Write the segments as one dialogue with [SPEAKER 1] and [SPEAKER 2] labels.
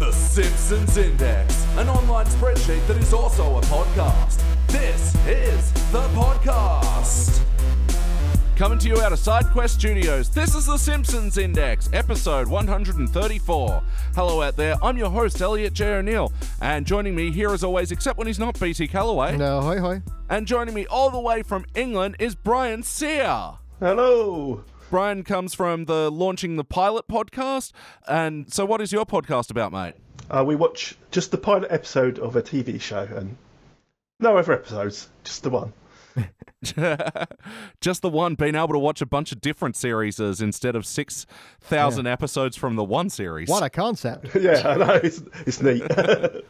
[SPEAKER 1] Simpsons Index, an online spreadsheet that is also a podcast. This is the podcast. Coming to you out of SideQuest Studios, this is The Simpsons Index, episode 134. Hello out there, I'm your host, Elliot J. O'Neill, and joining me here as always, except when he's not BT Calloway,
[SPEAKER 2] No, hoi hoi.
[SPEAKER 1] and joining me all the way from England is Brian Sear.
[SPEAKER 3] Hello.
[SPEAKER 1] Brian comes from the Launching the Pilot podcast, and so what is your podcast about, mate?
[SPEAKER 3] Uh, we watch just the pilot episode of a TV show and no other episodes, just the one.
[SPEAKER 1] just the one being able to watch a bunch of different series instead of 6,000 episodes from the one series.
[SPEAKER 2] What a concept.
[SPEAKER 3] yeah, I know it's it's neat.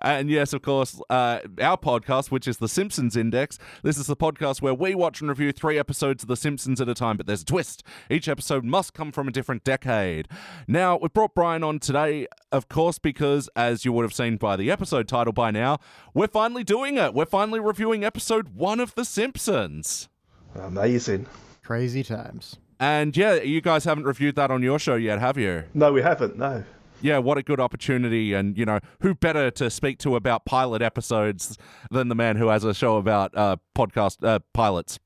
[SPEAKER 1] and yes, of course, uh, our podcast, which is The Simpsons Index. This is the podcast where we watch and review three episodes of The Simpsons at a time, but there's a twist. Each episode must come from a different decade. Now, we've brought Brian on today, of course, because as you would have seen by the episode title by now, we're finally doing it. We're finally reviewing episode one of The Simpsons.
[SPEAKER 3] Amazing.
[SPEAKER 2] Crazy times.
[SPEAKER 1] And yeah, you guys haven't reviewed that on your show yet, have you?
[SPEAKER 3] No, we haven't. No.
[SPEAKER 1] Yeah, what a good opportunity. And, you know, who better to speak to about pilot episodes than the man who has a show about uh, podcast uh, pilots?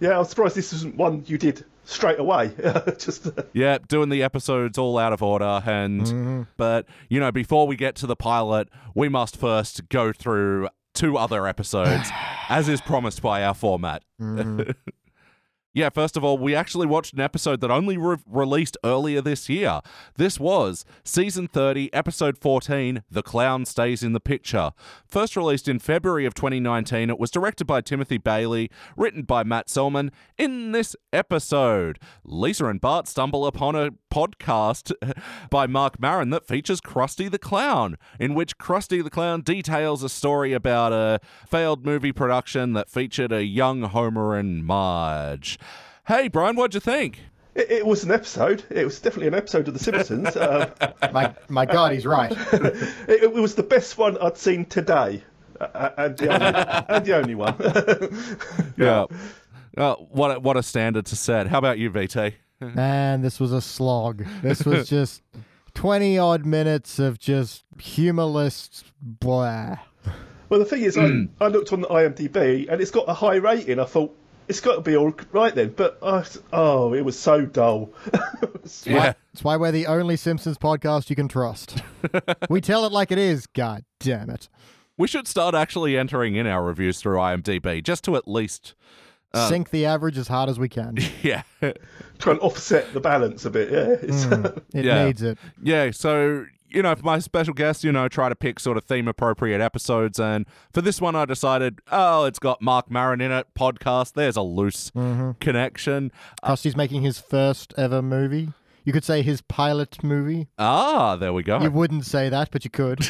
[SPEAKER 3] Yeah, I'm surprised this isn't one you did straight away. just uh,
[SPEAKER 1] Yeah, doing the episodes all out of order. And, but, you know, before we get to the pilot, we must first go through two other episodes, as is promised by our format. Yeah, first of all, we actually watched an episode that only re- released earlier this year. This was season 30, episode 14, The Clown Stays in the Picture. First released in February of 2019, it was directed by Timothy Bailey, written by Matt Selman. In this episode, Lisa and Bart stumble upon a podcast by Mark Maron that features Krusty the Clown, in which Krusty the Clown details a story about a failed movie production that featured a young Homer and Marge. Hey, Brian, what'd you think?
[SPEAKER 3] it, it was an episode. It was definitely an episode of The Simpsons. um,
[SPEAKER 2] My my God, he's right.
[SPEAKER 3] it, it was the best one I'd seen today, uh, and the only, and the only one.
[SPEAKER 1] Yeah. Uh, what, a, what a standard to set. How about you, VT?
[SPEAKER 2] Man, this was a slog. This was just twenty odd minutes of just humorless blah.
[SPEAKER 3] Well, the thing is, I, I looked on the IMDb and it's got a high rating. I thought it's got to be all right then, but I, oh, it was so dull.
[SPEAKER 1] Yeah.
[SPEAKER 2] That's why we're the only Simpsons podcast you can trust. we tell it like it is. God damn it.
[SPEAKER 1] We should start actually entering in our reviews through IMDb just to at least.
[SPEAKER 2] Sink the average as hard as we can.
[SPEAKER 1] Yeah.
[SPEAKER 3] Try and offset the balance a bit. Yeah, it's,
[SPEAKER 2] It
[SPEAKER 1] Yeah.
[SPEAKER 2] needs it.
[SPEAKER 1] Yeah, so you know, for my special guest, you know, try to pick sort of theme appropriate episodes, and for this one, I decided, oh, it's got Mark Maron in it. Podcast. There's a loose connection.
[SPEAKER 2] Krusty's making his first ever movie. You could say his pilot movie.
[SPEAKER 1] Ah, there we go.
[SPEAKER 2] You wouldn't say that, but you could.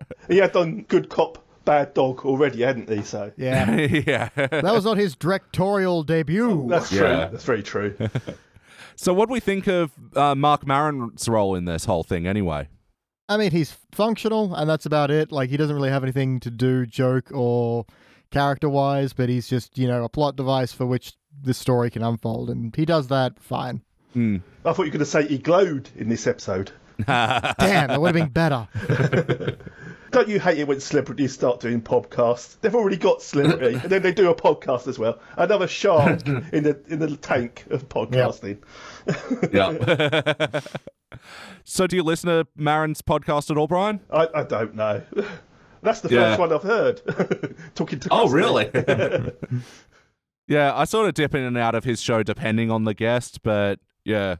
[SPEAKER 3] he had done good cop, bad dog already, hadn't he? So
[SPEAKER 2] Yeah.
[SPEAKER 1] yeah.
[SPEAKER 2] That was not his directorial debut.
[SPEAKER 3] that's true.
[SPEAKER 1] Yeah.
[SPEAKER 3] That's very true.
[SPEAKER 1] So, what do we think of uh, Mark Maron's role in this whole thing, anyway?
[SPEAKER 2] I mean, he's functional, and that's about it. Like, he doesn't really have anything to do, joke or character wise, but he's just, you know, a plot device for which the story can unfold. And he does that fine.
[SPEAKER 3] I thought you were going to say he glowed in this episode.
[SPEAKER 2] Damn, that would have been better.
[SPEAKER 3] Don't you hate it when celebrities start doing podcasts? They've already got celebrity, and then they do a podcast as well. Another shark in the in the tank of podcasting.
[SPEAKER 1] Yeah. so, do you listen to Maron's podcast at all, Brian?
[SPEAKER 3] I, I don't know. That's the
[SPEAKER 1] Yeah.
[SPEAKER 3] first one I've heard. Talking to Krusty.
[SPEAKER 1] yeah, I sort of dip in and out of his show depending on the guest, but yeah.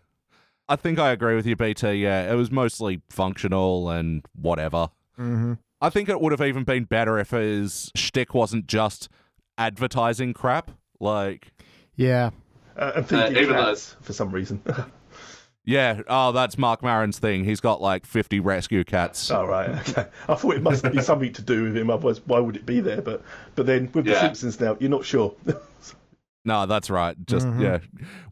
[SPEAKER 1] I think I agree with you, BT. Yeah, it was mostly functional and whatever.
[SPEAKER 2] Mm-hmm.
[SPEAKER 1] I think it would have even been better if his shtick wasn't just advertising crap. Like,
[SPEAKER 2] Yeah.
[SPEAKER 3] Uh, and thinking
[SPEAKER 1] even though
[SPEAKER 3] cats for some reason.
[SPEAKER 1] yeah, oh, that's Mark Maron's thing. He's got like 50 rescue cats.
[SPEAKER 3] All right, okay. I thought it must be something to do with him. Otherwise, why would it be there? But but then with
[SPEAKER 1] Yeah.
[SPEAKER 3] the Simpsons now, you're not sure.
[SPEAKER 1] No, that's right. Just yeah,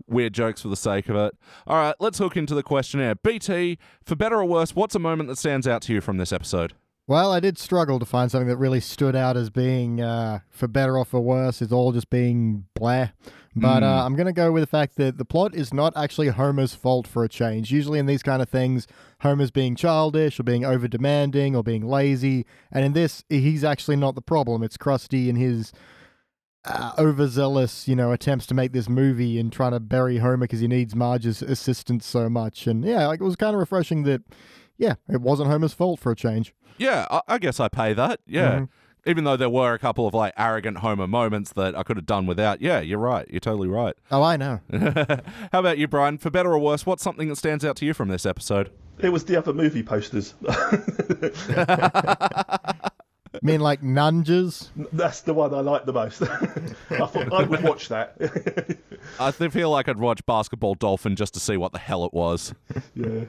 [SPEAKER 1] weird jokes for the sake of it. All right, let's hook into the questionnaire. BT, for better or worse, what's a moment that stands out to you from this episode?
[SPEAKER 2] Well, I did struggle to find something that really stood out as being, uh, for better or for worse, it's all just being blah. But uh, I'm going to go with the fact that the plot is not actually Homer's fault for a change. Usually, in these kind of things, Homer's being childish or being over demanding or being lazy. And in this, he's actually not the problem. It's Krusty and his uh, overzealous, you know, attempts to make this movie and trying to bury Homer because he needs Marge's assistance so much. And yeah, like it was kind of refreshing that, yeah, it wasn't Homer's fault for a change.
[SPEAKER 1] Yeah, I, I guess I pay that. Yeah. Even though there were a couple of like arrogant Homer moments that I could have done without. Yeah, you're right. You're totally right.
[SPEAKER 2] Oh, I know.
[SPEAKER 1] How about you, Brian? For better or worse, what's something that stands out to you from this episode?
[SPEAKER 3] It was the other movie posters.
[SPEAKER 2] I mean, like nunges.
[SPEAKER 3] That's the one I liked the most. I thought I would watch that.
[SPEAKER 1] I th- feel like I'd watch Basketball Dolphin just to see what the hell it was.
[SPEAKER 3] yeah.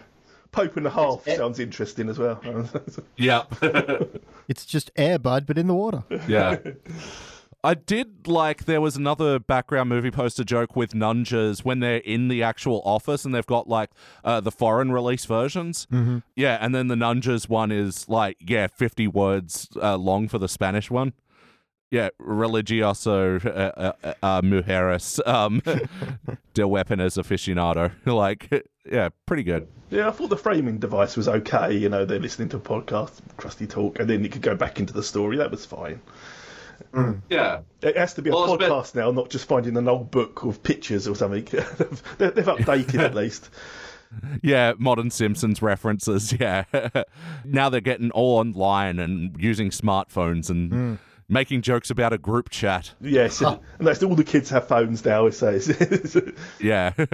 [SPEAKER 3] Pope and a half
[SPEAKER 1] e-
[SPEAKER 3] sounds interesting as well.
[SPEAKER 1] Yep.
[SPEAKER 2] It's just air, bud, but in the water.
[SPEAKER 1] yeah. I did like there was another background movie poster joke with Nunjas when they're in the actual office and they've got like uh, the foreign release versions. Mm-hmm. Yeah, and then the Nunjas one is like, yeah, 50 words uh, long for the Spanish one. Yeah, religioso uh, uh, uh, uh, mujeres um, de weapones aficionado. Like, yeah, pretty good.
[SPEAKER 3] yeah, I thought the framing device was okay. You know, they're listening to a podcast, crusty talk, and then you could go back into the story. That was fine.
[SPEAKER 4] Yeah.
[SPEAKER 3] It has to be a
[SPEAKER 4] Well, it's been-
[SPEAKER 3] podcast now, not just finding an old book with pictures or something. They've- they've updated at least.
[SPEAKER 1] Yeah, modern Simpsons references. Yeah. now they're getting all online and using smartphones and making jokes about a group chat.
[SPEAKER 3] Yes, and that's all the kids have phones now. So it's,
[SPEAKER 1] Yeah.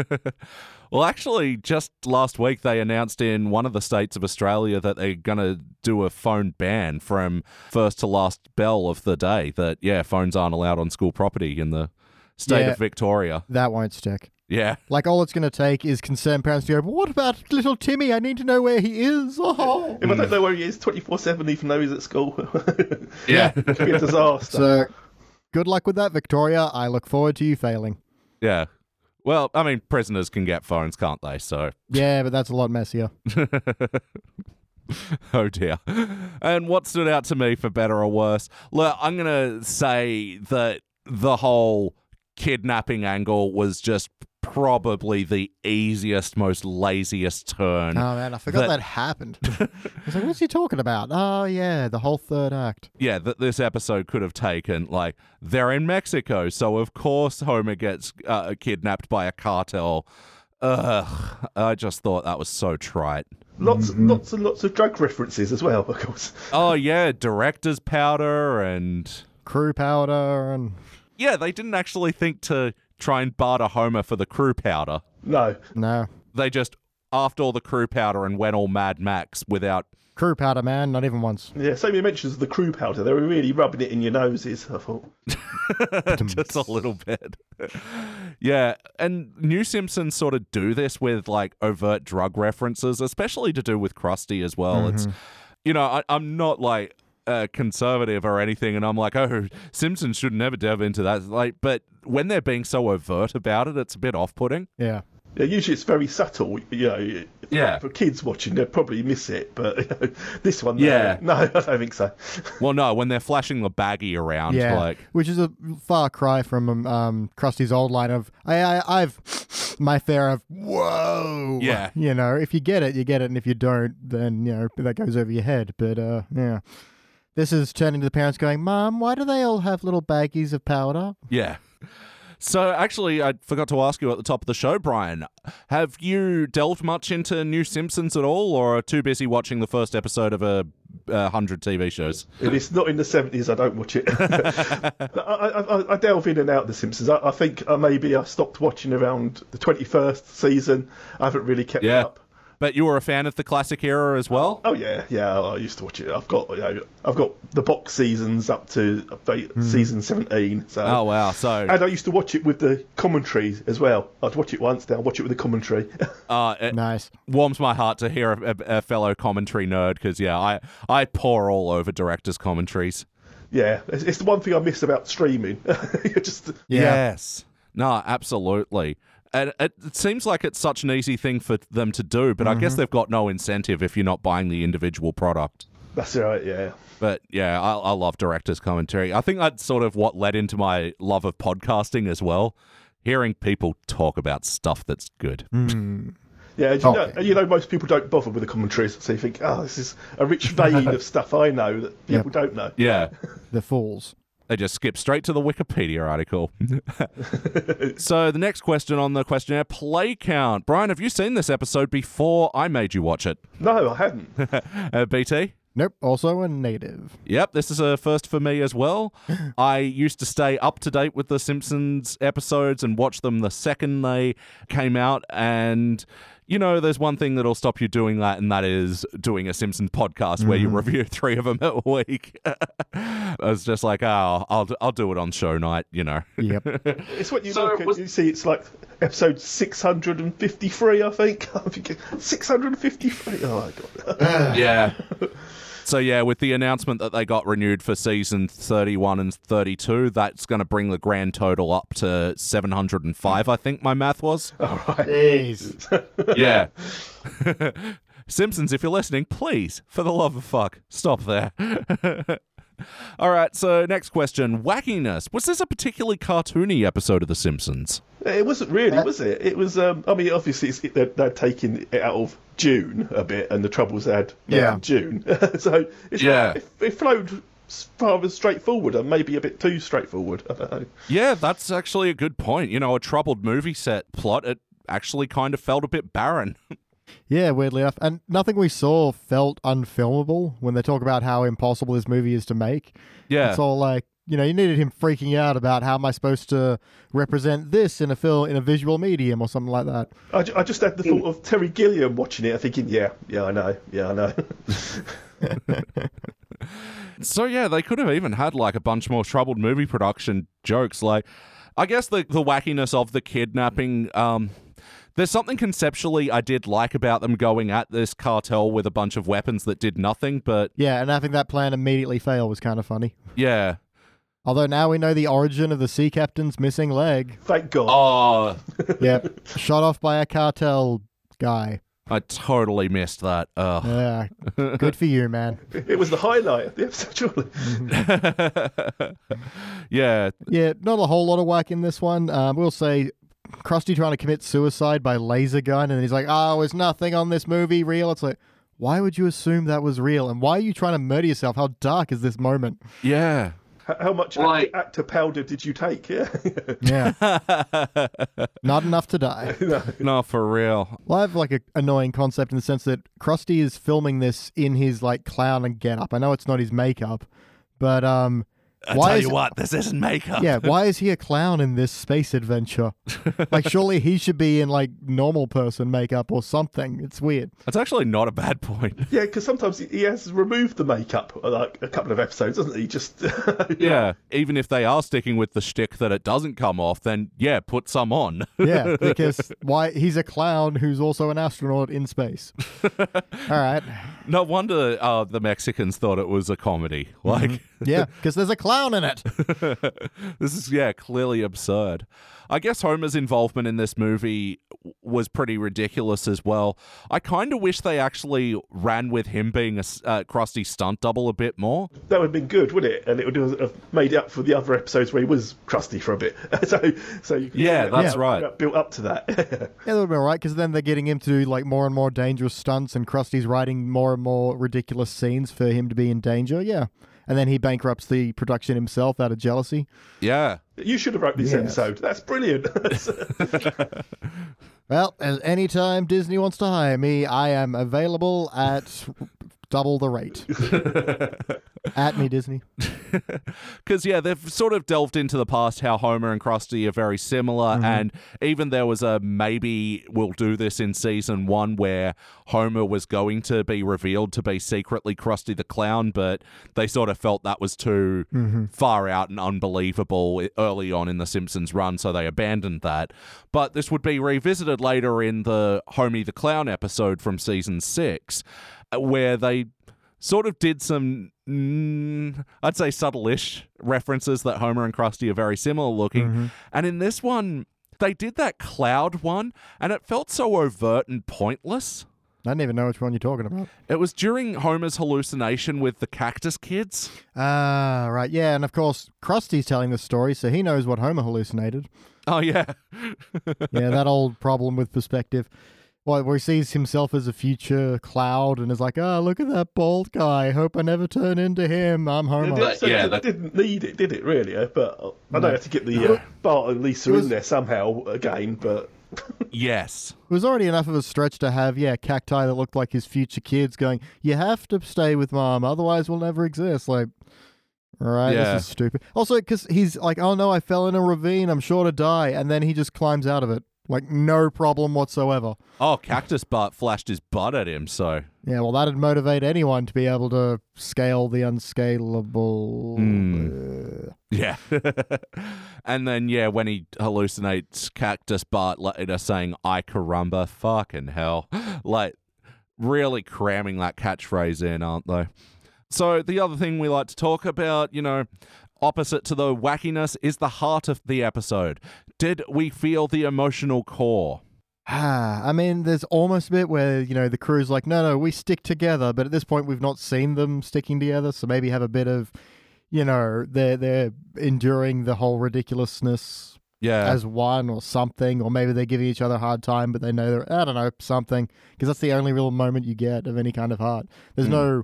[SPEAKER 1] well, actually, just last week they announced in one of the states of Australia that they're going to do a phone ban from first to last bell of the day that, yeah, phones aren't allowed on school property in the state
[SPEAKER 2] Yeah.
[SPEAKER 1] of Victoria.
[SPEAKER 2] That won't stick.
[SPEAKER 1] Yeah.
[SPEAKER 2] Like all it's going to take is concerned parents to go. But what about little Timmy? I need to know where he is. Oh.
[SPEAKER 3] if I
[SPEAKER 4] Mm.
[SPEAKER 3] don't know where he is, twenty four seven, even though he's at school, it
[SPEAKER 1] Yeah.
[SPEAKER 3] could be a disaster.
[SPEAKER 2] So, good luck with that, Victoria. I look forward to you failing.
[SPEAKER 1] yeah. Well, I mean, prisoners can get phones, can't they? So.
[SPEAKER 2] Yeah, but that's a lot messier.
[SPEAKER 1] oh dear. And what stood out to me for better or worse? Look, I'm going to say that the whole kidnapping angle was just probably the easiest, most laziest turn.
[SPEAKER 2] Oh man, I forgot
[SPEAKER 1] But-
[SPEAKER 2] that happened. I was like, "What's he talking about?" Oh yeah, the whole third act.
[SPEAKER 1] yeah, that this episode could have taken. Like, they're in Mexico, so of course Homer gets uh, kidnapped by a cartel. Ugh, I just thought that was so trite.
[SPEAKER 3] Lots,
[SPEAKER 4] mm-hmm.
[SPEAKER 3] lots and lots of drug references as well, of course.
[SPEAKER 1] Oh, yeah, director's powder and
[SPEAKER 2] Crew powder and
[SPEAKER 1] yeah, they didn't actually think to try and barter Homer for the crew powder.
[SPEAKER 3] No,
[SPEAKER 2] no
[SPEAKER 1] They just after all the crew powder and went all Mad Max without.
[SPEAKER 2] crew powder, man. Not even once.
[SPEAKER 3] yeah, so many mentions of the crew powder. They were really rubbing it in your noses. I thought.
[SPEAKER 1] just a little bit. yeah, and New Simpsons sort of do this with like overt drug references, especially to do with Krusty as well. It's, you know, I, I'm not like uh, conservative or anything, and I'm like, oh, Simpsons should never delve into that. Like, but when they're being so overt about it, it's a bit off-putting.
[SPEAKER 2] Yeah.
[SPEAKER 3] Yeah, usually it's very subtle. You know,
[SPEAKER 4] Yeah.
[SPEAKER 3] For kids watching, they'll probably miss it, but you know, this one,
[SPEAKER 4] Yeah.
[SPEAKER 3] no, I don't think so.
[SPEAKER 1] Well, no, when they're flashing the baggie around,
[SPEAKER 2] Yeah,
[SPEAKER 1] like.
[SPEAKER 2] which is a far cry from um, um, Krusty's old line of I, I I've my fair of whoa.
[SPEAKER 1] Yeah.
[SPEAKER 2] you know, if you get it, you get it, and if you don't, then you know that goes over your head. But uh, yeah, this is turning to the parents, going, "Mom, why do they all have little baggies of powder?"
[SPEAKER 1] Yeah. So actually, I forgot to ask you at the top of the show, Brian. Have you delved much into New Simpsons at all, or are too busy watching the first episode of a, a hundred TV shows?
[SPEAKER 3] If it's not in the seventies, I don't watch it. I, I, I- I delve in and out of The Simpsons. I, I think uh, maybe I stopped watching around the twenty-first season. I haven't really kept
[SPEAKER 1] Yeah.
[SPEAKER 3] up.
[SPEAKER 1] But you were a fan of the classic era as well.
[SPEAKER 3] Oh yeah, yeah. I used to watch it. I've got, you know, I've got the box seasons up to uh, season seventeen. So.
[SPEAKER 1] Hmm. Oh wow! So
[SPEAKER 3] And I used to watch it with the commentary as well. I'd watch it once, then I'd watch it with the commentary.
[SPEAKER 1] uh, it
[SPEAKER 2] Nice.
[SPEAKER 1] warms my heart to hear a, a, a fellow commentary nerd because yeah, I I pour all over directors' commentaries.
[SPEAKER 3] yeah, it's, it's the one thing I miss about streaming. You just
[SPEAKER 1] Yes. No, absolutely. And it, it seems like it's such an easy thing for them to do, but I guess they've got no incentive if you're not buying the individual product.
[SPEAKER 3] that's right. Yeah,
[SPEAKER 1] But yeah, I, I love director's commentary. I think that's sort of what led into my love of podcasting as well. hearing people talk about stuff that's good.
[SPEAKER 3] Yeah, you,
[SPEAKER 2] Oh,
[SPEAKER 3] know,
[SPEAKER 2] yeah.
[SPEAKER 3] you know, most people don't bother with the commentaries, so you think, oh, this is a rich vein of stuff I know that people don't know.
[SPEAKER 1] Yeah.
[SPEAKER 2] The fools.
[SPEAKER 1] They just skip straight to the Wikipedia article. so the next question on the questionnaire, play count. Brian, have you seen this episode before I made you watch it?
[SPEAKER 3] No, I hadn't.
[SPEAKER 1] uh, BT?
[SPEAKER 2] Nope. Also a native.
[SPEAKER 1] Yep, this is a first for me as well. I used to stay up to date with the Simpsons episodes and watch them the second they came out. And, you know, there's one thing that'll stop you doing that, and that is doing a Simpsons podcast where you review three of them a week. I was just like, oh, I'll, I'll do it on show night, you know.
[SPEAKER 2] Yep.
[SPEAKER 3] It's what you
[SPEAKER 4] So
[SPEAKER 3] look at,
[SPEAKER 4] was-
[SPEAKER 3] you see, it's like episode 653, I think. I'm thinking, 653? Oh, my God.
[SPEAKER 4] Yeah.
[SPEAKER 1] So yeah, with the announcement that they got renewed for season 31 and 32, that's going to bring the grand total up to 705, I think my math was.
[SPEAKER 3] All right.
[SPEAKER 2] Jeez.
[SPEAKER 1] Yeah. Simpsons, if you're listening, please, for the love of fuck, stop there. All right, so next question, wackiness. Was this a particularly cartoony episode of the Simpsons?
[SPEAKER 3] It wasn't really, was it? It was. Um, I mean, obviously, it's, they're, they're taking it out of June a bit, and the troubles they had
[SPEAKER 2] Yeah.
[SPEAKER 3] around June. so it's,
[SPEAKER 4] Yeah.
[SPEAKER 3] it, it flowed s- rather straightforward, and maybe a bit too straightforward. I don't know.
[SPEAKER 1] Yeah, that's actually a good point. You know, a troubled movie set plot, it actually kind of felt a bit barren.
[SPEAKER 2] Yeah, weirdly enough. And nothing we saw felt unfilmable when they talk about how impossible this movie is to make.
[SPEAKER 1] yeah.
[SPEAKER 2] It's all like, you know, you needed him freaking out about how am I supposed to represent this in a film in a visual medium or something like that.
[SPEAKER 3] I, ju- I just had the thought of Terry Gilliam watching it, and thinking, "Yeah, yeah, I know, yeah, I know."
[SPEAKER 1] So yeah, they could have even had like a bunch more troubled movie production jokes. Like, I guess the the wackiness of the kidnapping. Um, there's something conceptually I did like about them going at this cartel with a bunch of weapons that did nothing. But
[SPEAKER 2] Yeah, and having that plan immediately fail was kind of funny.
[SPEAKER 1] yeah,
[SPEAKER 2] Although now we know the origin of the sea captain's missing leg.
[SPEAKER 3] Thank
[SPEAKER 4] Oh.
[SPEAKER 3] God.
[SPEAKER 2] Yep. Shot off by a cartel guy.
[SPEAKER 1] I totally missed that. Ugh.
[SPEAKER 2] Yeah. Good for you, man.
[SPEAKER 3] It was the highlight of the episode, surely.
[SPEAKER 1] yeah,
[SPEAKER 2] Yeah, not a whole lot of whack in this one. Um, we'll say Krusty trying to commit suicide by laser gun, and he's like, oh, it's nothing on this movie real. It's like, why would you assume that was real? And why are you trying to murder yourself? How dark is this moment?
[SPEAKER 1] yeah.
[SPEAKER 3] H- How much
[SPEAKER 4] Like-
[SPEAKER 3] act- actor powder did you take? Yeah.
[SPEAKER 2] Yeah. not enough to die.
[SPEAKER 1] No, for real.
[SPEAKER 2] Well, I have like an annoying concept in the sense that Krusty is filming this in his like clown and get up. I know it's not his makeup, but um, why is
[SPEAKER 1] what, this isn't makeup.
[SPEAKER 2] yeah, why is he a clown in this space adventure? like, surely he should be in like normal person makeup or something. It's weird.
[SPEAKER 1] That's actually not a bad point.
[SPEAKER 3] yeah, because sometimes he- he has removed the makeup, like a couple of episodes, doesn't he? Just
[SPEAKER 1] Yeah. Even if they are sticking with the shtick that it doesn't come off, then yeah, put some on.
[SPEAKER 2] Yeah, because why he's a clown who's also an astronaut in space. All right.
[SPEAKER 1] No wonder uh, the Mexicans thought it was a comedy. Like,
[SPEAKER 2] Yeah, because there's a clown in it.
[SPEAKER 1] this is, yeah, clearly absurd. I guess Homer's involvement in this movie w- was pretty ridiculous as well. I kind of wish they actually ran with him being a s- uh, crusty stunt double a bit more.
[SPEAKER 3] that would have been good, wouldn't it? And it would have made up for the other episodes where he was crusty for a bit. so, so you could
[SPEAKER 1] Yeah, that's
[SPEAKER 2] Yeah.
[SPEAKER 1] right.
[SPEAKER 3] built up to that.
[SPEAKER 2] Yeah, that would be alright, because then they're getting him to do like more and more dangerous stunts, and Krusty's writing more and more ridiculous scenes for him to be in danger. Yeah, and then he bankrupts the production himself out of jealousy.
[SPEAKER 1] Yeah.
[SPEAKER 3] you should have wrote this
[SPEAKER 2] Yes.
[SPEAKER 3] episode. That's brilliant.
[SPEAKER 2] Well, at any time Disney wants to hire me, I am available at double the rate. at me, Disney.
[SPEAKER 1] Because, yeah, they've sort of delved into the past how Homer and Krusty are very similar. And even there was a maybe we'll do this in season one where Homer was going to be revealed to be secretly Krusty the Clown, but they sort of felt that was too far out and unbelievable i- early on in The Simpsons run. So they abandoned that. But this would be revisited later in the Homie the Clown episode from season six, uh, where they sort of did some mm, I'd say subtle-ish references that Homer and Krusty are very similar looking. And in this one, they did that cloud one, and it felt so overt and pointless.
[SPEAKER 2] I don't even know which one you're talking about.
[SPEAKER 1] It was during Homer's hallucination with the Cactus Kids.
[SPEAKER 2] Ah, right. Yeah, and of course, Krusty's telling the story, so he knows what Homer hallucinated.
[SPEAKER 1] Oh yeah.
[SPEAKER 2] yeah, that old problem with perspective. Well, where he sees himself as a future cloud and is like, oh, look at that bald guy. Hope I never turn into him. I'm Homer.
[SPEAKER 4] But-
[SPEAKER 3] So
[SPEAKER 4] yeah,
[SPEAKER 3] it
[SPEAKER 4] that-
[SPEAKER 3] didn't need it, did it? Really? uh, But uh, I know I had to get the
[SPEAKER 2] No.
[SPEAKER 3] uh, Bart and Lisa
[SPEAKER 2] It was-
[SPEAKER 3] in there somehow again. But
[SPEAKER 1] yes.
[SPEAKER 2] It was already enough of a stretch to have, yeah, cacti that looked like his future kids going, you have to stay with mom, otherwise we'll never exist. Like, all right,
[SPEAKER 1] Yeah.
[SPEAKER 2] this is stupid. Also, because he's like, oh no, I fell in a ravine, I'm sure to die. And then he just climbs out of it. Like, no problem whatsoever.
[SPEAKER 1] Oh, Cactus Bart flashed his butt at him, so
[SPEAKER 2] Yeah, well, that'd motivate anyone to be able to scale the unscalable. Uh,
[SPEAKER 1] yeah. and then yeah, when he hallucinates Cactus Bart later saying "I caramba," fucking hell, like really cramming that catchphrase in, aren't they? So the other thing we like to talk about, you know, opposite to the wackiness, is the heart of the episode. Did we feel the emotional core?
[SPEAKER 2] Ah, I mean, there's almost a bit where, you know, the crew's like, no, no, we stick together. But at this point, we've not seen them sticking together. So maybe have a bit of, you know, they're, they're enduring the whole ridiculousness
[SPEAKER 1] Yeah.
[SPEAKER 2] as one or something. Or maybe they're giving each other a hard time, but they know they're, I don't know, something. Because that's the only real moment you get of any kind of heart. There's no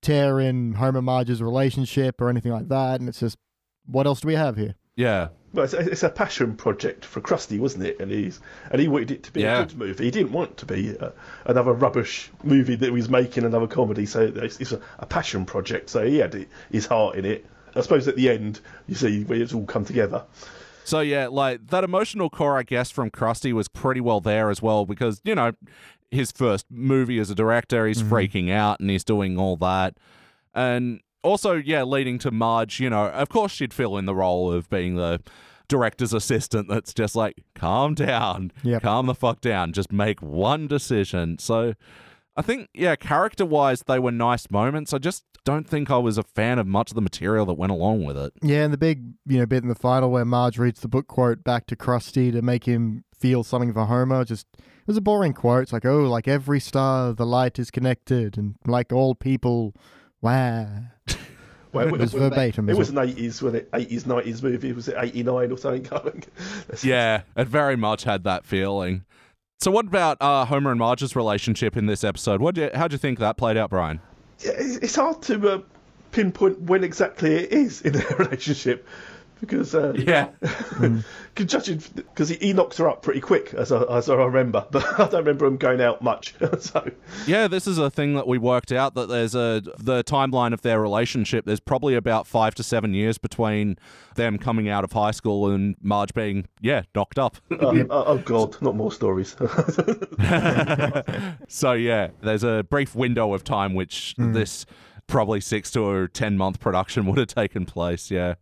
[SPEAKER 2] tear in Homer Marge's relationship or anything like that. And it's just, what else do we have here?
[SPEAKER 1] yeah.
[SPEAKER 3] well, it's, it's a passion project for Krusty, wasn't it? And he's and he wanted it to be
[SPEAKER 1] Yeah.
[SPEAKER 3] a good movie. He didn't want it to be uh, another rubbish movie that he was making another comedy. So it's, it's a, a passion project. So he had it, his heart in it. I suppose at the end, you see where it's all come together.
[SPEAKER 1] So yeah, like that emotional core, I guess, from Krusty was pretty well there as well because you know his first movie as a director, he's freaking out and he's doing all that, and also yeah, leading to Marge. You know, of course she'd fill in the role of being the director's assistant. That's just like calm down,
[SPEAKER 2] Yep.
[SPEAKER 1] calm the fuck down, just make one decision. So. I think, yeah, character wise, they were nice moments. I just don't think I was a fan of much of the material that went along with it.
[SPEAKER 2] Yeah, and the big you know bit in the final where Marge reads the book quote back to Krusty to make him feel something for Homer. Just it was a boring quote. It's like oh, like every star, the light is connected, and like all people, wow.
[SPEAKER 3] Well,
[SPEAKER 2] It was verbatim,
[SPEAKER 3] It
[SPEAKER 2] is
[SPEAKER 3] was
[SPEAKER 2] it?
[SPEAKER 3] an eighties, was it? Eighties, nineties movie. Was it eighty nine or something? I think. That's-
[SPEAKER 1] Yeah, it very much had that feeling. So, what about uh, Homer and Marge's relationship in this episode? What you, how'd you think that played out, Brian?
[SPEAKER 3] Yeah, it's it's hard to uh, pinpoint when exactly it is in their relationship because uh,
[SPEAKER 1] Yeah,
[SPEAKER 3] Cause judging because he, he knocks her up pretty quick, as I, as I remember, but I don't remember him going out much. so
[SPEAKER 1] yeah. This is a thing that we worked out that there's a the timeline of their relationship. There's probably about five to seven years between them coming out of high school and Marge being yeah knocked up.
[SPEAKER 3] oh, oh, oh god, not more stories.
[SPEAKER 1] so yeah, there's a brief window of time which this probably six to ten month production would have taken place. Yeah,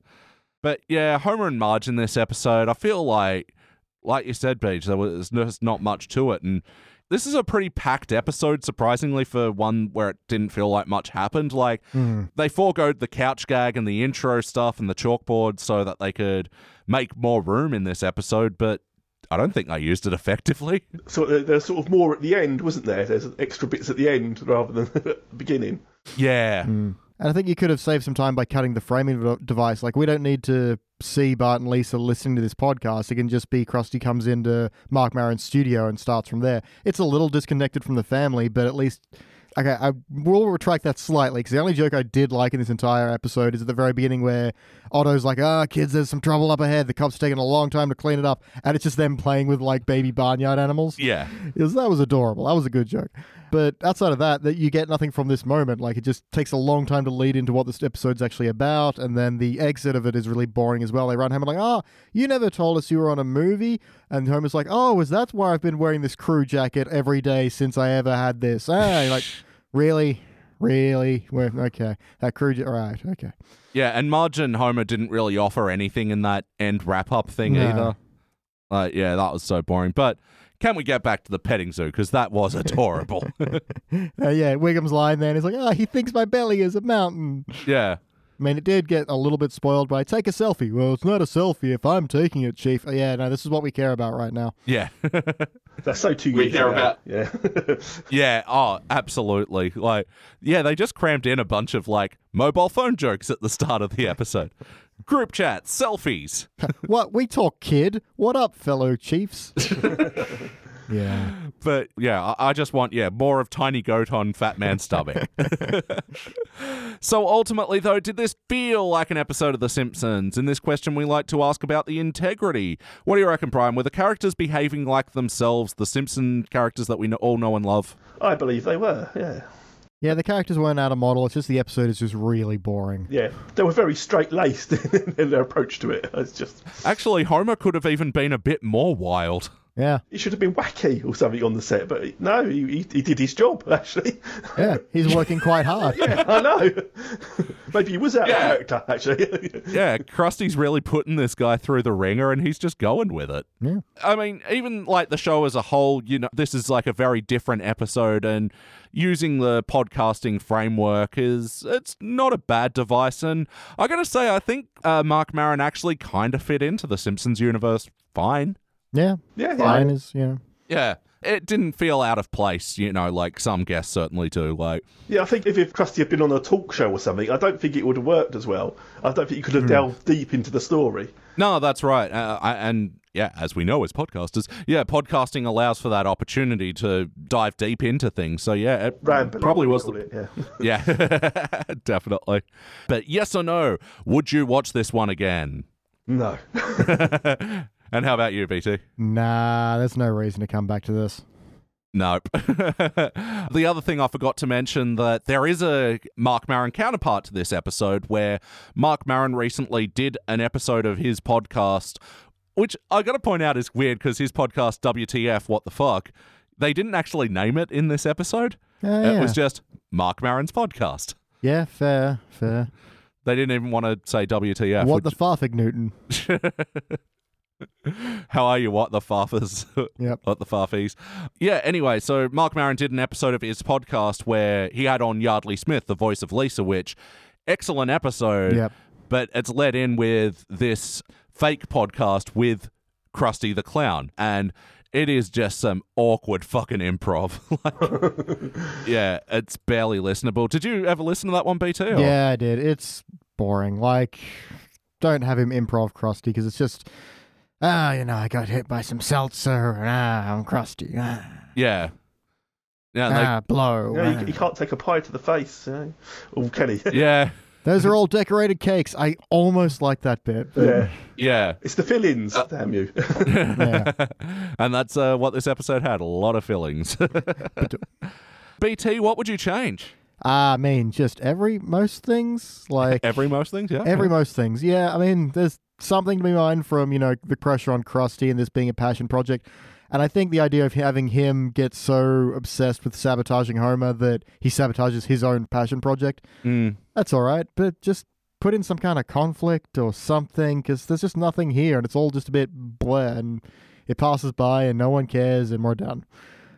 [SPEAKER 1] but yeah, Homer and Marge in this episode, I feel like, like you said, Beach, there was there's not much to it, and this is a pretty packed episode, surprisingly for one where it didn't feel like much happened. Like they foregoed the couch gag and the intro stuff and the chalkboard so that they could make more room in this episode, but. I don't think they used it effectively.
[SPEAKER 3] so there, there's sort of more at the end, wasn't there? There's extra bits at the end rather than at the beginning.
[SPEAKER 1] Yeah.
[SPEAKER 2] And I think you could have saved some time by cutting the framing de- device. Like we don't need to see Bart and Lisa listening to this podcast. It can just be Krusty comes into Mark Maron's studio and starts from there. It's a little disconnected from the family, but at least. Okay, I will retract that slightly because the only joke I did like in this entire episode is at the very beginning where Otto's like, ah, kids, there's some trouble up ahead. The cops are taking a long time to clean it up. And it's just them playing with like baby barnyard animals.
[SPEAKER 1] Yeah.
[SPEAKER 2] It was- that was adorable. That was a good joke. But outside of that, that you get nothing from this moment. Like it just takes a long time to lead into what this episode's actually about, and then the exit of it is really boring as well. They run home and like, "Ah, you never told us you were on a movie," and Homer's like, "Oh, is that why I've been wearing this crew jacket every day since I ever had this?" Ah, you're like, really, really? We're, okay, that crew. Ja- right, okay.
[SPEAKER 1] Yeah, and Marge and Homer didn't really offer anything in that end wrap up thing
[SPEAKER 2] No.
[SPEAKER 1] either. Like, yeah, that was so boring. But can we get back to the petting zoo? Because that was adorable.
[SPEAKER 2] Uh, yeah, Wiggum's line then. He's like, "Ah, he thinks my belly is a mountain."
[SPEAKER 1] yeah.
[SPEAKER 2] I mean, it did get a little bit spoiled by take a selfie. Well, it's not a selfie if I'm taking it, Chief. Uh, Yeah, no, this is what we care about right now.
[SPEAKER 1] Yeah.
[SPEAKER 3] That's so two
[SPEAKER 4] We
[SPEAKER 3] years
[SPEAKER 4] care
[SPEAKER 3] ago.
[SPEAKER 4] about-
[SPEAKER 3] yeah.
[SPEAKER 1] yeah. Oh, absolutely. Like, yeah, they just crammed in a bunch of like mobile phone jokes at the start of the episode. group chats, selfies.
[SPEAKER 2] What we talk, kid? What up, fellow chiefs? yeah.
[SPEAKER 1] But yeah, I, I just want yeah more of tiny goat on fat man stomach. so ultimately, though, did this feel like an episode of The Simpsons? In this question, we like to ask about the integrity. What do you reckon, Brian? Were the characters behaving like themselves, the Simpson characters that we kn- all know and love?
[SPEAKER 3] I believe they were. Yeah.
[SPEAKER 2] Yeah, the characters weren't out of model. It's just the episode is just really boring.
[SPEAKER 3] Yeah, they were very straight laced in their approach to it. It's just
[SPEAKER 1] Actually, Homer could have even been a bit more wild.
[SPEAKER 2] Yeah.
[SPEAKER 3] he should have been wacky or something on the set, but he- no, he, he, he did his job actually.
[SPEAKER 2] Yeah. He's working quite hard.
[SPEAKER 3] yeah, I know. Maybe he was out
[SPEAKER 4] Yeah.
[SPEAKER 3] of character actually.
[SPEAKER 1] Yeah, Krusty's really putting this guy through the ringer and he's just going with it.
[SPEAKER 2] Yeah.
[SPEAKER 1] I mean, even like the show as a whole, you know, this is like a very different episode, and using the podcasting framework is it's not a bad device. And I gotta say, I think uh, Mark Maron actually kind of fit into the Simpsons universe fine.
[SPEAKER 2] Yeah.
[SPEAKER 3] yeah, yeah.
[SPEAKER 2] Brian is, you know.
[SPEAKER 1] Yeah, it didn't feel out of place, you know, like some guests certainly do. Like,
[SPEAKER 3] Yeah, I think if, if Krusty had been on a talk show or something, I don't think it would have worked as well. I don't think you could
[SPEAKER 1] Hmm.
[SPEAKER 3] have delved deep into the story.
[SPEAKER 1] No, that's right. Uh, I, and yeah, as we know as podcasters, yeah, podcasting allows for that opportunity to dive deep into things. So yeah, it
[SPEAKER 3] Ramble,
[SPEAKER 1] Hmm. probably
[SPEAKER 3] we
[SPEAKER 1] was
[SPEAKER 3] call
[SPEAKER 1] the
[SPEAKER 3] it, yeah.
[SPEAKER 1] yeah, definitely. But yes or no, would you watch this one again?
[SPEAKER 3] No.
[SPEAKER 1] Oh, and how about you, BT?
[SPEAKER 2] Nah, there's no reason to come back to this.
[SPEAKER 1] Nope. the other thing I forgot to mention that there is a Mark Maron counterpart to this episode where Mark Maron recently did an episode of his podcast, which I got to point out is weird because his podcast WTF What the Fuck, they didn't actually name it in this episode.
[SPEAKER 2] Yeah,
[SPEAKER 1] It
[SPEAKER 2] Oh, yeah.
[SPEAKER 1] was just Mark Maron's podcast.
[SPEAKER 2] yeah, fair, fair.
[SPEAKER 1] They didn't even want to say WTF.
[SPEAKER 2] what the farfig Newton?
[SPEAKER 1] How are you? What the faffers?
[SPEAKER 2] Yep.
[SPEAKER 1] what the farfies? Yeah, anyway, so Mark Maron did an episode of his podcast where he had on Yardley Smith, the voice of Lisa Witch. Excellent episode.
[SPEAKER 2] Yep.
[SPEAKER 1] But it's led in with this fake podcast with Krusty the Clown. And it is just some awkward fucking improv. like, yeah, it's barely listenable. Did you ever listen to that one, BT? or-
[SPEAKER 2] Yeah, I did. It's boring. Like, don't have him improv crusty because it's just, ah, you know, I got hit by some seltzer. and, Ah, I'm crusty. Ah,
[SPEAKER 1] Yeah. Yeah, and they-
[SPEAKER 2] ah blow.
[SPEAKER 3] You, know,
[SPEAKER 2] ah."
[SPEAKER 3] you, you can't take a pie to the face. eh? Oh, You know? Or can he?
[SPEAKER 1] yeah.
[SPEAKER 2] Those are all decorated cakes. I almost like that bit.
[SPEAKER 3] yeah.
[SPEAKER 1] Yeah.
[SPEAKER 3] It's the fillings, damn you.
[SPEAKER 2] Yeah.
[SPEAKER 1] and that's uh, what this episode had a lot of fillings. BT, what would you change?
[SPEAKER 2] Ah, I mean, just every most things like
[SPEAKER 1] Every most things, yeah.
[SPEAKER 2] every most things. Yeah, I mean, there's something to be mined from you know the pressure on Krusty and this being a passion project, and I think the idea of having him get so obsessed with sabotaging Homer that he sabotages his own passion project.
[SPEAKER 1] Mm.
[SPEAKER 2] That's all right, but just put in some kind of conflict or something because there's just nothing here and it's all just a bit bleh and it passes by and no one cares and we're done.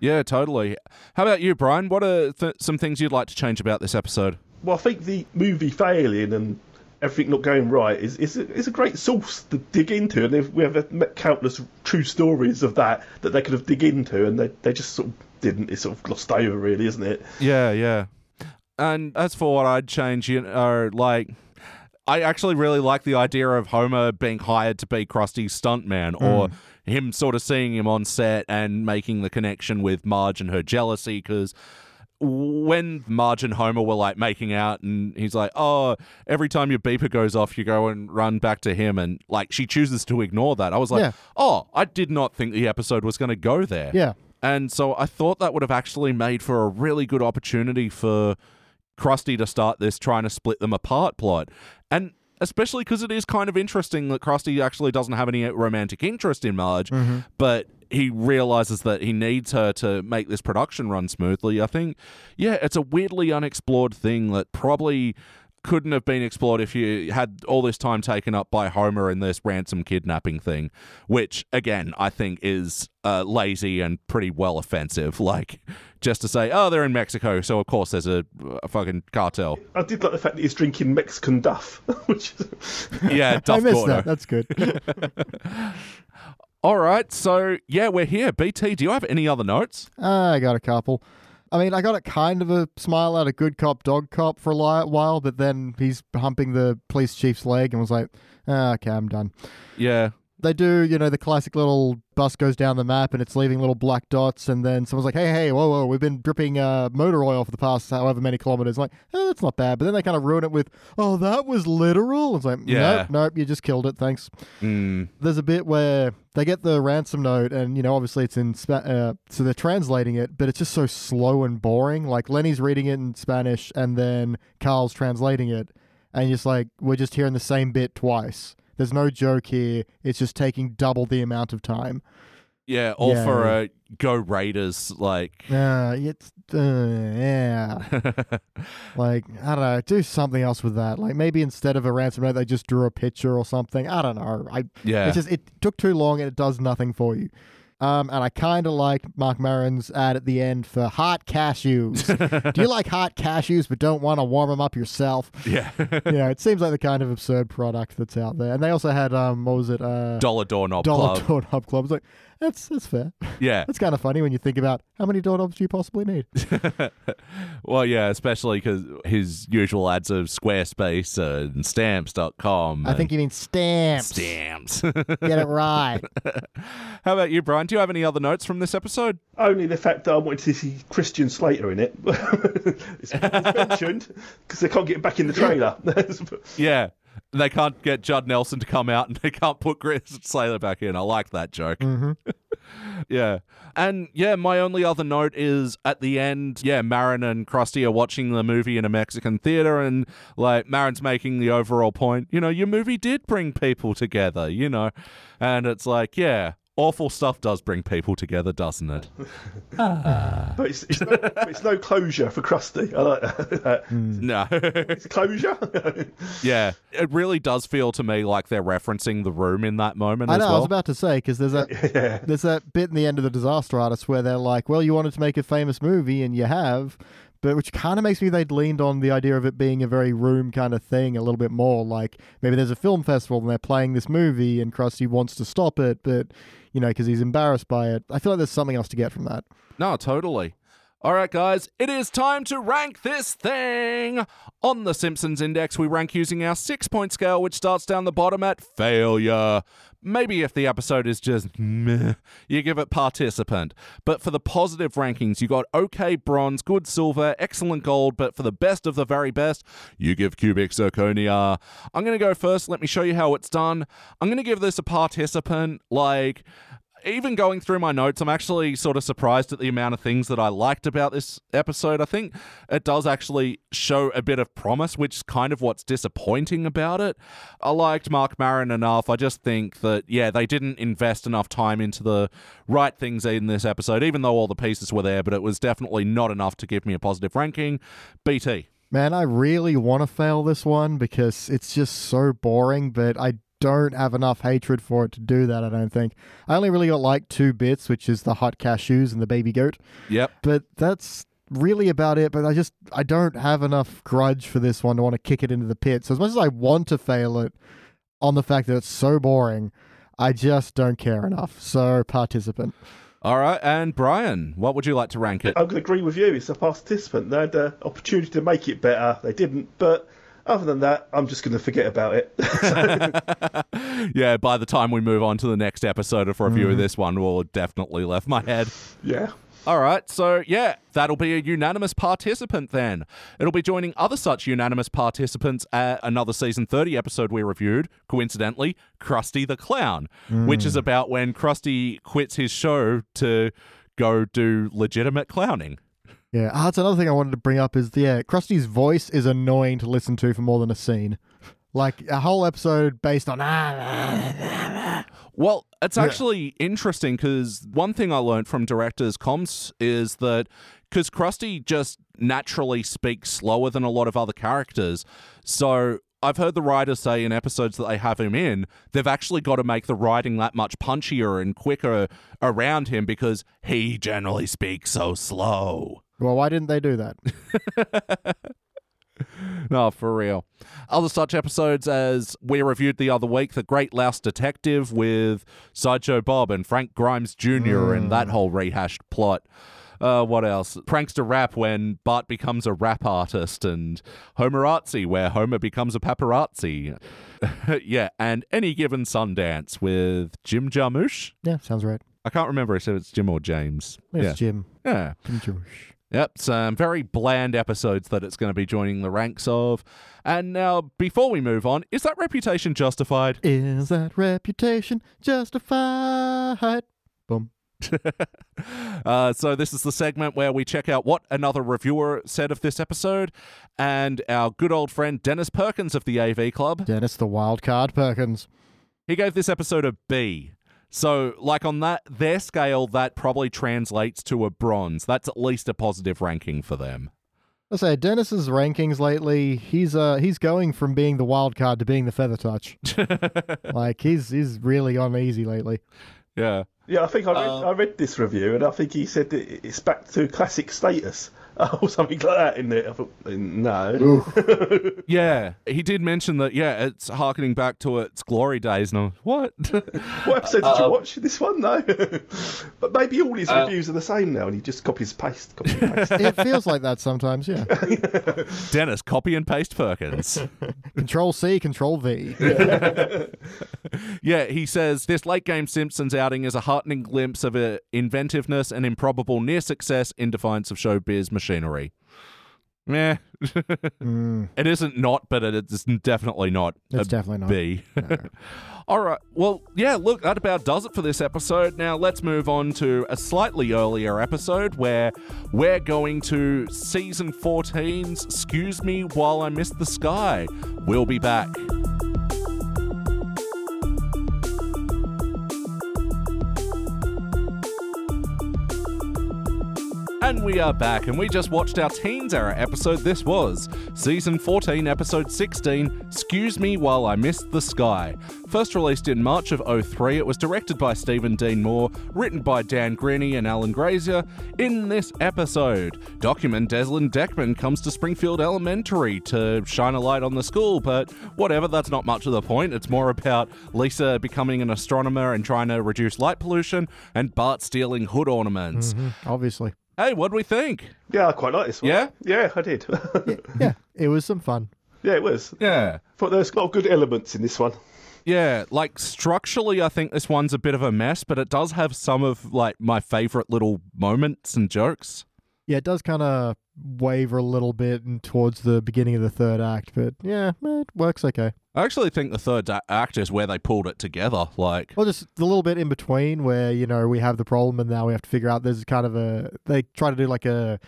[SPEAKER 1] Yeah, totally. How about you, Brian? What are th- some things you'd like to change about this episode?
[SPEAKER 3] well, I think the movie failing and everything not going right is is a, is a great source to dig into, and if we have met countless true stories of that that they could have dig into, and they, they just sort of didn't. It's sort of glossed over, really, isn't it?
[SPEAKER 1] Yeah, yeah. And as for what I'd change, you know, like I actually really like the idea of Homer being hired to be Krusty's stuntman, or him sort of seeing him on set and making the connection with Marge and her jealousy, because. When Marge and Homer were like making out, and he's like, Oh, every time your beeper goes off, you go and run back to him. And like, she chooses to ignore that. I was like,
[SPEAKER 2] Yeah.
[SPEAKER 1] Oh, I did not think the episode was going to go there.
[SPEAKER 2] Yeah.
[SPEAKER 1] And so I thought that would have actually made for a really good opportunity for Krusty to start this trying to split them apart plot. And especially because it is kind of interesting that Krusty actually doesn't have any romantic interest in Marge, but he realizes that he needs her to make this production run smoothly. I think, yeah, it's a weirdly unexplored thing that probably couldn't have been explored if you had all this time taken up by Homer and this ransom kidnapping thing, which again I think is uh, lazy and pretty well offensive. Like just to say, oh, they're in Mexico, so of course there's a, a fucking cartel.
[SPEAKER 3] I did like the fact that he's drinking Mexican Duff, which is,
[SPEAKER 1] Yeah, Duff
[SPEAKER 2] I missed
[SPEAKER 1] Gordo.
[SPEAKER 2] that. That's good.
[SPEAKER 1] All right, so yeah, we're here. BT, do you have any other notes?
[SPEAKER 2] I Eh, got a couple. I mean, I got a kind of a smile out of good cop, dog cop for a li- while, but then he's humping the police chief's leg and was like, ah, okay, I'm done.
[SPEAKER 1] Yeah.
[SPEAKER 2] They do, you know, the classic little bus goes down the map and it's leaving little black dots, and then someone's like, hey, hey, whoa, whoa, we've been dripping uh, motor oil for the past however many kilometers. like, oh, that's not bad. But then they kind of ruin it with, oh, that was literal. It's like,
[SPEAKER 1] Yeah.
[SPEAKER 2] nope, nope, you just killed it. Thanks
[SPEAKER 1] Mm.
[SPEAKER 2] there's a bit where they get the ransom note, and you know, obviously it's in Spa- uh, so they're translating it, but it's just so slow and boring. Like Lenny's reading it in Spanish, and then Carl's translating it, and you're just like we're just hearing the same bit twice. There's no joke here. It's just taking double the amount of time.
[SPEAKER 1] Yeah, all
[SPEAKER 2] Yeah.
[SPEAKER 1] for a go Raiders like
[SPEAKER 2] Uh, it's uh, yeah. Like I don't know. Do something else with that. Like maybe instead of a ransom note, they just drew a picture or something. I don't know. I
[SPEAKER 1] Yeah.
[SPEAKER 2] It's just it took too long and it does nothing for you. Um, and I kind of like Mark Maron's ad at the end for hot cashews. Do you like hot cashews but don't want to warm them up yourself?
[SPEAKER 1] yeah.
[SPEAKER 2] You know, it seems like the kind of absurd product that's out there. And they also had um, what was it? Uh,
[SPEAKER 1] Dollar doorknob
[SPEAKER 2] dollar
[SPEAKER 1] club.
[SPEAKER 2] doorknob club. It's like that's that's fair.
[SPEAKER 1] yeah.
[SPEAKER 2] That's kind of funny when you think about how many doorknobs do you possibly need.
[SPEAKER 1] Well, yeah, especially because his usual ads of Squarespace and stamps.com.
[SPEAKER 2] I think you mean stamps.
[SPEAKER 1] stamps.
[SPEAKER 2] Get it right.
[SPEAKER 1] How about you, Brian? Do you have any other notes from this episode?
[SPEAKER 3] Only the fact that I wanted to see Christian Slater in it. it's it's mentioned because they can't get back in the trailer.
[SPEAKER 1] Yeah. They can't get Judd Nelson to come out and they can't put Chris Sailor back in. I like that joke.
[SPEAKER 2] Mm-hmm.
[SPEAKER 1] yeah. And yeah, my only other note is at the end, yeah, Marin and Krusty are watching the movie in a Mexican theater and like Marin's making the overall point, you know, your movie did bring people together, you know. And it's like, yeah, awful stuff does bring people together, doesn't it?
[SPEAKER 3] but it's, it's, no, but it's no closure for Krusty. I like that.
[SPEAKER 1] no.
[SPEAKER 3] It's closure.
[SPEAKER 1] yeah. It really does feel to me like they're referencing the room in that moment
[SPEAKER 2] I
[SPEAKER 1] as
[SPEAKER 2] know.
[SPEAKER 1] well.
[SPEAKER 2] I was about to say because there's that
[SPEAKER 3] yeah.
[SPEAKER 2] there's that bit in the end of the Disaster Artist where they're like, "Well, you wanted to make a famous movie, and you have," but which kind of makes me they'd leaned on the idea of it being a very room kind of thing a little bit more. Like maybe there's a film festival and they're playing this movie, and Krusty wants to stop it, but you know because he's embarrassed by it. I feel like there's something else to get from that.
[SPEAKER 1] No, totally. All right, guys, it is time to rank this thing. On the Simpsons Index, we rank using our six point scale, which starts down the bottom at failure. Maybe if the episode is just meh, you give it participant. But for the positive rankings, you got okay bronze, good silver, excellent gold. But for the best of the very best, you give cubic zirconia. I'm going to go first. Let me show you how it's done. I'm going to give this a participant. Like, even going through my notes, I'm actually sort of surprised at the amount of things that I liked about this episode. I think it does actually show a bit of promise, which is kind of what's disappointing about it. I liked Mark Maron enough. I just think that, yeah, they didn't invest enough time into the right things in this episode, even though all the pieces were there, but it was definitely not enough to give me a positive ranking. BT.
[SPEAKER 2] Man, I really want to fail this one because it's just so boring, but I don't have enough hatred for it to do that. I don't think. I only really got like two bits, which is the hot cashews and the baby goat.
[SPEAKER 1] Yep.
[SPEAKER 2] but that's really about it but i just i don't have enough grudge for this one to want to kick it into the pit so as much as i want to fail it on the fact that it's so boring i just don't care enough so participant
[SPEAKER 1] All right. And Brian, what would you like to rank it?
[SPEAKER 3] I'm going to agree with you. It's a participant. They had the opportunity to make it better. They didn't. But other than that, I'm just going to forget about it.
[SPEAKER 1] yeah, by the time we move on to the next episode of review of this one, will have definitely left my head.
[SPEAKER 3] yeah.
[SPEAKER 1] All right, so yeah, that'll be a unanimous participant then. It'll be joining other such unanimous participants at another season 30 episode we reviewed, coincidentally, Krusty the Clown, which is about when Krusty quits his show to go do legitimate clowning.
[SPEAKER 2] yeah ah, that's another thing i wanted to bring up is yeah krusty's voice is annoying to listen to for more than a scene like a whole episode based on
[SPEAKER 1] Well, it's actually interesting because one thing I learned from directors' comps is that because Krusty just naturally speaks slower than a lot of other characters, so I've heard the writers say in episodes that they have him in, they've actually got to make the writing that much punchier and quicker around him because he generally speaks so slow.
[SPEAKER 2] well why didn't they do that
[SPEAKER 1] No, for real. Other such episodes as we reviewed the other week, The Great Louse Detective with Sideshow Bob and Frank Grimes Jr. and that whole rehashed plot. Uh, what else? Prankster Rap, when Bart becomes a rap artist, and Homerazzi, where Homer becomes a paparazzi. yeah, and Any Given Sundance with Jim Jarmusch.
[SPEAKER 2] Yeah, sounds right.
[SPEAKER 1] I can't remember if it's Jim or James.
[SPEAKER 2] It's
[SPEAKER 1] yeah.
[SPEAKER 2] Jim.
[SPEAKER 1] Yeah.
[SPEAKER 2] Jim Jewish.
[SPEAKER 1] Yep, some very bland episodes that it's going to be joining the ranks of. And now, before we move on, is that reputation justified?
[SPEAKER 2] Is that reputation justified? Boom.
[SPEAKER 1] Uh, so this is the segment where we check out what another reviewer said of this episode, and our good old friend Dennis Perkins of the AV Club.
[SPEAKER 2] Dennis the wild card Perkins.
[SPEAKER 1] He gave this episode a B. So, like on that their scale, that probably translates to a bronze. That's at least a positive ranking for them.
[SPEAKER 2] I say Dennis's rankings lately, he's uh he's going from being the wild card to being the feather touch. like he's he's really on easy lately.
[SPEAKER 1] Yeah.
[SPEAKER 3] Yeah, I think I read, I read this review, and I think he said that it's back to classic status or something like that. In it, I thought, uh, no,
[SPEAKER 1] Yeah. He did mention that, yeah, it's harkening back to its glory days. And I'm what?
[SPEAKER 3] what episode did you watch? This one, no. but maybe all his reviews are the same now, and he just copies paste, copy paste.
[SPEAKER 2] It feels like that sometimes, yeah.
[SPEAKER 1] Dennis, copy and paste Perkins.
[SPEAKER 2] Control C, Control V.
[SPEAKER 1] Yeah, he says this late game Simpsons outing is a heartening glimpse of uh inventiveness and improbable near success in defiance of showbiz machinery. Meh. It isn't not, but it is definitely not.
[SPEAKER 2] Mm. It's
[SPEAKER 1] a
[SPEAKER 2] definitely not.
[SPEAKER 1] B. All right. Well, yeah, look, that about does it for this episode. Now let's move on to a slightly earlier episode where we're going to season 14's Excuse Me While I Miss the Sky. We'll be back. And we are back, and we just watched our Teens Era episode. This was season 14, episode 16, Excuse Me While I Missed the Sky. First released in March of 03, it was directed by Stephen Dean Moore, written by Dan Greeny and Alan Grazier. In this episode, document Deslin Deckman comes to Springfield Elementary to shine a light on the school, but whatever, that's not much of the point. It's more about Lisa becoming an astronomer and trying to reduce light pollution, and Bart stealing hood
[SPEAKER 2] Hmm.
[SPEAKER 1] ornaments.
[SPEAKER 2] Mm-hmm. Obviously.
[SPEAKER 1] Hey, what do we think?
[SPEAKER 3] yeah, I quite like this one.
[SPEAKER 1] Yeah?
[SPEAKER 3] yeah, I did.
[SPEAKER 2] Yeah. It was some fun.
[SPEAKER 3] yeah, it was.
[SPEAKER 1] Yeah.
[SPEAKER 3] But there's a lot of good elements in this one.
[SPEAKER 1] Yeah, like structurally I think this one's a bit of a mess, but it does have some of like my favorite little moments and jokes.
[SPEAKER 2] Yeah, it does kind of waver a little bit and towards the beginning of the third act, but yeah, eh, it works okay.
[SPEAKER 1] I actually think the third da- act is where they pulled it together. Like,
[SPEAKER 2] Well, just the little bit in between where you know we have the problem and now we have to figure out. There's kind of a they try to do like a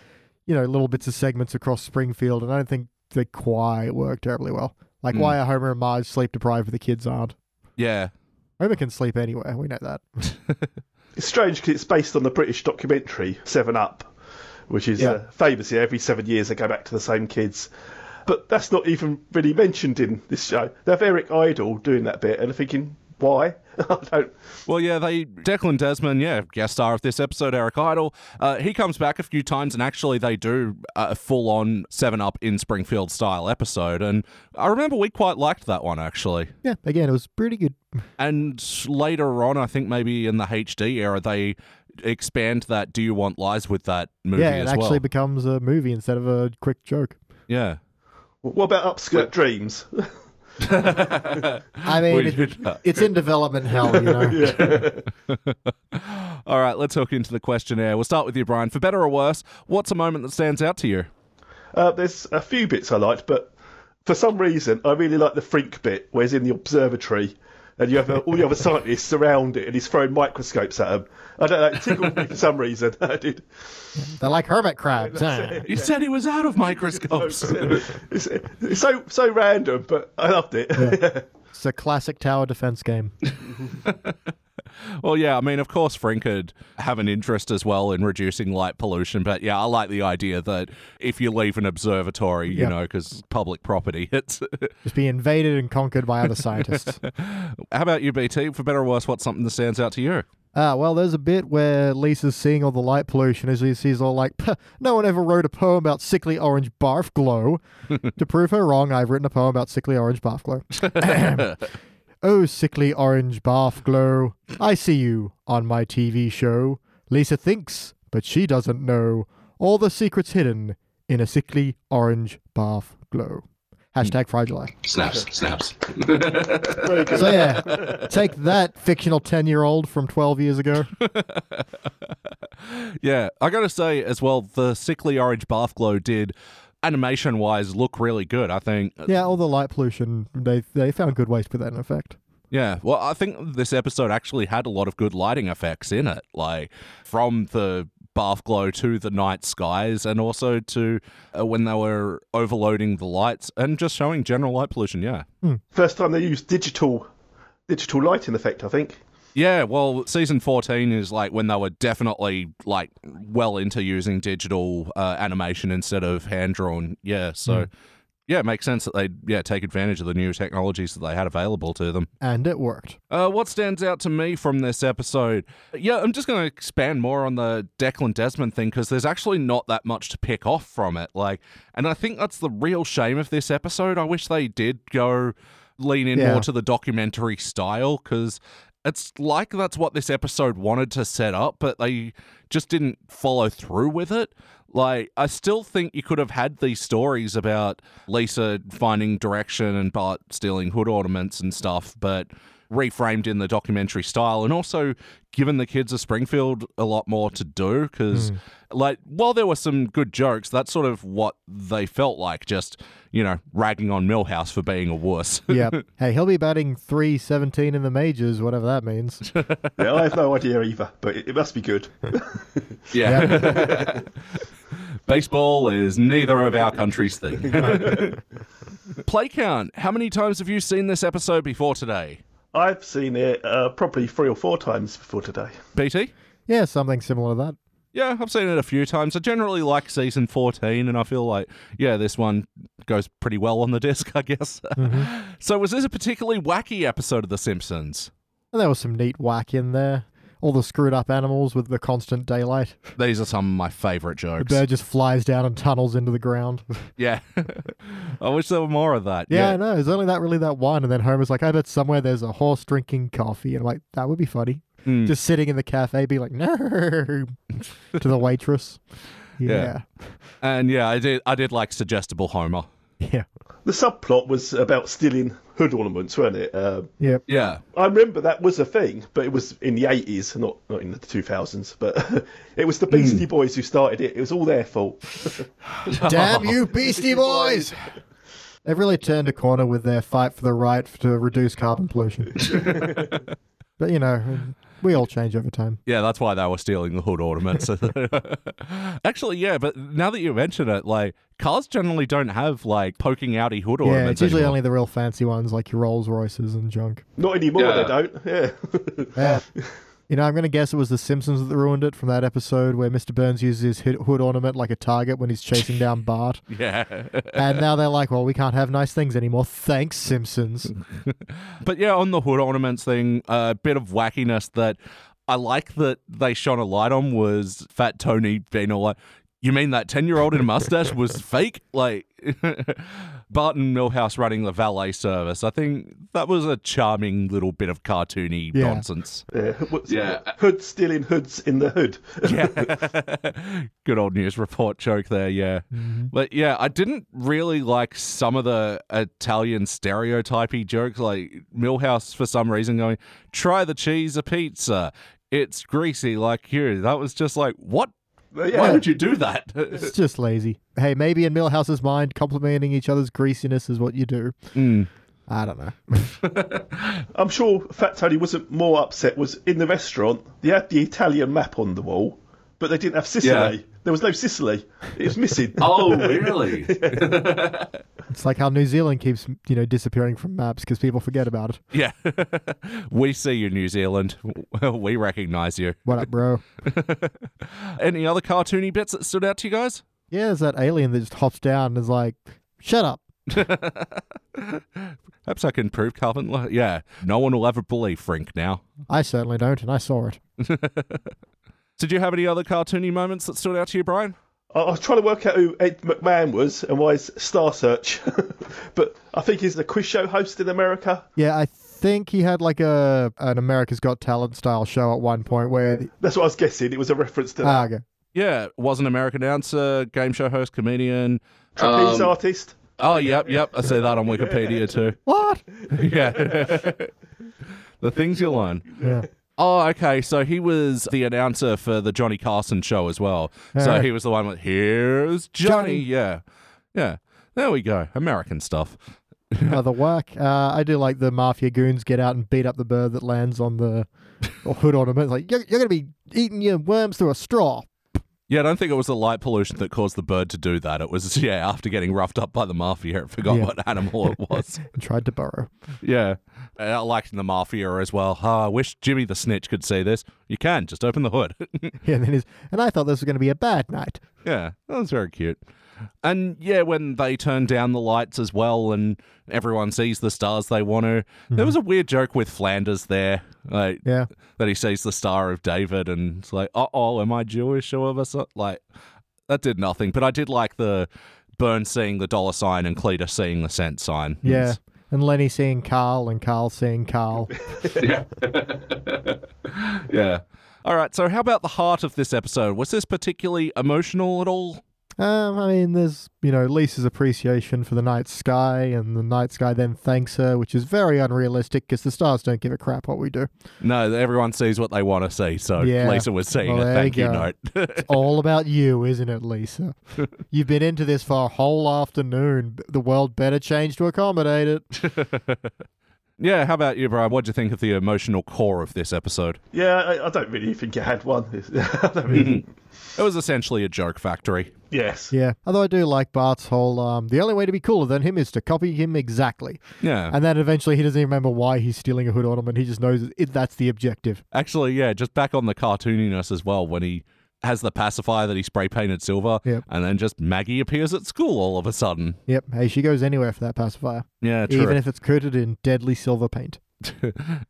[SPEAKER 2] you know little bits of segments across Springfield, and I don't think they quite work terribly well. Like why are Homer and Marge sleep deprived, but the kids aren't.
[SPEAKER 1] yeah,
[SPEAKER 2] Homer can sleep anywhere. We know that.
[SPEAKER 3] It's strange because it's based on the British documentary Seven Up, which is uh, famously every seven years they go back to the same kids. But that's not even really mentioned in this show. They have Eric Idle doing that bit, and I'm thinking, why? I don't.
[SPEAKER 1] Well, yeah, they Declan Desmond, yeah, guest star of this episode, Eric Idle. Uh, he comes back a few times, and actually, they do a full-on Seven Up in Springfield style episode, and I remember we quite liked that one actually.
[SPEAKER 2] Yeah, again, it was pretty good.
[SPEAKER 1] And later on, I think maybe in the HD era, they expand that "Do You Want Lies" with that movie
[SPEAKER 2] yeah, it
[SPEAKER 1] as
[SPEAKER 2] actually
[SPEAKER 1] well.
[SPEAKER 2] becomes a movie instead of a quick joke.
[SPEAKER 1] yeah,
[SPEAKER 3] What about Upskirt Dreams?
[SPEAKER 2] I mean,
[SPEAKER 1] We
[SPEAKER 2] it-
[SPEAKER 1] did that.
[SPEAKER 2] it's in development hell, you know.
[SPEAKER 1] All right, let's hook into the questionnaire. We'll start with you, Brian. For better or worse, what's a moment that stands out to you?
[SPEAKER 3] Uh, there's a few bits I liked, but for some reason, I really like the Frink bit, where he's in the observatory and you have uh, all the other scientists around it and he's throwing microscopes at them. I don't know, it tickled me for some reason. I did.
[SPEAKER 2] They're like hermit crabs. huh?
[SPEAKER 1] You said he was out of microscopes.
[SPEAKER 3] It's, it's so so random, but I loved it.
[SPEAKER 2] It's a classic tower defense game.
[SPEAKER 1] Well, yeah, I mean, of course, Frank could have an interest as well in reducing light pollution, but yeah, I like the idea that if you leave an observatory, you
[SPEAKER 2] Yeah.
[SPEAKER 1] know, 'cause know, because public property, it's.
[SPEAKER 2] Just be invaded and conquered by other scientists.
[SPEAKER 1] How about you, BT? For better or worse, what's something that stands out to you?
[SPEAKER 2] Ah, well, there's a bit where Lisa's seeing all the light pollution as he sees all like, "Puh, no one ever wrote a poem about sickly orange barf glow. to prove her wrong, I've written a poem about sickly orange barf glow. oh, sickly orange barf glow, I see you on my TV show. Lisa thinks but she doesn't know all the secrets hidden in a sickly orange bath glow. Hashtag Fragile.
[SPEAKER 4] Snaps, snaps.
[SPEAKER 3] Very good.
[SPEAKER 2] So yeah, take that fictional ten-year-old from twelve years ago.
[SPEAKER 1] Yeah, I gotta say as well, the sickly orange bath glow did animation wise look really good. I think.
[SPEAKER 2] Yeah, all the light pollution. They they found good ways to put that in effect.
[SPEAKER 1] Yeah, well, I think this episode actually had a lot of good lighting effects in it, like from the bath glow to the night skies, and also to uh, when they were overloading the lights and just showing general light pollution. Yeah.
[SPEAKER 3] First time they used digital digital lighting effect, I think.
[SPEAKER 1] Yeah, well, season 14 is like when they were definitely like well into using digital uh, animation instead of hand drawn. Yeah, so yeah, it makes sense that they yeah, take advantage of the new technologies that they had available to them.
[SPEAKER 2] and it worked.
[SPEAKER 1] Uh, what stands out to me from this episode? Yeah, I'm just going to expand more on the Declan Desmond thing because there's actually not that much to pick off from it. Like, and I think that's the real shame of this episode. I wish they did go lean in
[SPEAKER 2] Yeah.
[SPEAKER 1] more to the documentary style because it's like that's what this episode wanted to set up, but they just didn't follow through with it. Like, I still think you could have had these stories about Lisa finding direction and Bart stealing hood ornaments and stuff, but reframed in the documentary style and also given the kids of Springfield a lot more to do because like while there were some good jokes that's sort of what they felt like just you know ragging on Millhouse for being a wuss
[SPEAKER 2] Yep. hey, he'll be batting three seventeen in the majors, whatever that means.
[SPEAKER 3] Yeah, I have no idea either, but it, it must be good.
[SPEAKER 1] yeah baseball is neither of our country's thing play count how many times have you seen this episode before today
[SPEAKER 3] I've seen it uh, probably three or four times before today.
[SPEAKER 1] BT
[SPEAKER 2] yeah, something similar to that.
[SPEAKER 1] Yeah, I've seen it a few times. I generally like season 14, and I feel like, yeah, this one goes pretty well on the disc, I guess.
[SPEAKER 2] Mm-hmm.
[SPEAKER 1] so, was this a particularly wacky episode of The Simpsons?
[SPEAKER 2] And there was some neat whack in there. All the screwed up animals with the constant daylight.
[SPEAKER 1] These are some of my favorite
[SPEAKER 2] The
[SPEAKER 1] jokes.
[SPEAKER 2] bird just flies down and tunnels into the ground.
[SPEAKER 1] Yeah. I wish there were more of that.
[SPEAKER 2] yeah, I know. There's only that really that one. And then Homer's like, I bet somewhere there's a horse drinking coffee. And I'm like, that would be funny.
[SPEAKER 1] Mm.
[SPEAKER 2] Just sitting in the cafe, being like, no, to the waitress. Yeah.
[SPEAKER 1] And yeah, I did I did like suggestible Homer.
[SPEAKER 2] Yeah. Yeah.
[SPEAKER 3] The subplot was about stealing hood ornaments, weren't it? Uh,
[SPEAKER 2] Yep.
[SPEAKER 1] Yeah.
[SPEAKER 3] I remember that was a thing, but it was in the 80s, not, not in the 2000s. But it was the Beastie Boys who started it. It was all their fault.
[SPEAKER 2] Damn you, Beastie Boys! They've really turned a corner with their fight for the right to reduce carbon pollution. but, you know, we all change over time.
[SPEAKER 1] Yeah, that's why they were stealing the hood ornaments. Actually, yeah, but now that you mention it, like cars generally don't have like poking outy hood
[SPEAKER 2] Yeah,
[SPEAKER 1] ornaments.
[SPEAKER 2] it's usually
[SPEAKER 1] anymore.
[SPEAKER 2] only the real fancy ones like your Rolls Royces and junk.
[SPEAKER 3] Not anymore,
[SPEAKER 4] Yeah.
[SPEAKER 3] they don't. Yeah.
[SPEAKER 2] Yeah. you know, I'm going to guess it was The Simpsons that ruined it from that episode where Mr. Burns uses his hid- hood ornament like a target when he's chasing down Bart.
[SPEAKER 1] Yeah.
[SPEAKER 2] And now they're like, well, we can't have nice things anymore. Thanks, Simpsons.
[SPEAKER 1] But yeah, on the hood ornaments thing, a bit of wackiness that I like that they shone a light on was Fat Tony being all like, you mean that 10 year old in a mustache was fake? Like, Barton Millhouse running the valet service. I think that was a charming little bit of cartoony
[SPEAKER 2] Yeah.
[SPEAKER 1] nonsense.
[SPEAKER 3] yeah. What's-
[SPEAKER 4] Yeah.
[SPEAKER 3] Hood stealing hoods in the hood.
[SPEAKER 1] Yeah. Good old news report joke there, yeah.
[SPEAKER 4] Mm-hmm.
[SPEAKER 1] But yeah, I didn't really like some of the Italian stereotypy jokes, like Millhouse for some reason going, try the cheese a pizza. It's greasy like you. That was just like, what?
[SPEAKER 3] yeah.
[SPEAKER 1] Why would you do that?
[SPEAKER 2] It's just lazy. Hey, maybe in Millhouse's mind, complimenting each other's greasiness is what you do.
[SPEAKER 1] Mm.
[SPEAKER 2] I don't know.
[SPEAKER 3] I'm sure Fat Tony wasn't more upset. Was in the restaurant. They had the Italian map on the wall, but they didn't have Sicily.
[SPEAKER 4] Yeah.
[SPEAKER 3] There was no Sicily. It was missing.
[SPEAKER 4] oh, really?
[SPEAKER 2] It's like how New Zealand keeps, you know, disappearing from maps because people forget about it.
[SPEAKER 1] Yeah. we see you, New Zealand. we recognize you.
[SPEAKER 2] What up, bro?
[SPEAKER 1] Any other cartoony bits that stood out to you guys?
[SPEAKER 2] Yeah, there's that alien that just hops down and is like, shut up.
[SPEAKER 1] Perhaps I can prove carbon. li- Yeah. No one will ever believe Frink now.
[SPEAKER 2] I certainly don't, and I saw it.
[SPEAKER 1] Did you have any other cartoony moments that stood out to you, Brian?
[SPEAKER 3] I I was trying to work out who Ed McMahon was and why it's Star Search, but I think he's the quiz show host in America.
[SPEAKER 2] Yeah, I think he had like a an America's Got Talent style show at one point where.
[SPEAKER 3] That's what I was guessing. It was a reference to
[SPEAKER 2] Ah,
[SPEAKER 3] that.
[SPEAKER 2] okay.
[SPEAKER 1] Yeah, was an American announcer, game show host, comedian.
[SPEAKER 3] Trapeze
[SPEAKER 4] Um,
[SPEAKER 3] artist.
[SPEAKER 1] Oh, yep, yep. I see that on Wikipedia too.
[SPEAKER 2] What?
[SPEAKER 1] yeah. the things you learn.
[SPEAKER 2] Yeah.
[SPEAKER 1] Oh, okay. So he was the announcer for the Johnny Carson show as well. So
[SPEAKER 2] Alright.
[SPEAKER 1] he was the one with, here's Johnny.
[SPEAKER 2] Johnny.
[SPEAKER 1] Yeah. Yeah. There we go. American stuff.
[SPEAKER 2] Another whack. Uh, I do like the mafia goons get out and beat up the bird that lands on the or hood ornament. It's like, you're, you're going to be eating your worms through a straw.
[SPEAKER 1] Yeah, I don't think it was the light pollution that caused the bird to do that. It was, yeah, after getting roughed up by the mafia, it forgot
[SPEAKER 2] Yeah.
[SPEAKER 1] what animal it was.
[SPEAKER 2] And tried to burrow.
[SPEAKER 1] yeah. And Uh, I liked the mafia as well. Oh, I wish Jimmy the Snitch could see this. You can, just open the hood.
[SPEAKER 2] Yeah, and, then his, and I thought this was going to be a bad night.
[SPEAKER 1] Yeah, that was very cute. And yeah, when they turn down the lights as well, and everyone sees the stars they want to. There was a weird joke with Flanders there, like
[SPEAKER 2] Yeah.
[SPEAKER 1] that he sees the Star of David, and it's like, oh, oh, am I Jewish or whatever? Like that did nothing. But I did like the Burn seeing the dollar sign and Cleta seeing the cent sign.
[SPEAKER 2] Yeah. And Lenny seeing Carl and Carl seeing Carl.
[SPEAKER 4] yeah.
[SPEAKER 1] yeah. All right. So, how about the heart of this episode? Was this particularly emotional at all?
[SPEAKER 2] Um, I mean, there's, you know, Lisa's appreciation for the night sky, and the night sky then thanks her, which is very unrealistic because the stars don't give a crap what we do.
[SPEAKER 1] No, everyone sees what they want to see. So,
[SPEAKER 2] Yeah.
[SPEAKER 1] Lisa was seeing
[SPEAKER 2] Well,
[SPEAKER 1] a
[SPEAKER 2] there you
[SPEAKER 1] thank you
[SPEAKER 2] go.
[SPEAKER 1] note.
[SPEAKER 2] It's all about you, isn't it, Lisa? You've been into this for a whole afternoon. The world better change to accommodate it.
[SPEAKER 1] Yeah, how about you, Brian? What do you think of the emotional core of this episode?
[SPEAKER 3] Yeah, I, I don't really think it had one. I don't really-
[SPEAKER 1] It was essentially a joke factory.
[SPEAKER 3] yes.
[SPEAKER 2] Yeah. Although I do like Bart's whole, um, the only way to be cooler than him is to copy him exactly.
[SPEAKER 1] Yeah.
[SPEAKER 2] And then eventually he doesn't even remember why he's stealing a hood ornament. He just knows it, that's the objective.
[SPEAKER 1] Actually, yeah, just back on the cartooniness as well when he has the pacifier that he spray painted silver
[SPEAKER 2] Yep.
[SPEAKER 1] and then just Maggie appears at school all of a sudden.
[SPEAKER 2] Yep. Hey, she goes anywhere for that pacifier,
[SPEAKER 1] Yeah, true.
[SPEAKER 2] even if it's coated in deadly silver paint.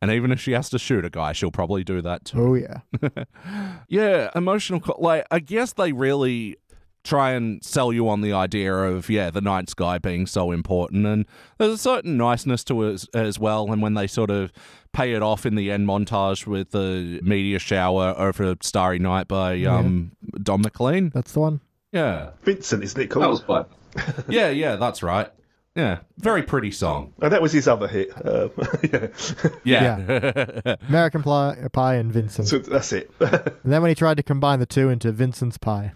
[SPEAKER 1] and even if she has to shoot a guy, she'll probably do that too.
[SPEAKER 2] Oh, yeah.
[SPEAKER 1] Yeah, emotional. Co- like, I guess they really try and sell you on the idea of yeah, the night sky being so important, and there's a certain niceness to it as, as well. And when they sort of pay it off in the end montage with the media shower over Starry Night by um, Don McLean.
[SPEAKER 2] That's the one.
[SPEAKER 1] Yeah,
[SPEAKER 3] Vincent, isn't it
[SPEAKER 4] That was
[SPEAKER 3] called?
[SPEAKER 4] fun.
[SPEAKER 1] yeah, yeah. That's right. Yeah, very pretty song.
[SPEAKER 3] And Oh, that was his other hit. Um, yeah.
[SPEAKER 1] Yeah,
[SPEAKER 2] American Pli- uh, Pie and Vincent.
[SPEAKER 3] so that's it.
[SPEAKER 2] And then when he tried to combine the two into Vincent's Pie,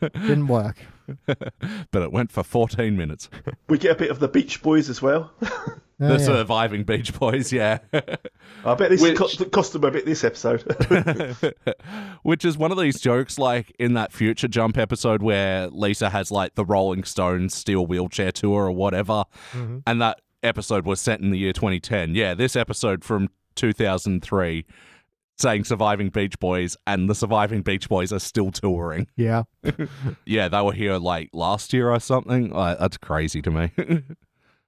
[SPEAKER 2] didn't work.
[SPEAKER 1] but it went for 14 minutes.
[SPEAKER 3] we get a bit of the Beach Boys as well.
[SPEAKER 2] Oh,
[SPEAKER 1] the
[SPEAKER 2] yeah.
[SPEAKER 1] surviving Beach Boys. Yeah.
[SPEAKER 3] I bet this
[SPEAKER 4] Which-
[SPEAKER 3] co- cost them a bit this episode.
[SPEAKER 1] Which is one of these jokes, like in that future jump episode where Lisa has like the Rolling Stones steel wheelchair tour or whatever, and that episode was set in the year 2010. Yeah, this episode from 2003, saying surviving Beach Boys, and the surviving Beach Boys are still touring.
[SPEAKER 2] yeah.
[SPEAKER 1] Yeah, they were here like last year or something. Like, that's crazy to me.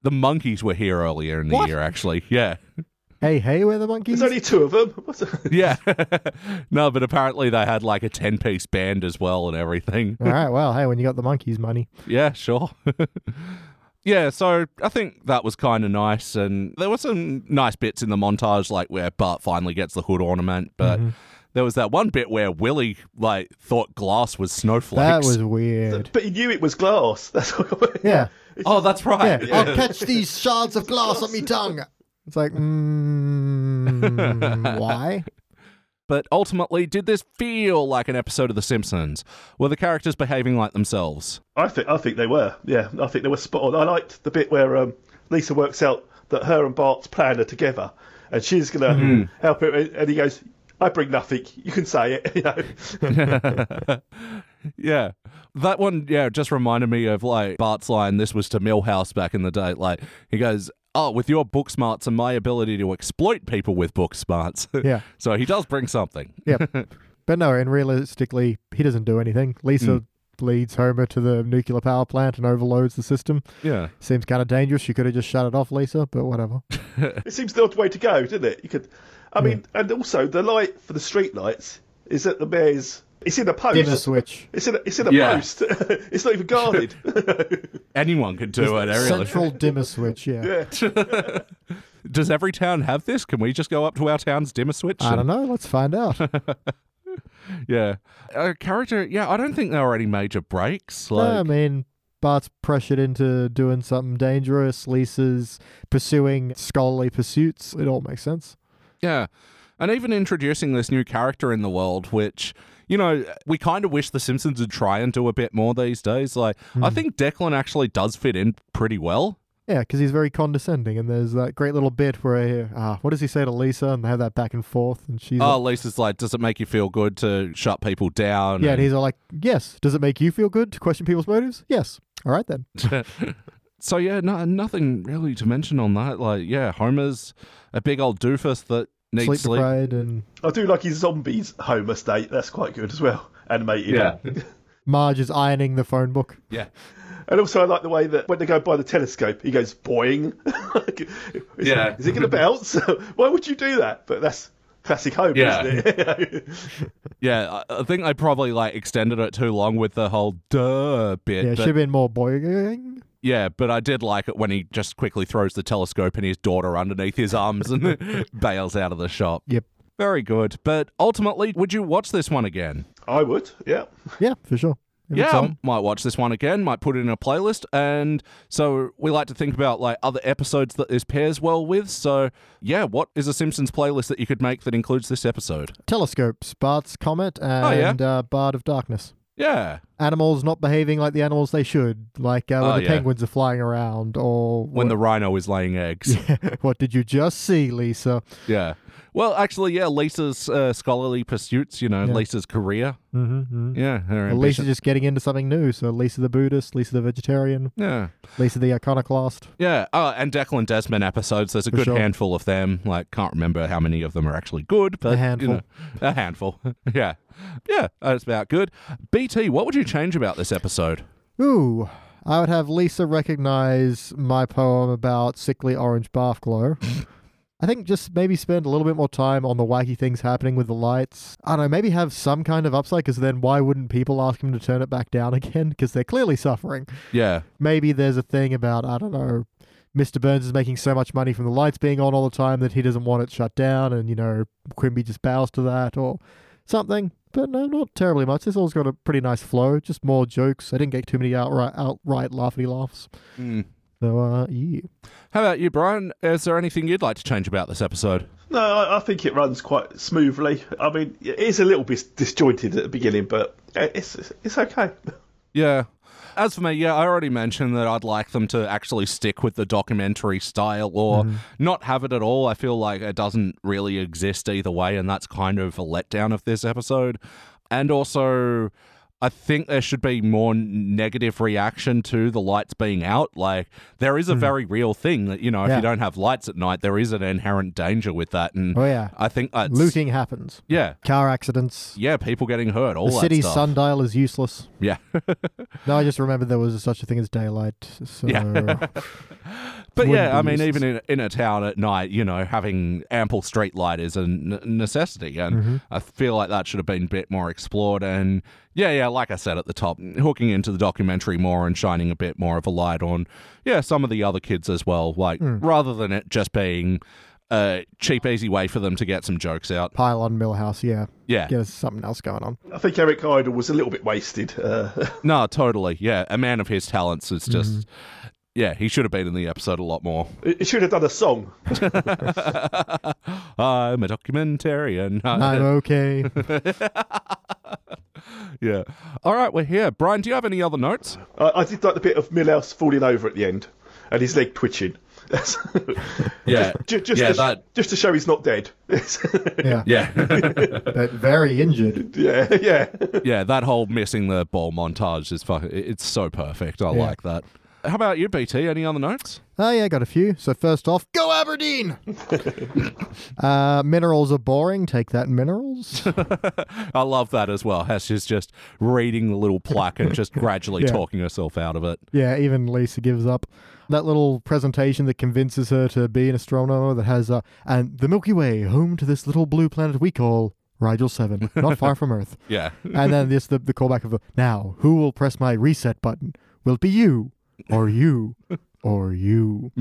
[SPEAKER 1] the monkeys were here earlier in the
[SPEAKER 2] What?
[SPEAKER 1] year, actually. Yeah.
[SPEAKER 2] Hey, hey, where the monkeys?
[SPEAKER 3] There's only two of them. What's-
[SPEAKER 1] Yeah. no, but apparently they had like a 10 piece band as well and everything.
[SPEAKER 2] All right. Well, hey, when you got the monkeys money,
[SPEAKER 1] Yeah, sure. yeah, so I think that was kind of nice. And there were some nice bits in the montage, like where Bart finally gets the hood ornament. But
[SPEAKER 2] Mm-hmm.
[SPEAKER 1] there was that one bit where Willie, like, thought glass was
[SPEAKER 2] that
[SPEAKER 1] snowflakes.
[SPEAKER 2] was weird.
[SPEAKER 3] But he knew it was glass. That's what
[SPEAKER 2] Yeah.
[SPEAKER 1] Oh, that's
[SPEAKER 2] Yeah.
[SPEAKER 1] right.
[SPEAKER 2] I'll catch these shards of glass on me tongue. It's like, mm, why?
[SPEAKER 1] But ultimately, did this feel like an episode of The Simpsons? Were the characters behaving like themselves?
[SPEAKER 3] I think I think they were. Yeah, I think they were spot on. I liked the bit where um, Lisa works out that her and Bart's plan are together, and she's gonna
[SPEAKER 4] Hmm.
[SPEAKER 3] help him. and- And he goes, "I bring nothing. You can say it." You know?
[SPEAKER 1] Yeah. That one, yeah, just reminded me of like Bart's line, this was to Millhouse back in the day. Like he goes, Oh, with your book smarts and my ability to exploit people with book smarts.
[SPEAKER 2] Yeah.
[SPEAKER 1] so he does bring something.
[SPEAKER 2] Yep. but no, and realistically, he doesn't do anything. Lisa leads Homer to the nuclear power plant and overloads the system.
[SPEAKER 1] Yeah.
[SPEAKER 2] Seems kind of dangerous. You could have just shut it off, Lisa, but whatever.
[SPEAKER 3] it seems the odd way to go, doesn't it? You could, I mean, and also the light for the street lights is at the mayor's. It's in a post.
[SPEAKER 2] Dimmer switch.
[SPEAKER 3] It's in a, it's in a
[SPEAKER 4] Yeah.
[SPEAKER 3] post. it's not even guarded.
[SPEAKER 1] Anyone could do it, really.
[SPEAKER 2] Central dimmer switch, yeah.
[SPEAKER 1] Does every town have this? Can we just go up to our town's dimmer switch?
[SPEAKER 2] I don't know. Let's find out.
[SPEAKER 1] yeah. A character, yeah, I don't think there are any major breaks.
[SPEAKER 2] No,
[SPEAKER 1] Like,
[SPEAKER 2] I mean, Bart's pressured into doing something dangerous. Lisa's pursuing scholarly pursuits. It all makes sense.
[SPEAKER 1] Yeah. And even introducing this new character in the world, which, you know, we kind of wish The Simpsons would try and do a bit more these days. Like,
[SPEAKER 2] Hmm.
[SPEAKER 1] I think Declan actually does fit in pretty well.
[SPEAKER 2] Yeah, because he's very condescending, and there's that great little bit where, uh, what does he say to Lisa? And they have that back and forth, and she's,
[SPEAKER 1] Oh,
[SPEAKER 2] like,
[SPEAKER 1] Lisa's like, does it make you feel good to shut people down?
[SPEAKER 2] yeah, and he's all like, yes. Does it make you feel good to question people's motives? Yes. All right then.
[SPEAKER 1] so, yeah, no, nothing really to mention on that. Like, yeah, Homer's a big old doofus that needs
[SPEAKER 2] sleep
[SPEAKER 1] sleep.
[SPEAKER 2] deprived and
[SPEAKER 3] I do like his zombies home estate. That's quite good as well, animated.
[SPEAKER 4] Yeah.
[SPEAKER 2] Marge is ironing the phone book.
[SPEAKER 1] Yeah.
[SPEAKER 3] And also, I like the way that when they go by the telescope, he goes boing. is,
[SPEAKER 4] Yeah.
[SPEAKER 3] Is it going to bounce? Why would you do that? But that's classic home,
[SPEAKER 4] Yeah.
[SPEAKER 3] isn't it?
[SPEAKER 1] Yeah, I I think I probably like extended it too long with the whole duh bit.
[SPEAKER 2] Yeah, it
[SPEAKER 1] but-
[SPEAKER 2] should have been more boying.
[SPEAKER 1] Yeah, but I did like it when he just quickly throws the telescope and his daughter underneath his arms and bails out of the shop.
[SPEAKER 2] Yep.
[SPEAKER 1] Very good. But ultimately, would you watch this one again?
[SPEAKER 3] I would, yeah.
[SPEAKER 2] Yeah, for sure. If it's
[SPEAKER 1] yeah,
[SPEAKER 2] on.
[SPEAKER 1] I might watch this one again, might put it in a playlist. And so we like to think about like other episodes that this pairs well with. So, yeah, what is a Simpsons playlist that you could make that includes this episode?
[SPEAKER 2] Telescopes, Bart's Comet,
[SPEAKER 1] Oh, yeah.
[SPEAKER 2] and uh, Bard of Darkness.
[SPEAKER 1] Yeah.
[SPEAKER 2] Animals not behaving like the animals they should, like uh, when
[SPEAKER 1] Oh,
[SPEAKER 2] the
[SPEAKER 1] yeah.
[SPEAKER 2] penguins are flying around, or
[SPEAKER 1] When the rhino is laying eggs.
[SPEAKER 2] what did you just see, Lisa?
[SPEAKER 1] yeah. Well, actually, yeah, Lisa's uh, scholarly pursuits, you know,
[SPEAKER 2] Yeah.
[SPEAKER 1] Lisa's career.
[SPEAKER 2] Mm-hmm.
[SPEAKER 1] Yeah, her
[SPEAKER 2] Lisa
[SPEAKER 1] ambition.
[SPEAKER 2] just getting into something new. So Lisa the Buddhist, Lisa the vegetarian,
[SPEAKER 1] Yeah.
[SPEAKER 2] Lisa the iconoclast.
[SPEAKER 1] Yeah. Oh, and Declan Desmond episodes. There's a good
[SPEAKER 2] sure.
[SPEAKER 1] handful of them. Like, can't remember how many of them are actually good, but you
[SPEAKER 2] handful.
[SPEAKER 1] know, a handful. yeah. Yeah. That's about good. BT, what would you change about this episode?
[SPEAKER 2] Ooh, I would have Lisa recognize my poem about sickly orange bath glow. I think just maybe spend a little bit more time on the wacky things happening with the lights. I don't know, maybe have some kind of upside because then why wouldn't people ask him to turn it back down again? Because they're clearly suffering.
[SPEAKER 1] Yeah.
[SPEAKER 2] maybe there's a thing about I don't know. Mr. Burns is making so much money from the lights being on all the time that he doesn't want it shut down, and you know Quimby just bows to that or something. But no, not terribly much. This all's got a pretty nice flow. Just more jokes. I didn't get too many outright outright laughity laughs.
[SPEAKER 1] Mm.
[SPEAKER 2] So uh, yeah.
[SPEAKER 1] How about you, Brian? Is there anything you'd like to change about this episode?
[SPEAKER 3] No, I, I think it runs quite smoothly. I mean, it is a little bit disjointed at the beginning, but uh, it's it's okay.
[SPEAKER 1] Yeah. As for me, yeah, I already mentioned that I'd like them to actually stick with the documentary style or
[SPEAKER 2] Mm-hmm.
[SPEAKER 1] not have it at all. I feel like it doesn't really exist either way, and that's kind of a letdown of this episode. And also, I think there should be more n- negative reaction to the lights being out. Like, there is a very real thing that, you know, if
[SPEAKER 2] Mm-hmm. Yeah.
[SPEAKER 1] you don't have lights at night, there is an inherent danger with that. And
[SPEAKER 2] Oh yeah.
[SPEAKER 1] I think that's.
[SPEAKER 2] Looting happens.
[SPEAKER 1] Yeah.
[SPEAKER 2] Car accidents.
[SPEAKER 1] Yeah, people getting hurt, all
[SPEAKER 2] The
[SPEAKER 1] that
[SPEAKER 2] city's
[SPEAKER 1] stuff.
[SPEAKER 2] sundial is useless.
[SPEAKER 1] yeah.
[SPEAKER 2] No, I just remembered there was such a thing as daylight. So
[SPEAKER 1] Yeah. But
[SPEAKER 2] wouldn't
[SPEAKER 1] yeah, I
[SPEAKER 2] be
[SPEAKER 1] mean,
[SPEAKER 2] used.
[SPEAKER 1] even in, in a town at night, you know, having ample street light is a n- necessity, and
[SPEAKER 2] Mm-hmm.
[SPEAKER 1] I feel like that should have been a bit more explored. And yeah, yeah, like I said at the top, hooking into the documentary more and shining a bit more of a light on, yeah, some of the other kids as well, like
[SPEAKER 2] Mm.
[SPEAKER 1] rather than it just being a cheap, easy way for them to get some jokes out.
[SPEAKER 2] Pylon Millhouse, yeah.
[SPEAKER 1] Yeah,
[SPEAKER 2] Get us something else going on.
[SPEAKER 3] I think Eric Idle was a little bit wasted. Uh,
[SPEAKER 1] no, totally. Yeah, a man of his talents is just,
[SPEAKER 2] Mm-hmm.
[SPEAKER 1] yeah, he should have been in the episode a lot more.
[SPEAKER 3] it it should have done a song.
[SPEAKER 1] I'm a documentarian.
[SPEAKER 2] I'm okay.
[SPEAKER 1] Yeah. All right, we're here. Brian, do you have any other notes?
[SPEAKER 3] I, I did like the bit of Milhouse falling over at the end and his leg twitching. That's-
[SPEAKER 4] Yeah.
[SPEAKER 3] Ju- just,
[SPEAKER 4] Yeah,
[SPEAKER 3] to, sh-
[SPEAKER 4] that-
[SPEAKER 3] just to show he's not dead.
[SPEAKER 2] Yeah.
[SPEAKER 4] Yeah.
[SPEAKER 2] But very injured.
[SPEAKER 3] yeah, yeah.
[SPEAKER 1] yeah, that whole missing the ball montage is fucking. It's so perfect. I
[SPEAKER 2] Yeah.
[SPEAKER 1] like that. How about you, BT? Any other notes?
[SPEAKER 2] Oh, yeah, got a few. So, first off, go Aberdeen! uh, minerals are boring. Take that, minerals.
[SPEAKER 1] I love that as well. How she's just reading the little plaque and just gradually
[SPEAKER 2] Yeah.
[SPEAKER 1] talking herself out of it.
[SPEAKER 2] yeah, even Lisa gives up. That little presentation that convinces her to be an astronomer that has, uh, and the Milky Way, home to this little blue planet we call Rigel 7, not far from Earth.
[SPEAKER 1] Yeah.
[SPEAKER 2] And then this the, the callback of the, now, who will press my reset button? Will it be you, or you, or Mm. you?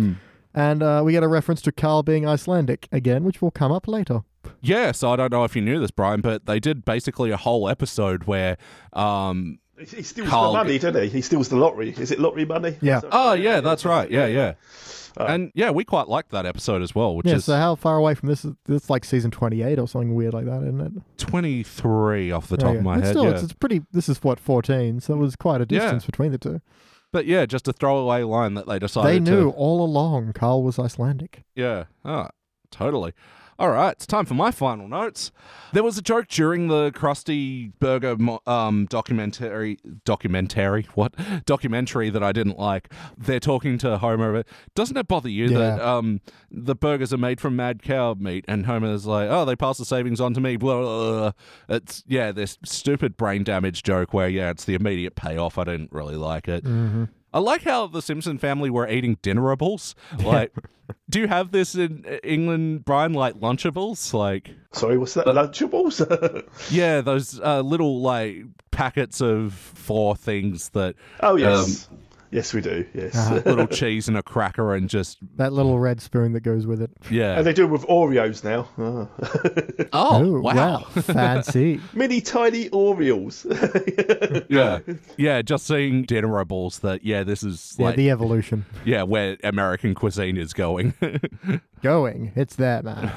[SPEAKER 2] And uh, we get a reference to Carl being Icelandic again, which will come up later. up.
[SPEAKER 1] Yeah, so I don't know if you knew this, Brian, but they did basically a whole episode where, um,
[SPEAKER 3] He steals
[SPEAKER 1] Carl-
[SPEAKER 3] the money, doesn't he? He steals the lottery. Is it lottery money?
[SPEAKER 2] Yeah.
[SPEAKER 3] So-
[SPEAKER 1] oh yeah, that's right, yeah, yeah, and yeah, we quite liked that episode as well, which
[SPEAKER 2] Yeah,
[SPEAKER 1] is
[SPEAKER 2] so how far away from this is this like season 28 or something weird like that, isn't it?
[SPEAKER 1] twenty three off the top
[SPEAKER 2] Okay.
[SPEAKER 1] of my
[SPEAKER 2] But
[SPEAKER 1] head.
[SPEAKER 2] still,
[SPEAKER 1] yeah.
[SPEAKER 2] it's, it's pretty, this is what, 14, so it was quite a
[SPEAKER 1] Yeah.
[SPEAKER 2] distance between the two.
[SPEAKER 1] But yeah, just a throwaway line that they decided
[SPEAKER 2] They knew
[SPEAKER 1] to.
[SPEAKER 2] all along Carl was Icelandic.
[SPEAKER 1] Yeah, oh, totally. All right, it's time for my final notes. There was a joke during the Krusty Burger mo- um, documentary, documentary, what documentary that I didn't like. They're talking to Homer. But doesn't it bother you that um, the burgers are made from mad cow meat? And Homer's like, "Oh, they pass the savings on to me." Blah, blah, blah. It's yeah, this stupid brain damage joke where yeah, it's the immediate payoff. I didn't really like it.
[SPEAKER 2] Mm-hmm.
[SPEAKER 1] I like how the Simpson family were eating dinnerables. Like, do you have this in England, Brian? Like lunchables? Like,
[SPEAKER 3] Sorry, what's that? Lunchables?
[SPEAKER 1] yeah, those uh, little like packets of four things that
[SPEAKER 3] oh, yes.
[SPEAKER 4] Um,
[SPEAKER 3] yes, we do. Yes.
[SPEAKER 1] little cheese and a cracker and just
[SPEAKER 2] That little red spoon that goes with it.
[SPEAKER 1] yeah.
[SPEAKER 3] and they do it with Oreos now. Ah.
[SPEAKER 1] oh
[SPEAKER 2] Ooh,
[SPEAKER 1] wow.
[SPEAKER 2] Fancy.
[SPEAKER 3] Mini tiny Oreos.
[SPEAKER 1] Yeah, yeah. Just seeing dinnerables. That yeah, this is
[SPEAKER 2] yeah,
[SPEAKER 1] like
[SPEAKER 2] the evolution.
[SPEAKER 1] yeah, where American cuisine is going.
[SPEAKER 2] Going. It's there, man.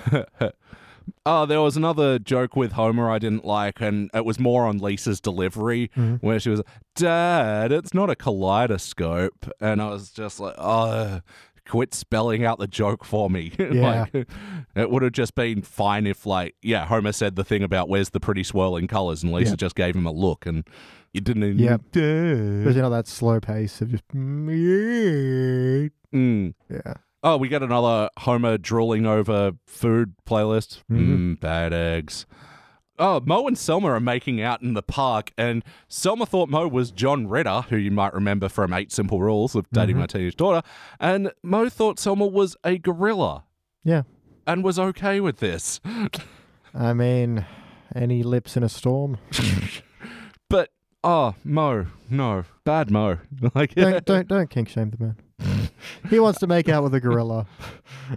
[SPEAKER 1] Oh, there was another joke with Homer I didn't like, and it was more on Lisa's delivery,
[SPEAKER 2] Mm-hmm.
[SPEAKER 1] where she was, Dad, it's not a kaleidoscope. And I was just like, oh, quit spelling out the joke for me.
[SPEAKER 2] Yeah.
[SPEAKER 1] like, it would have just been fine if, like, yeah, Homer said the thing about where's the pretty swirling colors, and Lisa
[SPEAKER 2] Yep.
[SPEAKER 1] just gave him a look, and you didn't even.
[SPEAKER 2] Yep. There's you know that slow pace of just. Yeah.
[SPEAKER 1] Mm. Oh, we get another Homer drooling over food playlist. Mm, bad eggs. Oh, Mo and Selma are making out in the park, and Selma thought Mo was John Ritter, who you might remember from Eight Simple Rules of Dating My Teenage Daughter, and Mo thought Selma was a gorilla
[SPEAKER 2] Yeah.
[SPEAKER 1] and was okay with this.
[SPEAKER 2] I mean, any lips in a storm?
[SPEAKER 1] But, oh, Mo, no. Bad Mo. like,
[SPEAKER 2] Don't don't don't kink shame the man. He wants to make out with a gorilla.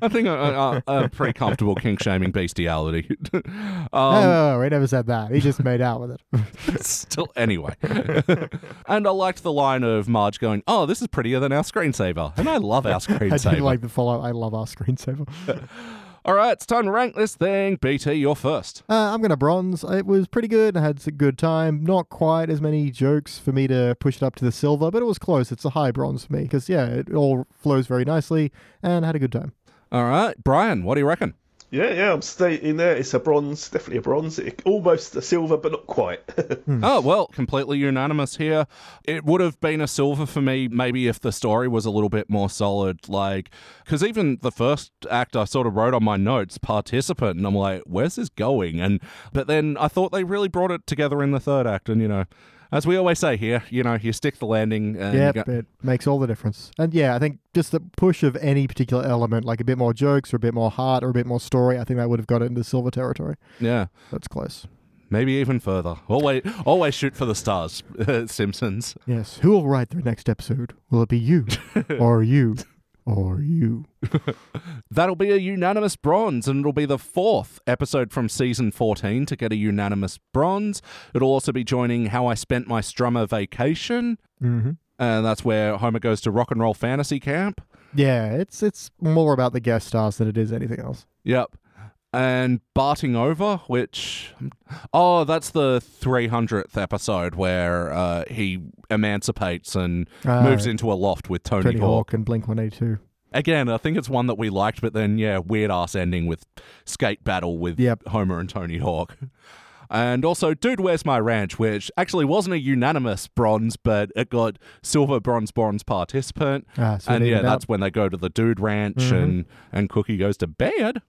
[SPEAKER 1] I think I- I- I'm pretty comfortable kink shaming bestiality.
[SPEAKER 2] No,
[SPEAKER 1] um,
[SPEAKER 2] no, no, he never said that. He just made out with it.
[SPEAKER 1] Still, anyway. and I liked the line of Marge going, "Oh, this is prettier than our screensaver," and I love our
[SPEAKER 2] I did
[SPEAKER 1] screensaver.
[SPEAKER 2] like the follow. I love our screensaver. Uh,
[SPEAKER 1] All right, it's time to rank this thing. BT, you're first.
[SPEAKER 2] Uh, I'm gonna bronze. It was pretty good. I had a good time. Not quite as many jokes for me to push it up to the silver, but it was close. It's a high bronze for me because yeah, it all flows very nicely, and I had a good time.
[SPEAKER 1] All right, Brian, what do you reckon?
[SPEAKER 3] yeah, yeah, I'm stating there. It's a bronze, definitely a bronze. It, almost a silver, but not quite.
[SPEAKER 1] Oh well, completely unanimous here. It would have been a silver for me, maybe if the story was a little bit more solid. Like, because even the first act, I sort of wrote on my notes, participant, and I'm like, "Where's this going?" And but then I thought they really brought it together in the third act, and you know. As we always say here, you know, you stick the landing. And you
[SPEAKER 2] Yep,
[SPEAKER 1] go-
[SPEAKER 2] it makes all the difference. And yeah, I think just the push of any particular element, like a bit more jokes or a bit more heart or a bit more story, I think that would have got it into silver territory.
[SPEAKER 1] Yeah,
[SPEAKER 2] That's close.
[SPEAKER 1] maybe even further. Always, always shoot for the stars, Simpsons.
[SPEAKER 2] Yes. Who will write the next episode? Will it be you? or you? Or you?
[SPEAKER 1] That'll be a unanimous bronze, and it'll be the fourth episode from season 14 to get a unanimous bronze. It'll also be joining How I Spent My Strummer Vacation,
[SPEAKER 2] Mm-hmm.
[SPEAKER 1] and that's where Homer goes to rock and roll fantasy camp.
[SPEAKER 2] Yeah, it's it's more about the guest stars than it is anything else.
[SPEAKER 1] Yep. And Barting Over, which. Oh, that's the 300th episode where uh, he emancipates and
[SPEAKER 2] Ah,
[SPEAKER 1] moves into a loft with Tony,
[SPEAKER 2] Tony
[SPEAKER 1] Hawk.
[SPEAKER 2] Hawk and Blink 182.
[SPEAKER 1] Again, I think it's one that we liked, but then yeah, weird ass ending with skate battle with
[SPEAKER 2] Yep.
[SPEAKER 1] Homer and Tony Hawk. And also, Dude, Where's My Ranch, which actually wasn't a unanimous bronze, but it got silver, bronze, bronze participant.
[SPEAKER 2] Ah, so it
[SPEAKER 1] and yeah,
[SPEAKER 2] evened out.
[SPEAKER 1] that's when they go to the Dude Ranch and, and Cookie goes to bed.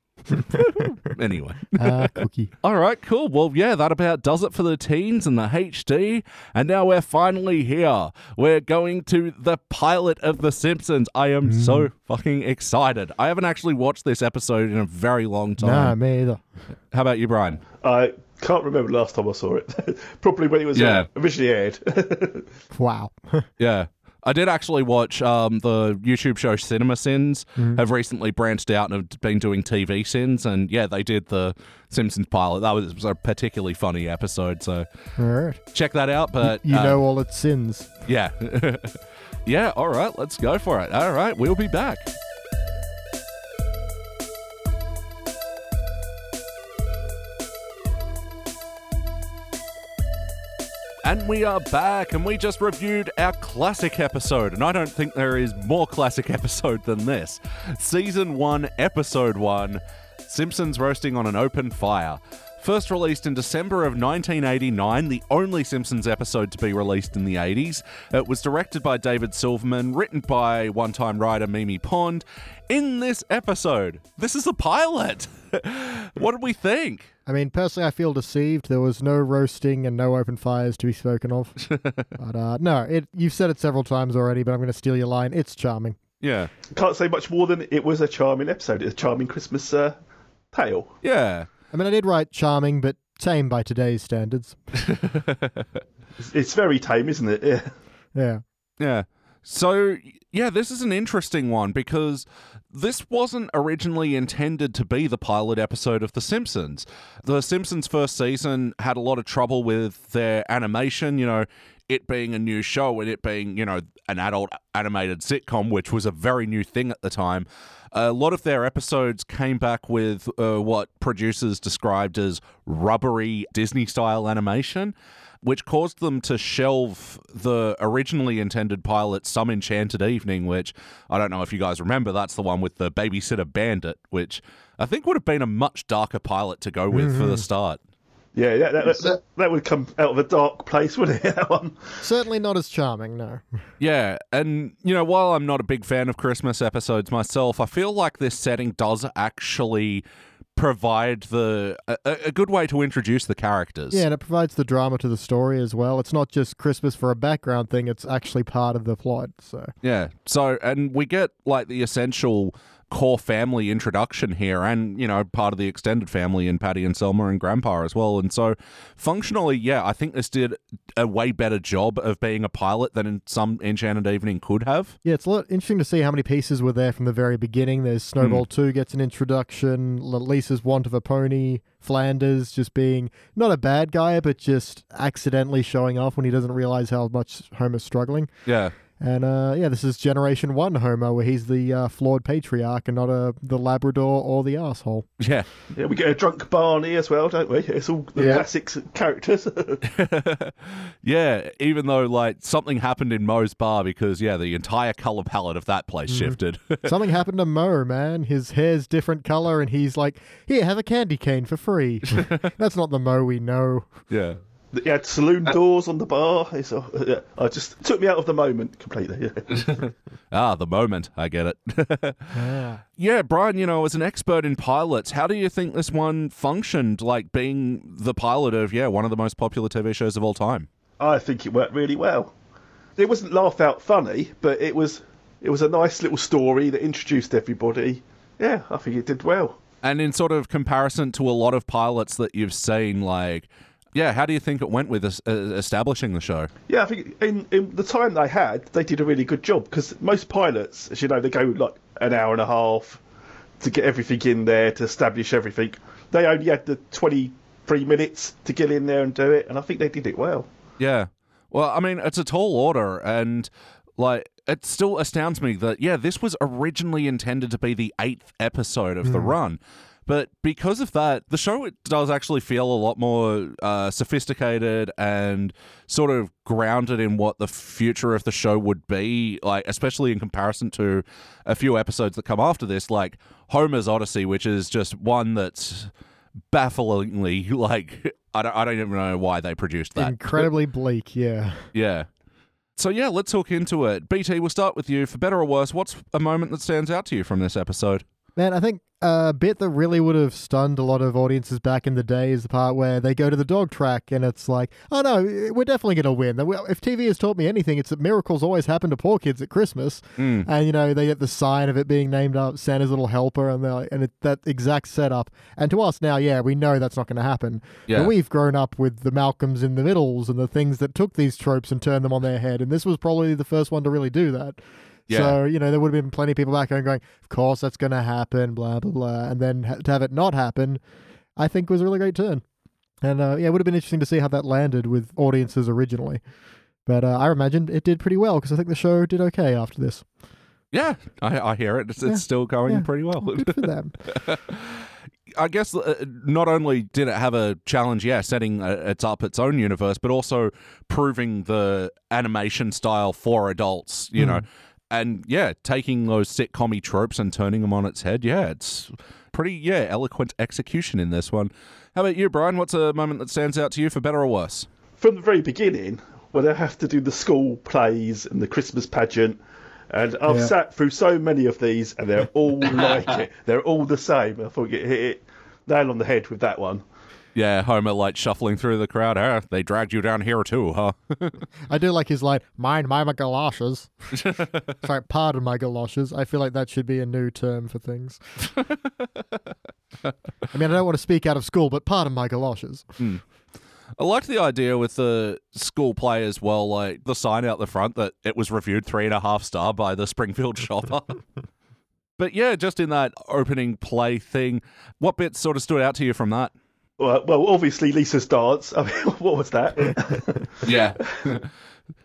[SPEAKER 1] anyway.
[SPEAKER 2] Ah, cookie.
[SPEAKER 1] All right, cool. Well, yeah, that about does it for the teens and the HD. And now we're finally here. We're going to the pilot of The Simpsons. I am so fucking excited. I haven't actually watched this episode in a very long
[SPEAKER 2] Nah,
[SPEAKER 1] time.
[SPEAKER 2] me either.
[SPEAKER 1] How about you, Brian?
[SPEAKER 3] I can't remember the last time I saw it. Probably when it was uh,
[SPEAKER 4] Yeah.
[SPEAKER 3] originally aired.
[SPEAKER 2] Wow.
[SPEAKER 1] Yeah. I did actually watch um, the YouTube show Cinema Sins.
[SPEAKER 2] Mm-hmm.
[SPEAKER 1] Have recently branched out and have been doing TV sins, and yeah, they did the Simpsons pilot. That was, was a particularly funny episode, so
[SPEAKER 2] All right.
[SPEAKER 1] check that out. But
[SPEAKER 2] You
[SPEAKER 1] uh,
[SPEAKER 2] know all its sins.
[SPEAKER 1] yeah, yeah. All right, let's go for it. All right, we'll be back. And we are back, and we just reviewed our classic episode, and I don't think there is more classic episode than this. Season 1, Episode 1 Simpsons Roasting on an Open Fire. First released in December of 1989, the only Simpsons episode to be released in the 80s. It was directed by David Silverman, written by one time writer Mimi Pond. In this episode, this is the pilot. what did we think?
[SPEAKER 2] I mean, personally, I feel deceived. There was no roasting and no open fires to be spoken of. but uh, no, it, you've said it several times already, but I'm going to steal your line. It's charming.
[SPEAKER 1] Yeah.
[SPEAKER 3] Can't say much more than it was a charming episode. It's a charming Christmas uh, tale.
[SPEAKER 1] Yeah.
[SPEAKER 2] I mean, I did write charming, but tame by today's standards.
[SPEAKER 3] It's, it's very tame, isn't it? Yeah.
[SPEAKER 2] Yeah.
[SPEAKER 1] Yeah. So, yeah, this is an interesting one because this wasn't originally intended to be the pilot episode of The Simpsons. The Simpsons first season had a lot of trouble with their animation, you know, it being a new show and it being, you know, an adult animated sitcom, which was a very new thing at the time. A lot of their episodes came back with uh, what producers described as rubbery Disney style animation which caused them to shelve the originally intended pilot, Some Enchanted Evening, which I don't know if you guys remember. That's the one with the babysitter bandit, which I think would have been a much darker pilot to go with for the start.
[SPEAKER 3] Yeah, that, that,
[SPEAKER 4] Is
[SPEAKER 3] that,
[SPEAKER 4] it-
[SPEAKER 3] that would come out of a dark place, wouldn't it? That one.
[SPEAKER 2] Certainly not as charming, no.
[SPEAKER 1] Yeah, and you know, while I'm not a big fan of Christmas episodes myself, I feel like this setting does actually provide the a, a a good way to introduce the characters.
[SPEAKER 2] Yeah, and it provides the drama to the story as well. It's not just Christmas for a background thing, it's actually part of the plot. So,
[SPEAKER 1] Yeah. So, and we get like the essential core family introduction here, and, you know, part of the extended family in Patty and Selma and Grandpa as well. And so, functionally, yeah, I think this did a way better job of being a pilot than in some Enchanted Evening could have.
[SPEAKER 2] yeah, it's a lot interesting to see how many pieces were there from the very beginning. There's Snowball 2 gets an introduction, L- Lisa's want of a pony, Flanders just being not a bad guy, but just accidentally showing off when he doesn't realize how much Homer's struggling.
[SPEAKER 1] Yeah.
[SPEAKER 2] And uh, yeah, this is Generation 1 Homer, where he's the uh, flawed patriarch and not a, the Labrador or the asshole.
[SPEAKER 1] Yeah.
[SPEAKER 3] Yeah, we get a drunk Barney as well, don't we? It's all the
[SPEAKER 2] Yeah.
[SPEAKER 3] classics characters.
[SPEAKER 1] yeah, even though like something happened in Moe's bar because yeah, the entire color palette of that place shifted.
[SPEAKER 2] Something happened to Mo, man. His hair's different color, and he's like, "Here, have a candy cane for free." That's not the Mo we know.
[SPEAKER 1] yeah.
[SPEAKER 3] you had saloon doors on the bar. It's all, yeah, I just took me out of the moment completely. Yeah.
[SPEAKER 1] Ah, the moment. I get it. yeah, Brian, you know, as an expert in pilots, how do you think this one functioned, like being the pilot of, yeah, one of the most popular TV shows of all time?
[SPEAKER 3] I think it worked really well. It wasn't laugh out funny, but it was it was a nice little story that introduced everybody. Yeah, I think it did well.
[SPEAKER 1] And in sort of comparison to a lot of pilots that you've seen, like, yeah, how do you think it went with es- uh, establishing the show?
[SPEAKER 3] Yeah, I think in, in the time they had, they did a really good job because most pilots, as you know, they go like an hour and a half to get everything in there to establish everything. They only had the twenty-three minutes to get in there and do it, and I think they did it well.
[SPEAKER 1] Yeah. Well, I mean, it's a tall order, and like, it still astounds me that, yeah, this was originally intended to be the eighth episode of the run. But because of that, the show it does actually feel a lot more uh, sophisticated and sort of grounded in what the future of the show would be, like especially in comparison to a few episodes that come after this, like Homer's Odyssey, which is just one that's bafflingly like I don't, I don't even know why they produced that.
[SPEAKER 2] Incredibly bleak, yeah.
[SPEAKER 1] Yeah. So yeah, let's hook into it. BT, we'll start with you. For better or worse, what's a moment that stands out to you from this episode?
[SPEAKER 2] Man, I think a bit that really would have stunned a lot of audiences back in the day is the part where they go to the dog track and it's like, oh no, we're definitely going to win. If TV has taught me anything, it's that miracles always happen to poor kids at Christmas. And, you know, they get the sign of it being named up Santa's Little Helper and, they're like, and it, that exact setup. And to us now, yeah, we know that's not going to happen.
[SPEAKER 1] Yeah.
[SPEAKER 2] But we've grown up with the Malcolms in the Middles and the things that took these tropes and turned them on their head. And this was probably the first one to really do that.
[SPEAKER 1] Yeah.
[SPEAKER 2] So, you know, there would have been plenty of people back home going, of course that's going to happen, blah, blah, blah. And then ha- to have it not happen, I think was a really great turn. And uh, yeah, it would have been interesting to see how that landed with audiences originally. But uh, I imagine it did pretty well because I think the show did okay after this.
[SPEAKER 1] Yeah, I, I hear it. It's,
[SPEAKER 2] Yeah.
[SPEAKER 1] it's still going
[SPEAKER 2] Yeah.
[SPEAKER 1] pretty well.
[SPEAKER 2] Good for them.
[SPEAKER 1] I guess uh, not only did it have a challenge, yeah, setting uh, it's up its own universe, but also proving the animation style for adults,
[SPEAKER 2] Hmm.
[SPEAKER 1] you know, and yeah, taking those sitcom tropes and turning them on its head. Yeah, it's pretty yeah eloquent execution in this one. How about you, Brian? What's a moment that stands out to you for better or worse?
[SPEAKER 3] from the very beginning when I have to do the school plays and the Christmas pageant. And I've
[SPEAKER 2] Yeah.
[SPEAKER 3] sat through so many of these, and they're all like it. They're all the same. I thought you hit it nail on the head with that one.
[SPEAKER 1] Yeah, Homer like shuffling through the crowd. Huh? They dragged you down here too, huh?
[SPEAKER 2] I do like his line, mind my, my galoshes. Sorry, pardon my galoshes. I feel like that should be a new term for things. I mean, I don't want to speak out of school, but pardon my galoshes.
[SPEAKER 1] I liked the idea with the school play as well, like the sign out the front that it was reviewed three and a half star by the Springfield shopper. but yeah, just in that opening play thing, what bits sort of stood out to you from that?
[SPEAKER 3] Well, well obviously Lisa's dance. I mean, what was that?
[SPEAKER 1] Yeah.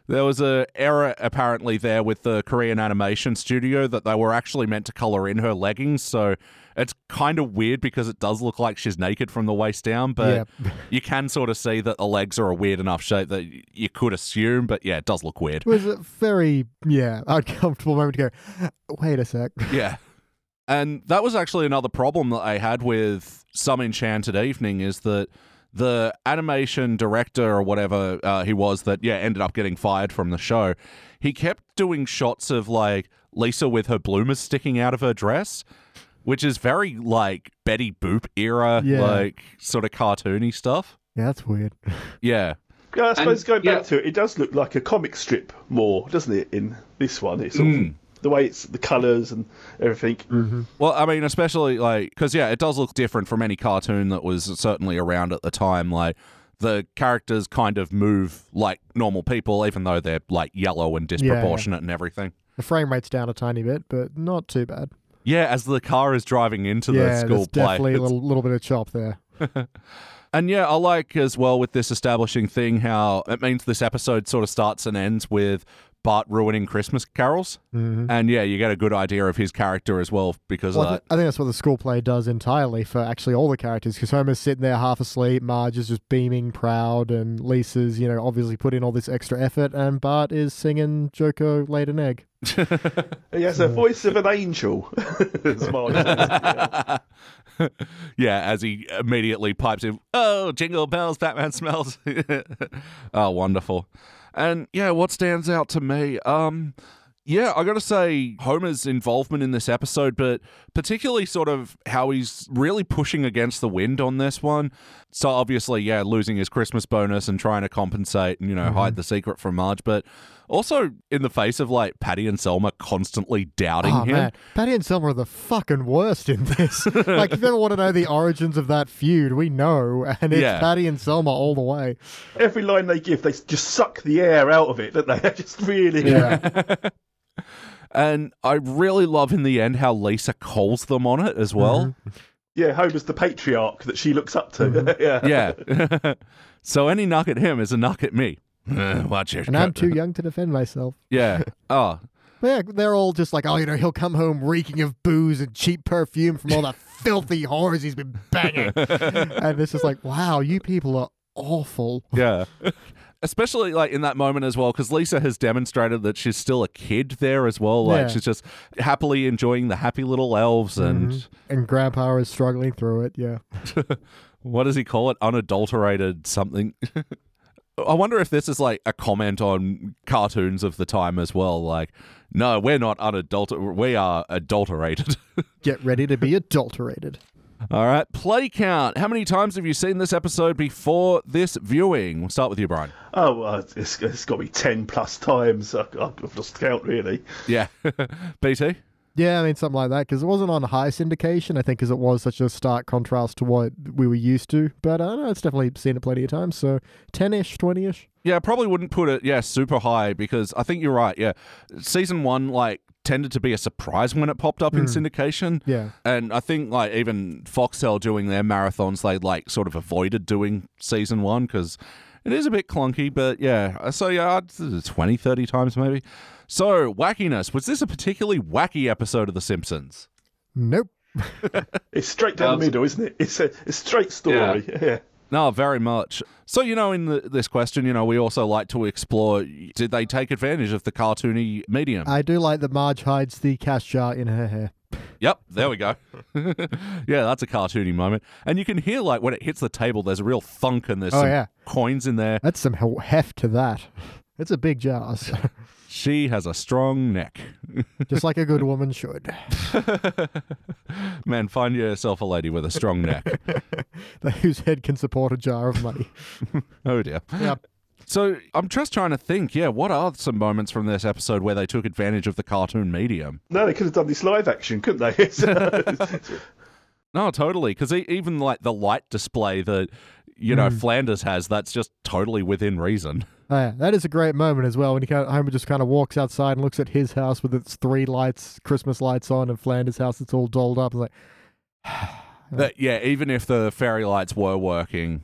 [SPEAKER 1] there was a error apparently there with the Korean animation studio that they were actually meant to color in her leggings, so it's kind of weird because it does look like she's naked from the waist down, but
[SPEAKER 2] Yeah.
[SPEAKER 1] you can sort of see that the legs are a weird enough shape that y- you could assume, but yeah, it does look weird.
[SPEAKER 2] It was a very, yeah, uncomfortable moment to go, wait a sec.
[SPEAKER 1] Yeah. And that was actually another problem that I had with some Enchanted Evening is that the animation director or whatever uh, he was that yeah ended up getting fired from the show. He kept doing shots of like Lisa with her bloomers sticking out of her dress, which is very like Betty Boop era
[SPEAKER 2] Yeah.
[SPEAKER 1] like sort of cartoony stuff.
[SPEAKER 2] Yeah, that's weird.
[SPEAKER 1] Yeah.
[SPEAKER 3] yeah, I suppose going
[SPEAKER 4] yeah.
[SPEAKER 3] back to it, it does look like a comic strip more, doesn't it? In this one, it's sort of- the way it's the colours and everything.
[SPEAKER 1] Well, I mean, especially like because yeah, it does look different from any cartoon that was certainly around at the time. Like the characters kind of move like normal people, even though they're like yellow and
[SPEAKER 2] yeah.
[SPEAKER 1] disproportionate and everything.
[SPEAKER 2] The frame rate's down a tiny bit, but not too bad.
[SPEAKER 1] Yeah, as the car is driving into
[SPEAKER 2] yeah,
[SPEAKER 1] the
[SPEAKER 2] there's
[SPEAKER 1] school play,
[SPEAKER 2] definitely a
[SPEAKER 1] it's-
[SPEAKER 2] little, little bit of chop there.
[SPEAKER 1] And yeah, I like as well with this establishing thing how it means this episode sort of starts and ends with Bart ruining Christmas carols. And yeah, you get a good idea of his character as well because
[SPEAKER 2] Mm-hmm. Well,
[SPEAKER 1] of
[SPEAKER 2] I,
[SPEAKER 1] that.
[SPEAKER 2] thi- I think that's what the school play does entirely for actually all the characters, because Homer's sitting there half asleep, Marge is just beaming proud, and Lisa's, you know, obviously put in all this extra effort, and Bart is singing Joko laid an egg.
[SPEAKER 3] He has a voice of an angel. It's mine.
[SPEAKER 1] yeah, as he immediately pipes in, "Oh, jingle bells, Batman smells." oh, wonderful. And yeah, what stands out to me, um yeah, I got to say Homer's involvement in this episode, but particularly sort of how he's really pushing against the wind on this one. So obviously, yeah, losing his Christmas bonus and trying to compensate and you know hide the secret from Marge, but also in the face of like Patty and Selma constantly doubting
[SPEAKER 2] Oh
[SPEAKER 1] him.
[SPEAKER 2] man, Patty and Selma are the fucking worst in this. like, if you ever want to know the origins of that feud, we know, and it's
[SPEAKER 1] Yeah.
[SPEAKER 2] Patty and Selma all the way.
[SPEAKER 3] Every line they give, they just suck the air out of it, don't they? They're just really.
[SPEAKER 2] Yeah,
[SPEAKER 1] And I really love in the end how Lisa calls them on it as well.
[SPEAKER 3] Yeah, Homer's the patriarch that she looks up to.
[SPEAKER 2] Mm-hmm.
[SPEAKER 3] yeah.
[SPEAKER 1] Yeah. so any knock at him is a knock at me. Uh, Watch it.
[SPEAKER 2] and I'm too young to defend myself.
[SPEAKER 1] yeah. Oh.
[SPEAKER 2] Yeah, they're all just like, oh, you know, he'll come home reeking of booze and cheap perfume from all the filthy whores he's been banging. and it's just like, wow, you people are awful.
[SPEAKER 1] Yeah. Especially like in that moment as well, because Lisa has demonstrated that she's still a kid there as well. Like
[SPEAKER 2] Yeah.
[SPEAKER 1] she's just happily enjoying the happy little elves and
[SPEAKER 2] And Grandpa is struggling through it. Yeah.
[SPEAKER 1] what does he call it? Unadulterated something. I wonder if this is like a comment on cartoons of the time as well. Like, no, we're not unadulterated. We are adulterated.
[SPEAKER 2] Get ready to be adulterated.
[SPEAKER 1] All right. Play count. How many times have you seen this episode before this viewing? We'll start with you, Brian.
[SPEAKER 3] Oh, well, it's, it's got to be 10 plus times. I, I've lost count, really.
[SPEAKER 1] Yeah. BT?
[SPEAKER 2] Yeah, I mean something like that because it wasn't on high syndication. I think because it was such a stark contrast to what we were used to. But I don't know. It's definitely seen it plenty of times. So ten-ish, twenty-ish.
[SPEAKER 1] Yeah, probably wouldn't put it, yeah, super high because I think you're right. Yeah. Season one, like, tended to be a surprise when it popped up in syndication.
[SPEAKER 2] Yeah.
[SPEAKER 1] And I think, like, even Foxtel doing their marathons, they, like, sort of avoided doing season one because it is a bit clunky, but yeah. Uh, So, yeah, I'd- 20, 30 times maybe. So, wackiness. Was this a particularly wacky episode of The Simpsons?
[SPEAKER 2] Nope.
[SPEAKER 3] It's straight down
[SPEAKER 4] Um,
[SPEAKER 3] the middle, isn't it? It's a, it's straight story. Yeah.
[SPEAKER 1] No, very much. So, you know, in the, this question, you know, we also like to explore did they take advantage of the cartoony medium?
[SPEAKER 2] I do like that Marge hides the cash jar in her hair.
[SPEAKER 1] Yep, there we go. yeah, that's a cartoony moment. And you can hear, like, when it hits the table, there's a real thunk and there's
[SPEAKER 2] Oh,
[SPEAKER 1] some
[SPEAKER 2] yeah.
[SPEAKER 1] coins in there.
[SPEAKER 2] That's some he- heft to that. It's a big jar, so-
[SPEAKER 1] She has a strong neck.
[SPEAKER 2] just like a good woman should.
[SPEAKER 1] Man, find yourself a lady with a strong neck.
[SPEAKER 2] Whose head can support a jar of money.
[SPEAKER 1] Oh, dear.
[SPEAKER 2] Yep.
[SPEAKER 1] So I'm just trying to think, yeah, what are some moments from this episode where they took advantage of the cartoon medium?
[SPEAKER 3] No, they could have done this live action, couldn't they? It's-
[SPEAKER 1] No, totally. Because even, like, the light display that, you
[SPEAKER 2] Hmm.
[SPEAKER 1] know, Flanders has, that's just totally within reason.
[SPEAKER 2] Oh, yeah. That is a great moment as well when he kind of, Homer just kind of walks outside and looks at his house with its three lights, Christmas lights on, and Flanders' house that's all dolled up. And like,
[SPEAKER 1] That yeah, even if the fairy lights were working,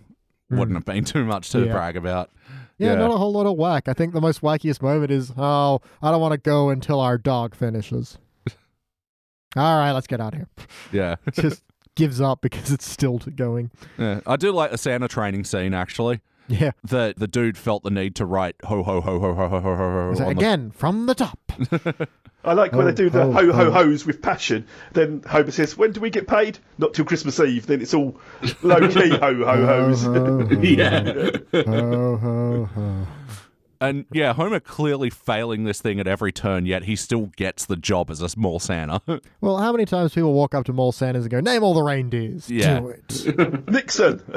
[SPEAKER 1] wouldn't have been too much to
[SPEAKER 2] Hmm. Yeah.
[SPEAKER 1] brag about.
[SPEAKER 2] yeah, not a whole lot of whack. I think the most wackiest moment is, oh, I don't want to go until our dog finishes. all right, let's get out of here.
[SPEAKER 1] yeah,
[SPEAKER 2] Just gives up because it's still t- going.
[SPEAKER 1] yeah. I do like the Santa training scene actually.
[SPEAKER 2] Yeah.
[SPEAKER 1] That the dude felt the need to write ho ho ho ho ho ho ho ho.
[SPEAKER 2] It's like,
[SPEAKER 1] on the-
[SPEAKER 2] again, from the top.
[SPEAKER 3] I like when
[SPEAKER 2] Oh,
[SPEAKER 3] they do the
[SPEAKER 2] oh,
[SPEAKER 3] ho ho
[SPEAKER 2] oh.
[SPEAKER 3] ho's with passion. Then Homer says, "When do we get paid? Not till Christmas Eve." Then it's all low key ho ho ho's.
[SPEAKER 2] Oh,
[SPEAKER 4] yeah.
[SPEAKER 2] ho, ho, ho.
[SPEAKER 1] and yeah, Homer clearly failing this thing at every turn, yet he still gets the job as a small Santa.
[SPEAKER 2] Well, how many times people walk up to Mole Sanders and go, name all the reindeers?
[SPEAKER 1] Yeah.
[SPEAKER 2] Do it.
[SPEAKER 3] Nixon.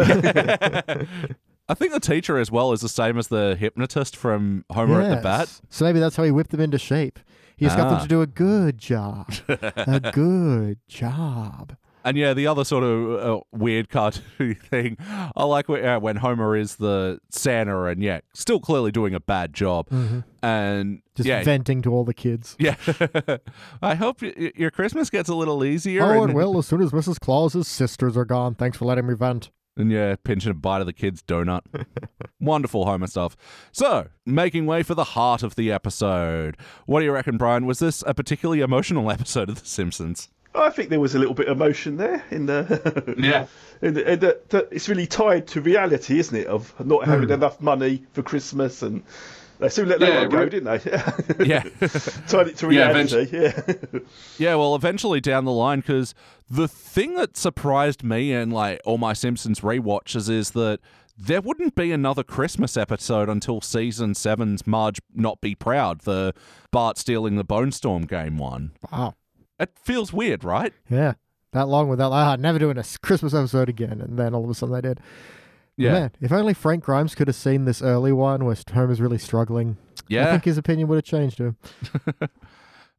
[SPEAKER 1] I think the teacher as well is the same as the hypnotist from Homer at the
[SPEAKER 2] Yes.
[SPEAKER 1] Bat.
[SPEAKER 2] So maybe that's how he whipped them into shape. He just got
[SPEAKER 1] Ah.
[SPEAKER 2] them to do a good job. a good job.
[SPEAKER 1] And yeah, the other sort of uh, weird cartoon thing, I like when, uh, when Homer is the Santa and yeah, still clearly doing a bad job, and
[SPEAKER 2] Mm-hmm. Just
[SPEAKER 1] yeah,
[SPEAKER 2] venting to all the kids.
[SPEAKER 1] yeah. I hope y- y- your Christmas gets a little easier.
[SPEAKER 2] Oh,
[SPEAKER 1] and,
[SPEAKER 2] and well, as soon as Mrs. Claus's sisters are gone, thanks for letting me vent.
[SPEAKER 1] and yeah, pinching a bite of the kid's donut. Wonderful Homer stuff. So, making way for the heart of the episode. What do you reckon, Brian? Was this a particularly emotional episode of The Simpsons?
[SPEAKER 3] I think there was a little bit of emotion there in the.
[SPEAKER 4] Yeah.
[SPEAKER 3] in the, in the, the- it's really tied to reality, isn't it? Of not having enough money for Christmas, and they soon let that
[SPEAKER 4] Hmm. Yeah,
[SPEAKER 3] one go,
[SPEAKER 4] right.
[SPEAKER 3] didn't they?
[SPEAKER 1] Yeah.
[SPEAKER 3] tied it to
[SPEAKER 4] Yeah,
[SPEAKER 3] reality. Yeah.
[SPEAKER 1] Yeah, well, eventually down the line, because the thing that surprised me and like all my Simpsons rewatches is that there wouldn't be another Christmas episode until season seven's Marge Not Be Proud, the Bart stealing the Bone Storm game one.
[SPEAKER 2] Wow.
[SPEAKER 1] It feels weird, right?
[SPEAKER 2] Yeah. That long without, ah, never doing a s- Christmas episode again. And then all of a sudden they did.
[SPEAKER 1] Yeah.
[SPEAKER 2] Man, if only Frank Grimes could have seen this early one where Homer's really struggling. I
[SPEAKER 1] Yeah.
[SPEAKER 2] think his opinion would have changed him.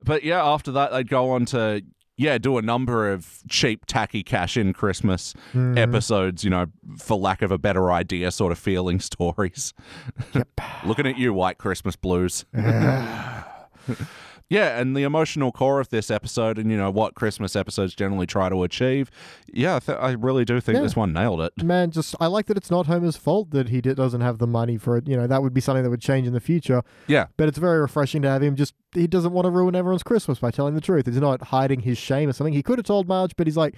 [SPEAKER 1] But yeah, after that, they'd go on to. Yeah, do a number of cheap, tacky cash in Christmas
[SPEAKER 2] Hmm.
[SPEAKER 1] episodes, you know, for lack of a better idea, sort of feeling stories.
[SPEAKER 2] Yep.
[SPEAKER 1] Looking at you, White Christmas Blues. Yeah, and the emotional core of this episode, and you know what Christmas episodes generally try to achieve. Yeah, I, th- I really do think
[SPEAKER 2] Yeah.
[SPEAKER 1] this one nailed it.
[SPEAKER 2] Man, just I like that it's not Homer's fault that he di- doesn't have the money for it. You know, that would be something that would change in the future.
[SPEAKER 1] Yeah,
[SPEAKER 2] But it's very refreshing to have him just he doesn't want to ruin everyone's Christmas by telling the truth. He's not hiding his shame or something. He could have told Marge, but he's like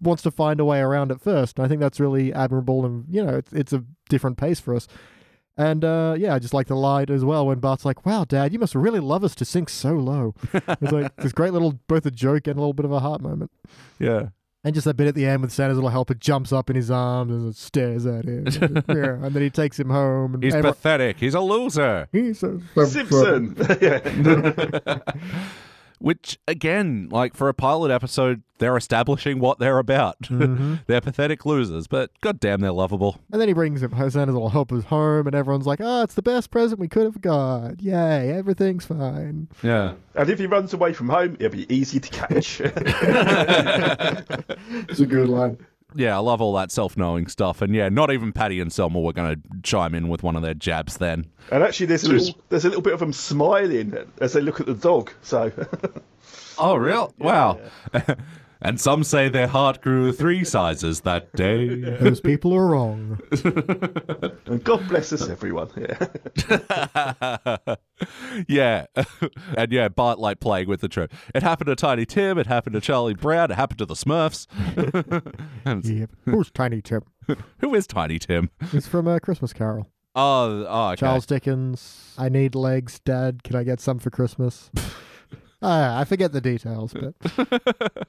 [SPEAKER 2] wants to find a way around it first. And I think that's really admirable and you know, it's it's a different pace for us. And uh, yeah, I just like the light as well when Bart's like, Wow, Dad, you must really love us to sink so low. it's like this great little both a joke and a little bit of a heart moment.
[SPEAKER 1] yeah.
[SPEAKER 2] And just that bit at the end with Santa's little helper jumps up in his arms and stares at him. yeah, and then he takes him home. And
[SPEAKER 1] He's
[SPEAKER 2] everyone-
[SPEAKER 1] pathetic. He's a loser.
[SPEAKER 2] He's a-
[SPEAKER 3] Simpson. yeah.
[SPEAKER 1] Which, again, like for a pilot episode, they're establishing what they're about.
[SPEAKER 2] Hmm.
[SPEAKER 1] they're pathetic losers, but goddamn, they're lovable.
[SPEAKER 2] Mm-hmm. And then he brings him Santa's little helpers home, and everyone's like, "Oh, it's the best present we could have got! Yay, everything's fine."
[SPEAKER 1] Yeah.
[SPEAKER 3] And if he runs away from home, it'll be easy to catch.
[SPEAKER 2] It's a good line.
[SPEAKER 1] Yeah, I love all that self knowing stuff. And yeah, not even Patty and Selma were going to chime in with one of their jabs then.
[SPEAKER 3] and actually, there's a little there's a little bit of them smiling as they look at the dog. So
[SPEAKER 1] Oh, real? Wow. and some say their heart grew three sizes that day.
[SPEAKER 2] Those people are wrong.
[SPEAKER 3] and God bless us, everyone. Yeah.
[SPEAKER 1] yeah. and yeah, Bart like playing with the trope. It happened to Tiny Tim. It happened to Charlie Brown. It happened to the Smurfs. And it's-
[SPEAKER 2] Yep. Who's Tiny Tim?
[SPEAKER 1] Who is Tiny Tim?
[SPEAKER 2] It's from a Christmas Carol.
[SPEAKER 1] Oh, oh okay.
[SPEAKER 2] Charles Dickens. I need legs, Dad. Can I get some for Christmas? Ah, I forget the details, but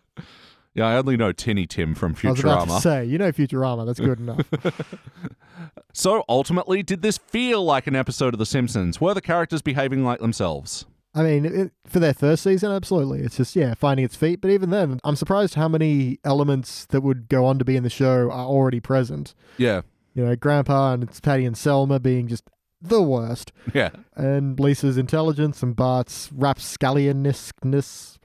[SPEAKER 1] Yeah, I only know Tinny Tim from
[SPEAKER 2] I was about to
[SPEAKER 1] Futurama.
[SPEAKER 2] say, you know Futurama. That's good enough.
[SPEAKER 1] So ultimately, did this feel like an episode of The Simpsons? Were the characters behaving like themselves?
[SPEAKER 2] I mean, it, for their first season, absolutely. It's just, yeah, finding its feet. But even then, I'm surprised how many elements that would go on to be in the show are already present.
[SPEAKER 1] Yeah.
[SPEAKER 2] You know, Grandpa and it's Patty and Selma being just the worst,
[SPEAKER 1] Yeah.
[SPEAKER 2] and Lisa's intelligence and Bart's rapscallionness.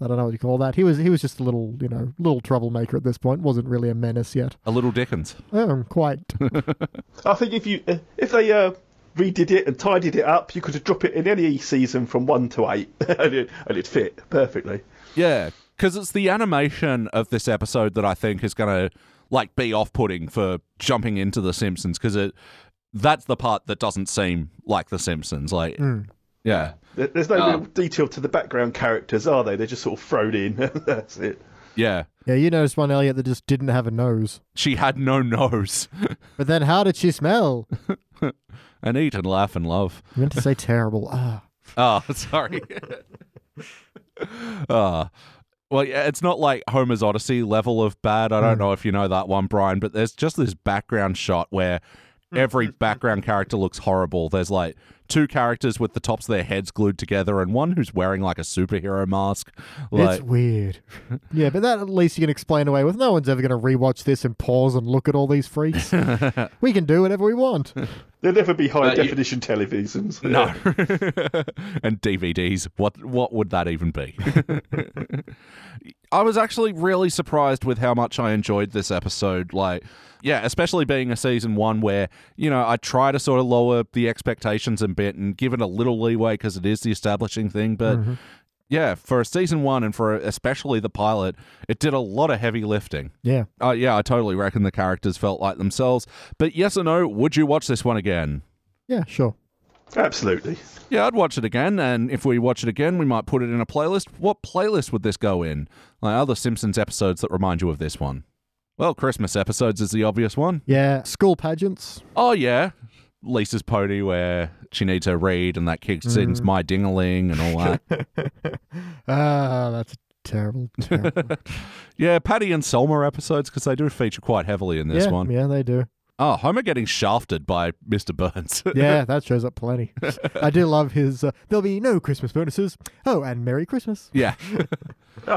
[SPEAKER 2] I don't know what you call that. He was he was just a little, you know, little troublemaker at this point. wasn't really a menace yet.
[SPEAKER 1] A little Dickens.
[SPEAKER 2] Um, quite.
[SPEAKER 3] I think if you uh, if they uh, redid it and tidied it up, you could drop it in any season from one to eight, and it and it fit perfectly.
[SPEAKER 1] Yeah, because it's the animation of this episode that I think is going to like be off-putting for jumping into the Simpsons because it that's the part that doesn't seem like the Simpsons. Like, yeah,
[SPEAKER 3] There- There's no
[SPEAKER 4] Oh.
[SPEAKER 3] real detail to the background characters, are they? They're just sort of thrown in. That's it.
[SPEAKER 1] yeah.
[SPEAKER 2] yeah, you noticed one Elliot that just didn't have a nose.
[SPEAKER 1] She had no nose,
[SPEAKER 2] But then, how did she smell? I
[SPEAKER 1] and eat and laugh and love.
[SPEAKER 2] meant to say terrible. Ah.
[SPEAKER 1] Oh, sorry. Ah. Well, yeah, it's not like Homer's Odyssey level of bad. I don't know if you know that one, Brian, but there's just this background shot where every background character looks horrible. There's like two characters with the tops of their heads glued together and one who's wearing like a superhero mask. Like,
[SPEAKER 2] it's weird. yeah, but that at least you can explain away with. No one's ever going to rewatch this and pause and look at all these freaks. we can do whatever we want.
[SPEAKER 3] There'll never be high
[SPEAKER 4] you-
[SPEAKER 3] definition televisions.
[SPEAKER 1] no. and DVDs. What what would that even be? I was actually really surprised with how much I enjoyed this episode. Like, yeah, especially being a season one where, you know, I try to sort of lower the expectations a bit and give it a little leeway because it is the establishing thing. But yeah, for season one and for especially the pilot, it did a lot of heavy lifting.
[SPEAKER 2] Yeah.
[SPEAKER 1] Uh, yeah, I totally reckon the characters felt like themselves. But yes or no, would you watch this one again?
[SPEAKER 2] Yeah, sure.
[SPEAKER 3] Absolutely.
[SPEAKER 1] Yeah, I'd watch it again, and if we watch it again, we might put it in a playlist. What playlist would this go in? Like other Simpsons episodes that remind you of this one? Well, Christmas episodes is the obvious one.
[SPEAKER 2] Yeah. School pageants.
[SPEAKER 1] Oh yeah, Lisa's pony where she needs her read, and that kid
[SPEAKER 2] Mm.
[SPEAKER 1] sings "My Dingaling" and all that.
[SPEAKER 2] Ah, that's terrible. terrible.
[SPEAKER 1] yeah, Patty and Selma episodes because they do feature quite heavily in this
[SPEAKER 2] yeah,
[SPEAKER 1] one.
[SPEAKER 2] yeah, they do.
[SPEAKER 1] Oh, Homer getting shafted by Mr. Burns.
[SPEAKER 2] Yeah, that shows up plenty. I do love his. Uh, There'll be no Christmas bonuses. Oh, and Merry Christmas.
[SPEAKER 1] yeah,
[SPEAKER 3] Uh,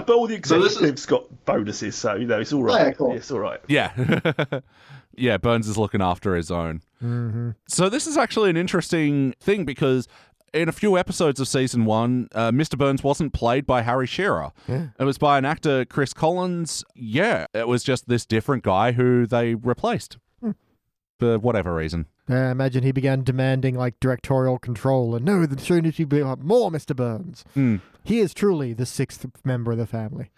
[SPEAKER 3] but all the
[SPEAKER 4] So this
[SPEAKER 3] executives
[SPEAKER 4] is-
[SPEAKER 3] got bonuses, so you know it's all right.
[SPEAKER 5] Yeah, cool.
[SPEAKER 3] It's all right.
[SPEAKER 1] yeah, yeah. Burns is looking after his own.
[SPEAKER 2] Mm-hmm.
[SPEAKER 1] So this is actually an interesting thing because in a few episodes of season one, uh, Mr. Burns wasn't played by Harry Shearer. It was by an actor, Chris Collins. Yeah, it was just this different guy who they replaced for whatever reason.
[SPEAKER 2] Uh, imagine he began demanding like directorial control, and no, the soon as you be like, more, Mister Burns.
[SPEAKER 1] Hmm.
[SPEAKER 2] He is truly the sixth member of the family.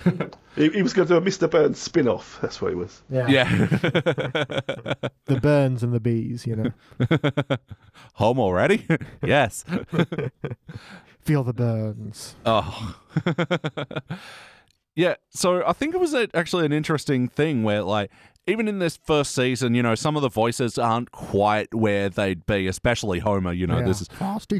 [SPEAKER 3] He, he was going to do a Mr. Burns spin off. That's what he was.
[SPEAKER 1] Yeah.
[SPEAKER 2] the Burns and the bees, you know.
[SPEAKER 1] Home already? yes.
[SPEAKER 2] Feel the burns.
[SPEAKER 1] Oh. yeah. So I think it was a, actually an interesting thing where, like, even in this first season, you know, some of the voices aren't quite where they'd be, especially Homer. You know,
[SPEAKER 2] Yeah.
[SPEAKER 1] this is
[SPEAKER 2] frosty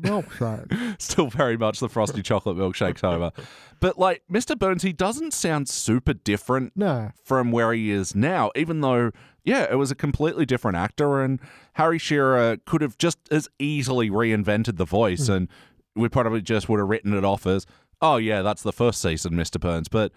[SPEAKER 2] milkshake.
[SPEAKER 1] still very much the frosty chocolate milkshake Homer. But like Mr. Burns, he doesn't sound super different
[SPEAKER 2] no,
[SPEAKER 1] from where he is now, even though, yeah, it was a completely different actor, and Harry Shearer could have just as easily reinvented the voice, and we probably just would have written it off as, oh, yeah, that's the first season, Mr. Burns. But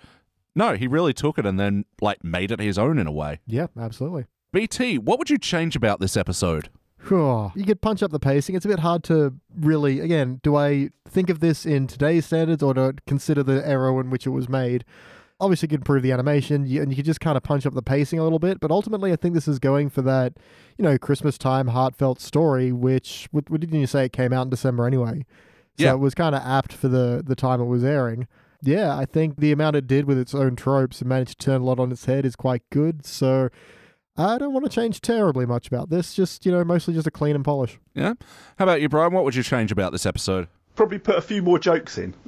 [SPEAKER 1] no, he really took it and then, like, made it his own in a way.
[SPEAKER 2] yeah, absolutely.
[SPEAKER 1] BT, what would you change about this episode?
[SPEAKER 2] Phew. You could punch up the pacing. It's a bit hard to really, again, do I think of this in today's standards or to consider the era in which it was made? Obviously, you could improve the animation you- and you could just kind of punch up the pacing a little bit. But ultimately, I think this is going for that, you know, Christmas time heartfelt story, which, what, what didn't you say it came out in December anyway? So
[SPEAKER 1] Yeah.
[SPEAKER 2] it was kind of apt for the, the time it was airing. Yeah, I think the amount it did with its own tropes and managed to turn a lot on its head is quite good. So I don't want to change terribly much about this. Just you know, mostly just a clean and polish.
[SPEAKER 1] Yeah. How about you, Brian? What would you change about this episode?
[SPEAKER 3] Probably put a few more jokes in.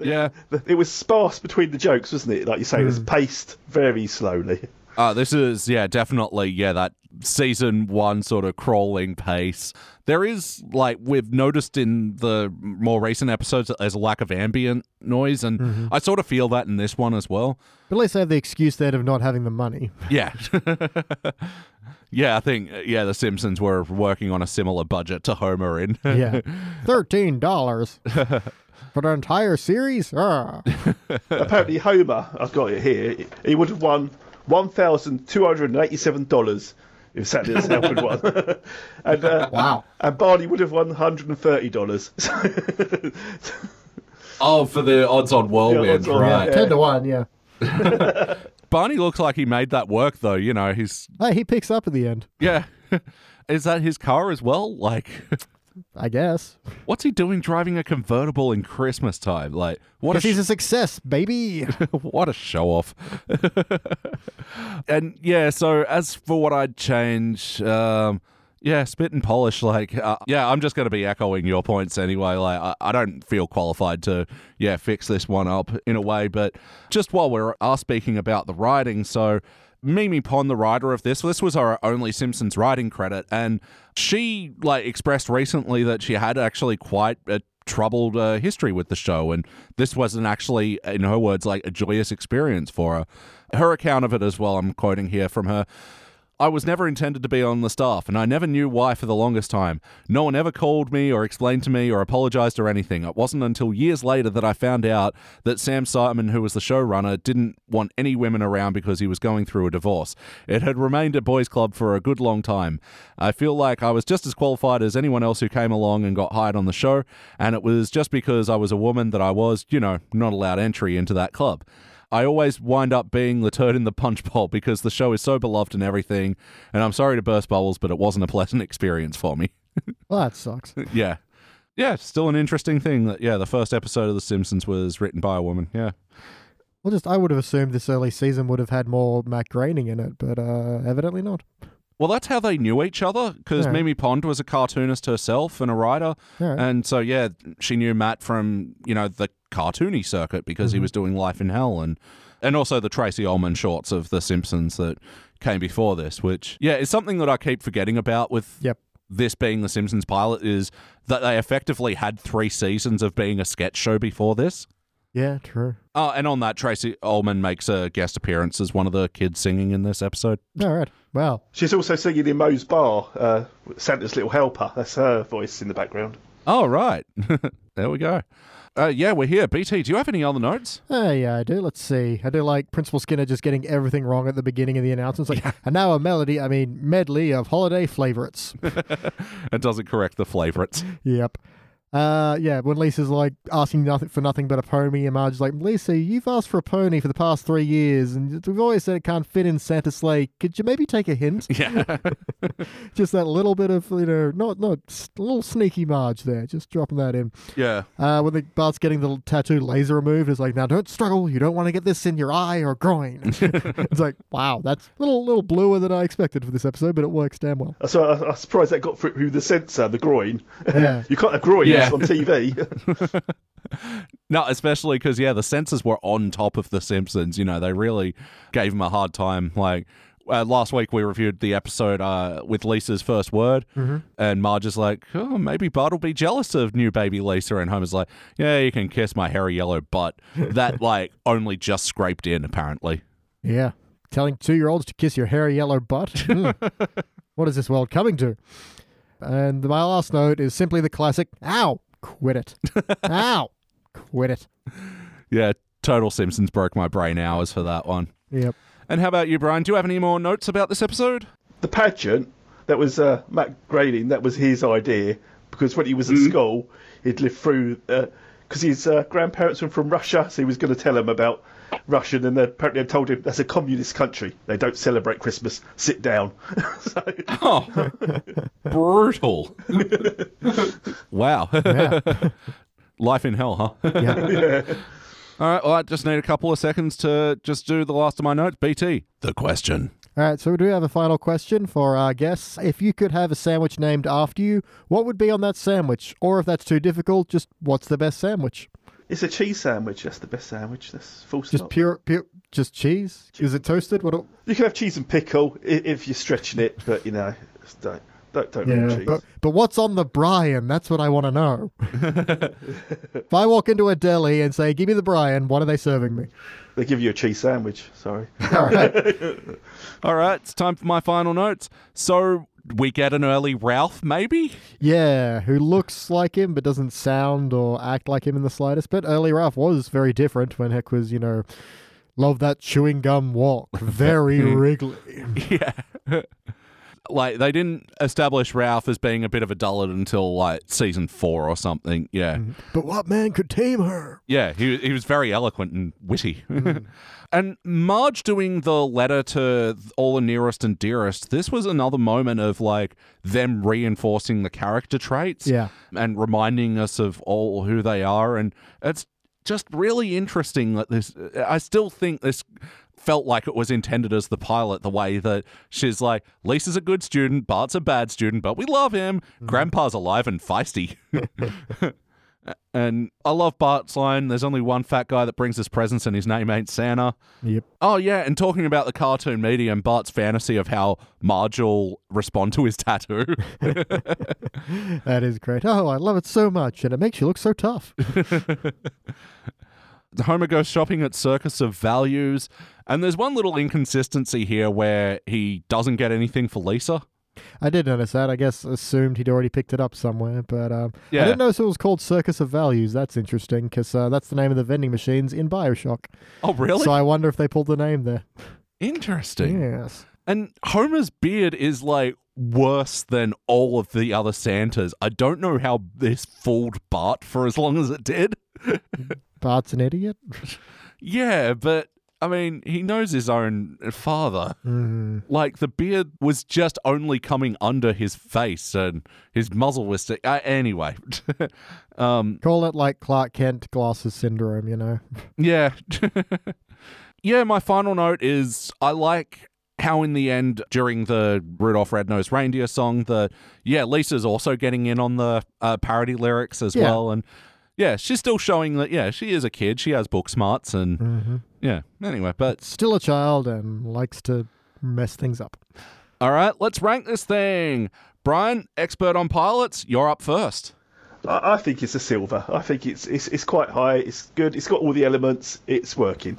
[SPEAKER 1] Yeah.
[SPEAKER 3] It was sparse between the jokes, wasn't it? Like you say, it was paced very slowly.
[SPEAKER 1] Uh, this is, yeah, definitely, yeah, that season one sort of crawling pace. There is, like, we've noticed in the more recent episodes that there's a lack of ambient noise, and
[SPEAKER 3] Mm-hmm.
[SPEAKER 1] I sort of feel that in this one as well.
[SPEAKER 2] But at least they have the excuse then of not having the money.
[SPEAKER 1] Yeah. yeah, I think, yeah, The Simpsons were working on a similar budget to Homer in.
[SPEAKER 2] Yeah, thirteen dollars for the entire series. Ah.
[SPEAKER 3] Apparently, Homer, I've got it here, he would have won $1,287 if Saturday Night had won. and, uh,
[SPEAKER 2] Wow.
[SPEAKER 3] and Barney would have won $130.
[SPEAKER 1] oh, for the odds on whirlwind,
[SPEAKER 3] odds on-
[SPEAKER 1] right.
[SPEAKER 3] yeah.
[SPEAKER 2] Ten to one. Yeah.
[SPEAKER 1] Barney looks like he made that work, though. You know, he's,
[SPEAKER 2] Hey, he picks up at the end.
[SPEAKER 1] yeah. is that his car as well? Like.
[SPEAKER 2] I guess
[SPEAKER 1] What's he doing driving a convertible in Christmas time? Like, what a
[SPEAKER 2] because he's
[SPEAKER 1] sh-
[SPEAKER 2] a success, baby.
[SPEAKER 1] what a show off. and yeah, so as for what I'd change, um, yeah, spit and polish. Like, uh, yeah, I'm just going to be echoing your points anyway. Like, I, I don't feel qualified to, yeah, fix this one up in a way. But just while we're are speaking about the writing, so Mimi Pond, the writer of this, this was her only Simpsons writing credit, and she like expressed recently that she had actually quite a troubled uh, history with the show, and this wasn't actually, in her words, like a joyous experience for her. Her account of it as well. I'm quoting here from her. I was never intended to be on the staff, and I never knew why for the longest time. No one ever called me or explained to me or apologized or anything. It wasn't until years later that I found out that Sam Simon, who was the showrunner, didn't want any women around because he was going through a divorce. It had remained a boys' club for a good long time. I feel like I was just as qualified as anyone else who came along and got hired on the show, and it was just because I was a woman that I was, you know, not allowed entry into that club. I always wind up being the turd in the punch bowl because the show is so beloved and everything. And I'm sorry to burst bubbles, but it wasn't a pleasant experience for me.
[SPEAKER 2] well, that sucks.
[SPEAKER 1] yeah. Yeah, still an interesting thing that, yeah, the first episode of The Simpsons was written by a woman. Yeah.
[SPEAKER 2] Well, just I would have assumed this early season would have had more Matt Groening in it, but uh, evidently not.
[SPEAKER 1] Well, that's how they knew each other because
[SPEAKER 2] Yeah.
[SPEAKER 1] Mimi Pond was a cartoonist herself and a writer.
[SPEAKER 2] Yeah.
[SPEAKER 1] And so, yeah, she knew Matt from, you know, the cartoony circuit because
[SPEAKER 2] Mm-hmm.
[SPEAKER 1] he was doing Life in Hell and, and also the Tracy Ullman shorts of The Simpsons that came before this, which, yeah, is something that I keep forgetting about with
[SPEAKER 2] Yep.
[SPEAKER 1] this being the Simpsons pilot is that they effectively had three seasons of being a sketch show before this.
[SPEAKER 2] Yeah. True.
[SPEAKER 1] Oh, and on that, Tracy Ullman makes a guest appearance as one of the kids singing in this episode.
[SPEAKER 2] All right. Wow.
[SPEAKER 3] She's also singing in Moe's Bar, uh, Santa's Little Helper. That's her voice in the background.
[SPEAKER 1] Oh, right. there we go. Uh, yeah, we're here. BT, do you have any other notes?
[SPEAKER 2] Oh, yeah, I do. Let's see. I do like Principal Skinner just getting everything wrong at the beginning of the announcements. Like, and now a melody, I mean, medley of holiday favorites.
[SPEAKER 1] It doesn't correct the flavorites.
[SPEAKER 2] yep. Uh, yeah, when Lisa's like asking nothing for nothing but a pony, and Marge's like, Lisa, you've asked for a pony for the past three years, and we've always said it can't fit in Santa's sleigh. Could you maybe take a hint?
[SPEAKER 1] Yeah.
[SPEAKER 2] just that little bit of, you know, not, not, a little sneaky Marge there, just dropping that in.
[SPEAKER 1] yeah.
[SPEAKER 2] Uh, when the Bart's getting the tattoo laser removed, it's like, now don't struggle. You don't want to get this in your eye or groin. it's like, wow, that's a little, little bluer than I expected for this episode, but it works damn well.
[SPEAKER 3] So I, I'm surprised that got through the censor, the groin.
[SPEAKER 2] Yeah.
[SPEAKER 3] You can't have groins
[SPEAKER 1] Yeah.
[SPEAKER 3] on TV.
[SPEAKER 1] No, especially because yeah, the censors were on top of the Simpsons. You know, they really gave them a hard time. Like uh, last week, we reviewed the episode uh, with Lisa's first word, and Marge is like, "Oh, maybe Bart will be jealous of new baby Lisa," and Homer's like, "Yeah, you can kiss my hairy yellow butt." That like only just scraped in, apparently.
[SPEAKER 2] Yeah. Telling two year olds to kiss your hairy yellow butt. Hmm. what is this world coming to? And my last note is simply the classic ow, quit it. ow, quit it.
[SPEAKER 1] Yeah, total Simpsons broke my brain hours for that one.
[SPEAKER 2] Yep.
[SPEAKER 1] And how about you, Brian? Do you have any more notes about this episode?
[SPEAKER 3] the pageant that was uh, Matt Grading. That was his idea because when he was at school, he'd lived through because his uh, grandparents were from Russia, so he was going to tell him about Russian, and they apparently had told him that's a communist country. They don't celebrate Christmas. Sit down. so,
[SPEAKER 1] Oh, brutal. wow. Life in hell, huh?
[SPEAKER 2] Yeah.
[SPEAKER 1] All right. Well, I just need a couple of seconds to just do the last of my notes. BT, the question.
[SPEAKER 2] All right, so we do have a final question for our guests. If you could have a sandwich named after you, what would be on that sandwich? Or if that's too difficult, just what's the best sandwich?
[SPEAKER 3] it's a cheese sandwich. That's the best sandwich. That's full
[SPEAKER 2] Just
[SPEAKER 3] stop.
[SPEAKER 2] pure, pure, just cheese? Is it toasted? What?
[SPEAKER 3] you can have cheese and pickle i- if you're stretching it, but you know, just don't don't don't yeah, cheese.
[SPEAKER 2] But, but what's on the Brian? That's what I want to know. if I walk into a deli and say, "Give me the Brian," what are they serving me?
[SPEAKER 3] They give you a cheese sandwich. Sorry.
[SPEAKER 2] All right.
[SPEAKER 1] All right. It's time for my final notes. So we get an early Ralph, maybe?
[SPEAKER 2] yeah, who looks like him but doesn't sound or act like him in the slightest. But early Ralph was very different when Heck was, you know, love that chewing gum walk, very wriggly.
[SPEAKER 1] Yeah. like they didn't establish Ralph as being a bit of a dullard until like season four or something. Yeah.
[SPEAKER 2] But what man could tame her?
[SPEAKER 1] Yeah, he he was very eloquent and witty. Hmm. and Marge doing the letter to all the nearest and dearest. This was another moment of like them reinforcing the character traits,
[SPEAKER 2] Yeah.
[SPEAKER 1] and reminding us of all who they are. And it's just really interesting that this. I still think this felt like it was intended as the pilot. The way that she's like, Lisa's a good student, Bart's a bad student, but we love him. Grandpa's alive and feisty. And I love Bart's line. There's only one fat guy that brings us presents, and his name ain't Santa.
[SPEAKER 2] Yep.
[SPEAKER 1] Oh, yeah. And talking about the cartoon medium, Bart's fantasy of how Marge will respond to his tattoo.
[SPEAKER 2] That is great. Oh, I love it so much, and it makes you look so tough.
[SPEAKER 1] Homer goes shopping at Circus of Values. And there's one little inconsistency here where he doesn't get anything for Lisa.
[SPEAKER 2] I did notice that. I guess assumed he'd already picked it up somewhere, but um, I
[SPEAKER 1] Yeah.
[SPEAKER 2] didn't notice it was called Circus of Values. That's interesting because uh, that's the name of the vending machines in Bioshock.
[SPEAKER 1] Oh, really?
[SPEAKER 2] So I wonder if they pulled the name there.
[SPEAKER 1] Interesting.
[SPEAKER 2] Yes.
[SPEAKER 1] And Homer's beard is like worse than all of the other Santas. I don't know how this fooled Bart for as long as it did.
[SPEAKER 2] Bart's an idiot.
[SPEAKER 1] Yeah, but I mean, he knows his own father.
[SPEAKER 2] Mm.
[SPEAKER 1] Like the beard was just only coming under his face, and his muzzle was. St- uh, anyway, um,
[SPEAKER 2] Call it like Clark Kent glasses syndrome, you know.
[SPEAKER 1] yeah, yeah. My final note is I like how in the end during the Rudolph Red-Nosed Reindeer song, the yeah Lisa's also getting in on the uh, parody lyrics as
[SPEAKER 2] Yeah.
[SPEAKER 1] well, and yeah, she's still showing that yeah she is a kid, she has book smarts, and yeah. Anyway, but
[SPEAKER 2] Still a child and likes to mess things up.
[SPEAKER 1] All right, let's rank this thing. Brian, expert on pilots, you're up first.
[SPEAKER 3] I, I think it's a silver. I think it's, it's it's quite high. It's good. It's got all the elements. It's working.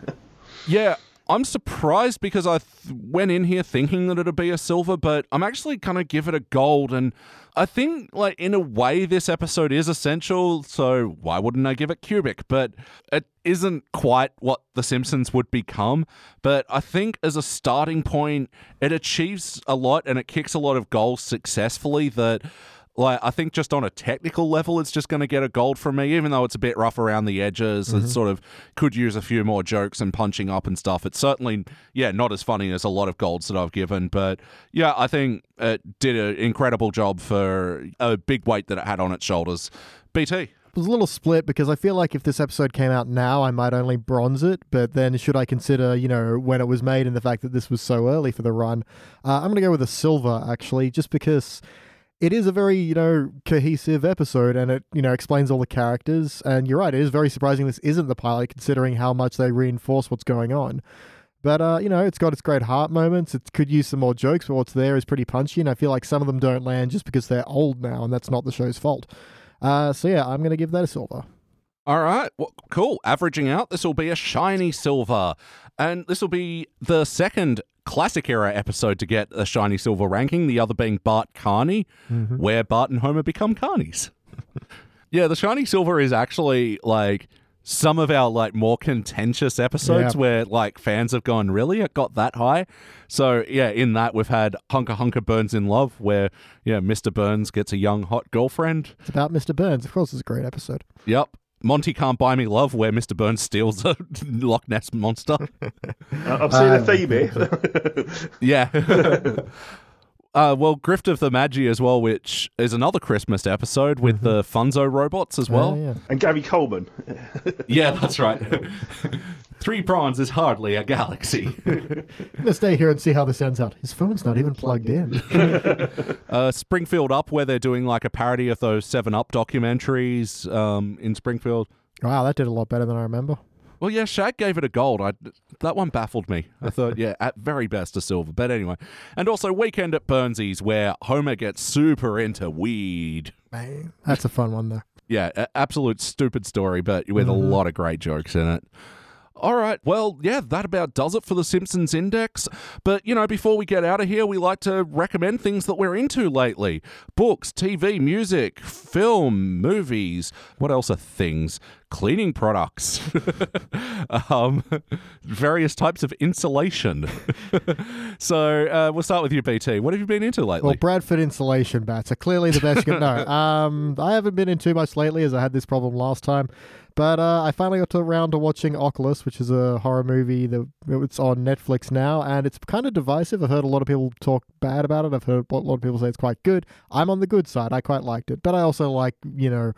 [SPEAKER 1] Yeah, I'm surprised because I th- went in here thinking that it'd be a silver, but I'm actually going to give it a gold. And I think, like, in a way, this episode is essential, so why wouldn't I give it cubic? But it isn't quite what The Simpsons would become. But I think as a starting point, it achieves a lot and it kicks a lot of goals successfully that. like I think just on a technical level, it's just going to get a gold from me, even though it's a bit rough around the edges. It sort of could use a few more jokes and punching up and stuff. It's certainly, yeah, not as funny as a lot of golds that I've given, but yeah, I think it did an incredible job for a big weight that it had on its shoulders. BT.
[SPEAKER 2] It was a little split because I feel like if this episode came out now, I might only bronze it. But then, should I consider, you know, when it was made and the fact that this was so early for the run? Uh, I'm going to go with a silver, actually, just because it is a very you know cohesive episode, and it you know explains all the characters. And you're right, it is very surprising this isn't the pilot, considering how much they reinforce what's going on. But uh, you know, it's got its great heart moments. It could use some more jokes, but what's there is pretty punchy, and I feel like some of them don't land just because they're old now, and that's not the show's fault. Uh, so yeah, I'm gonna give that a silver.
[SPEAKER 1] All right, well, cool. Averaging out, this will be a shiny silver. And this will be the second classic era episode to get a shiny silver ranking, the other being Bart Carney, where Bart and Homer become Carneys. yeah, the shiny silver is actually like some of our like more contentious episodes
[SPEAKER 2] Yeah.
[SPEAKER 1] where like fans have gone really it got that high so yeah in that we've had hunker hunker burns in love where yeah mr burns gets a young hot girlfriend
[SPEAKER 2] It's about Mr. Burns. Of course, it's a great episode.
[SPEAKER 1] Yep. Monty can't buy me love, where Mr. Burns steals a Loch Ness monster.
[SPEAKER 3] I- I've seen
[SPEAKER 2] Ah,
[SPEAKER 3] a theme here.
[SPEAKER 1] yeah. uh, well, Grift of the Magi as well, which is another Christmas episode with the Funzo robots as well.
[SPEAKER 2] Uh, Mm-hmm. yeah.
[SPEAKER 3] and Gary Coleman.
[SPEAKER 1] yeah, that's right. Three prawns is hardly a galaxy.
[SPEAKER 2] I'm gonna stay here and see how this ends out. His phone's not even plugged in.
[SPEAKER 1] uh, Springfield Up, where they're doing like a parody of those Seven Up documentaries um, in Springfield.
[SPEAKER 2] wow, that did a lot better than I remember.
[SPEAKER 1] Well, yeah, Shag gave it a gold. I, that one baffled me. I thought, yeah, at very best a silver. But anyway. And also Weekend at Burnsies, where Homer gets super into weed.
[SPEAKER 2] Man, that's a fun one though.
[SPEAKER 1] Yeah, a- absolute stupid story, but with a lot of great jokes in it. All right. Well, yeah, that about does it for the Simpsons Index. But, you know, before we get out of here, we like to recommend things that we're into lately books, TV, music, film, movies. What else are things? Cleaning products, um, various types of insulation. so uh, we'll start with you, BT. What have you been into lately?
[SPEAKER 2] Well, Bradford insulation bats are clearly the best you can know. Um, I haven't been in too much lately as I had this problem last time, but uh, I finally got to around to watching Oculus, which is a horror movie that it's on Netflix now, and it's kind of divisive. I've heard a lot of people talk bad about it. I've heard a lot of people say it's quite good. I'm on the good side. I quite liked it, but I also like you know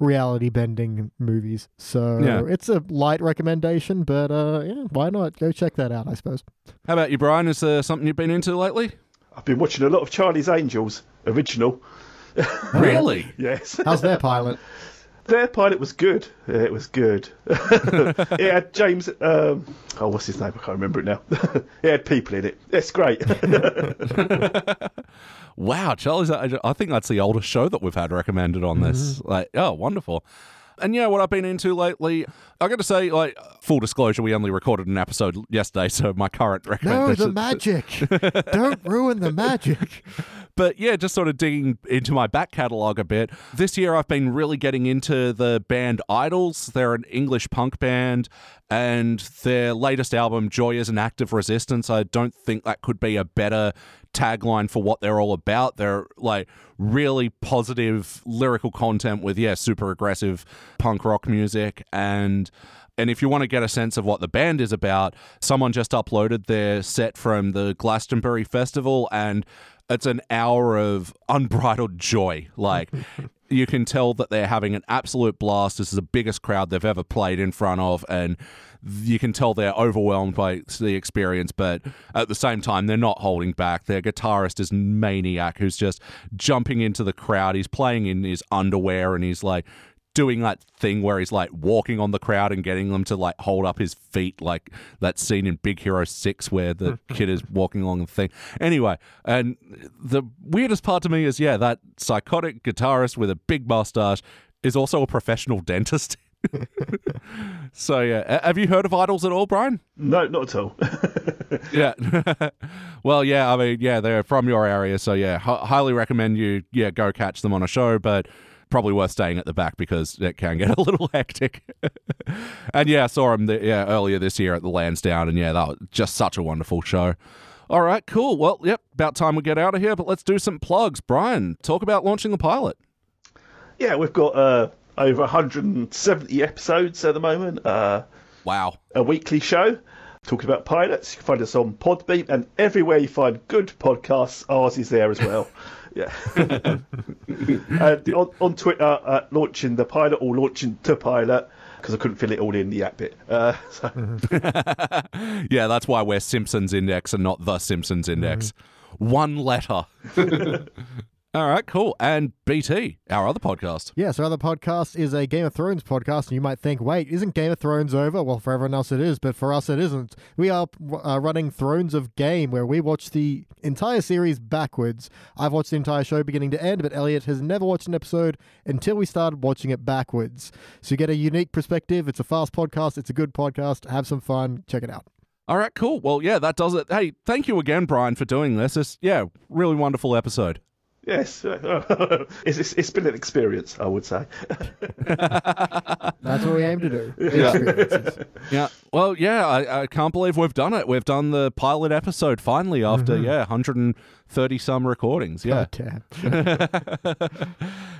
[SPEAKER 2] reality bending movies. So
[SPEAKER 1] Yeah.
[SPEAKER 2] it's a light recommendation, but uh, yeah, why not go check that out? I suppose.
[SPEAKER 1] How about you, Brian? Is there something you've been into lately?
[SPEAKER 3] I've been watching a lot of Charlie's Angels original.
[SPEAKER 1] Really?
[SPEAKER 3] Yes.
[SPEAKER 2] How's their pilot?
[SPEAKER 3] Their pilot was good. It was good. it had James. Um, oh, what's his name? I can't remember it now. it had people in it. It's great.
[SPEAKER 1] Wow, Charlie's. uh, I I think that's the oldest show that we've had recommended on this.
[SPEAKER 2] Mm-hmm.
[SPEAKER 1] Like, oh, wonderful. And yeah, what I've been into lately, I got to say, like, full disclosure, we only recorded an episode yesterday, so my current
[SPEAKER 2] No, the
[SPEAKER 1] recommendation.
[SPEAKER 2] magic. Don't ruin the magic.
[SPEAKER 1] but yeah, just sort of digging into my back catalogue a bit. This year, I've been really getting into the band Idols. They're an English punk band, and their latest album, Joy is an Act of Resistance, I don't think that could be a better tagline for what they're all about. They're like really positive lyrical content with, yeah, super aggressive punk rock music. And and if you want to get a sense of what the band is about, someone just uploaded their set from the Glastonbury Festival, and it's an hour of unbridled joy. Like, you can tell that they're having an absolute blast. This is the biggest crowd they've ever played in front of, and you can tell they're overwhelmed by the experience, but at the same time, they're not holding back. Their guitarist is maniac who's just jumping into the crowd. He's playing in his underwear and he's like, doing that thing where he's like walking on the crowd and getting them to like hold up his feet, like that scene in Big Hero 6 where the kid is walking along the thing. Anyway, and the weirdest part to me is yeah, that psychotic guitarist with a big mustache is also a professional dentist. so yeah, A- have you heard of Idols at all, Brian?
[SPEAKER 3] no, not at all.
[SPEAKER 1] yeah. well, yeah, I mean, yeah, they're from your area, so yeah, hi- highly recommend you yeah go catch them on a show, but probably worth staying at the back because it can get a little hectic. and yeah, I saw them the, yeah earlier this year at the Lansdowne, and yeah, that was just such a wonderful show. All right, cool. Well, yep, about time we get out of here, but let's do some plugs. Brian, talk about launching the pilot.
[SPEAKER 3] yeah, we've got uh, over 170 episodes at the moment. Uh,
[SPEAKER 1] Wow.
[SPEAKER 3] a weekly show talking about pilots. You can find us on Podbeam and everywhere you find good podcasts, ours is there as well. yeah. and on, on Twitter, uh, launching the pilot or launching to pilot because I couldn't fill it all in the app bit. Uh, so,
[SPEAKER 1] Yeah, that's why we're Simpsons Index and not the Simpsons Index. One letter. All right, cool. And BT, our other podcast.
[SPEAKER 2] Yes, our other podcast is a Game of Thrones podcast, and you might think, wait, isn't Game of Thrones over? Well, for everyone else it is, but for us it isn't. We are uh, running Thrones of Game, where we watch the entire series backwards. I've watched the entire show beginning to end, but Elliot has never watched an episode until we started watching it backwards. So you get a unique perspective. It's a fast podcast, it's a good podcast. Have some fun, check it out.
[SPEAKER 1] All right, cool. Well, yeah, that does it. Hey, thank you again, Brian, for doing this. It's, yeah, really wonderful episode.
[SPEAKER 3] Yes, it's, it's, it's been an experience, I would say.
[SPEAKER 2] That's what we aim to do.
[SPEAKER 1] Yeah. Well, yeah, I, I can't believe we've done it. We've done the pilot episode finally after, yeah, 130 some recordings. Yeah.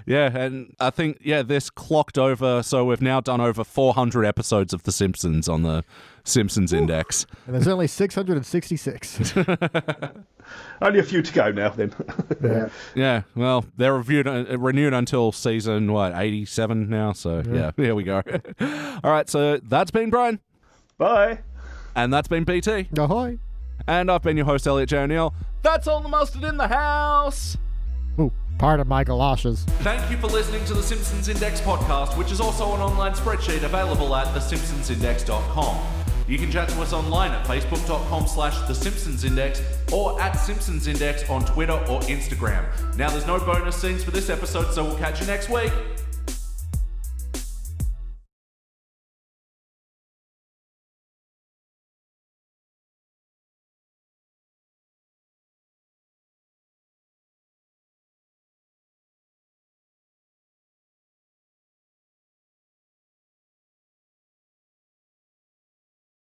[SPEAKER 1] Yeah. And I think, yeah, this clocked over. So we've now done over 400 episodes of The Simpsons on the Simpsons Index.
[SPEAKER 2] And there's only 666.
[SPEAKER 3] Only a few to go now, then.
[SPEAKER 2] yeah.
[SPEAKER 1] Yeah. Well, they're reviewed, uh, renewed until season, what, 87 now? So, yeah, here we go. All right. So that's been Brian.
[SPEAKER 3] Bye.
[SPEAKER 1] And that's been BT.
[SPEAKER 2] Ahoy.
[SPEAKER 1] And I've been your host, Elliot J. O'Neill. That's all the mustard in the house.
[SPEAKER 2] Ooh, part of my galoshes.
[SPEAKER 1] Thank you for listening to the Simpsons Index podcast, which is also an online spreadsheet available at thesimpsonsindex.com. You can chat to us online at facebook.com slash thesimpsonsindex or at simpsonsindex on Twitter or Instagram. Now, there's no bonus scenes for this episode, so we'll catch you next week.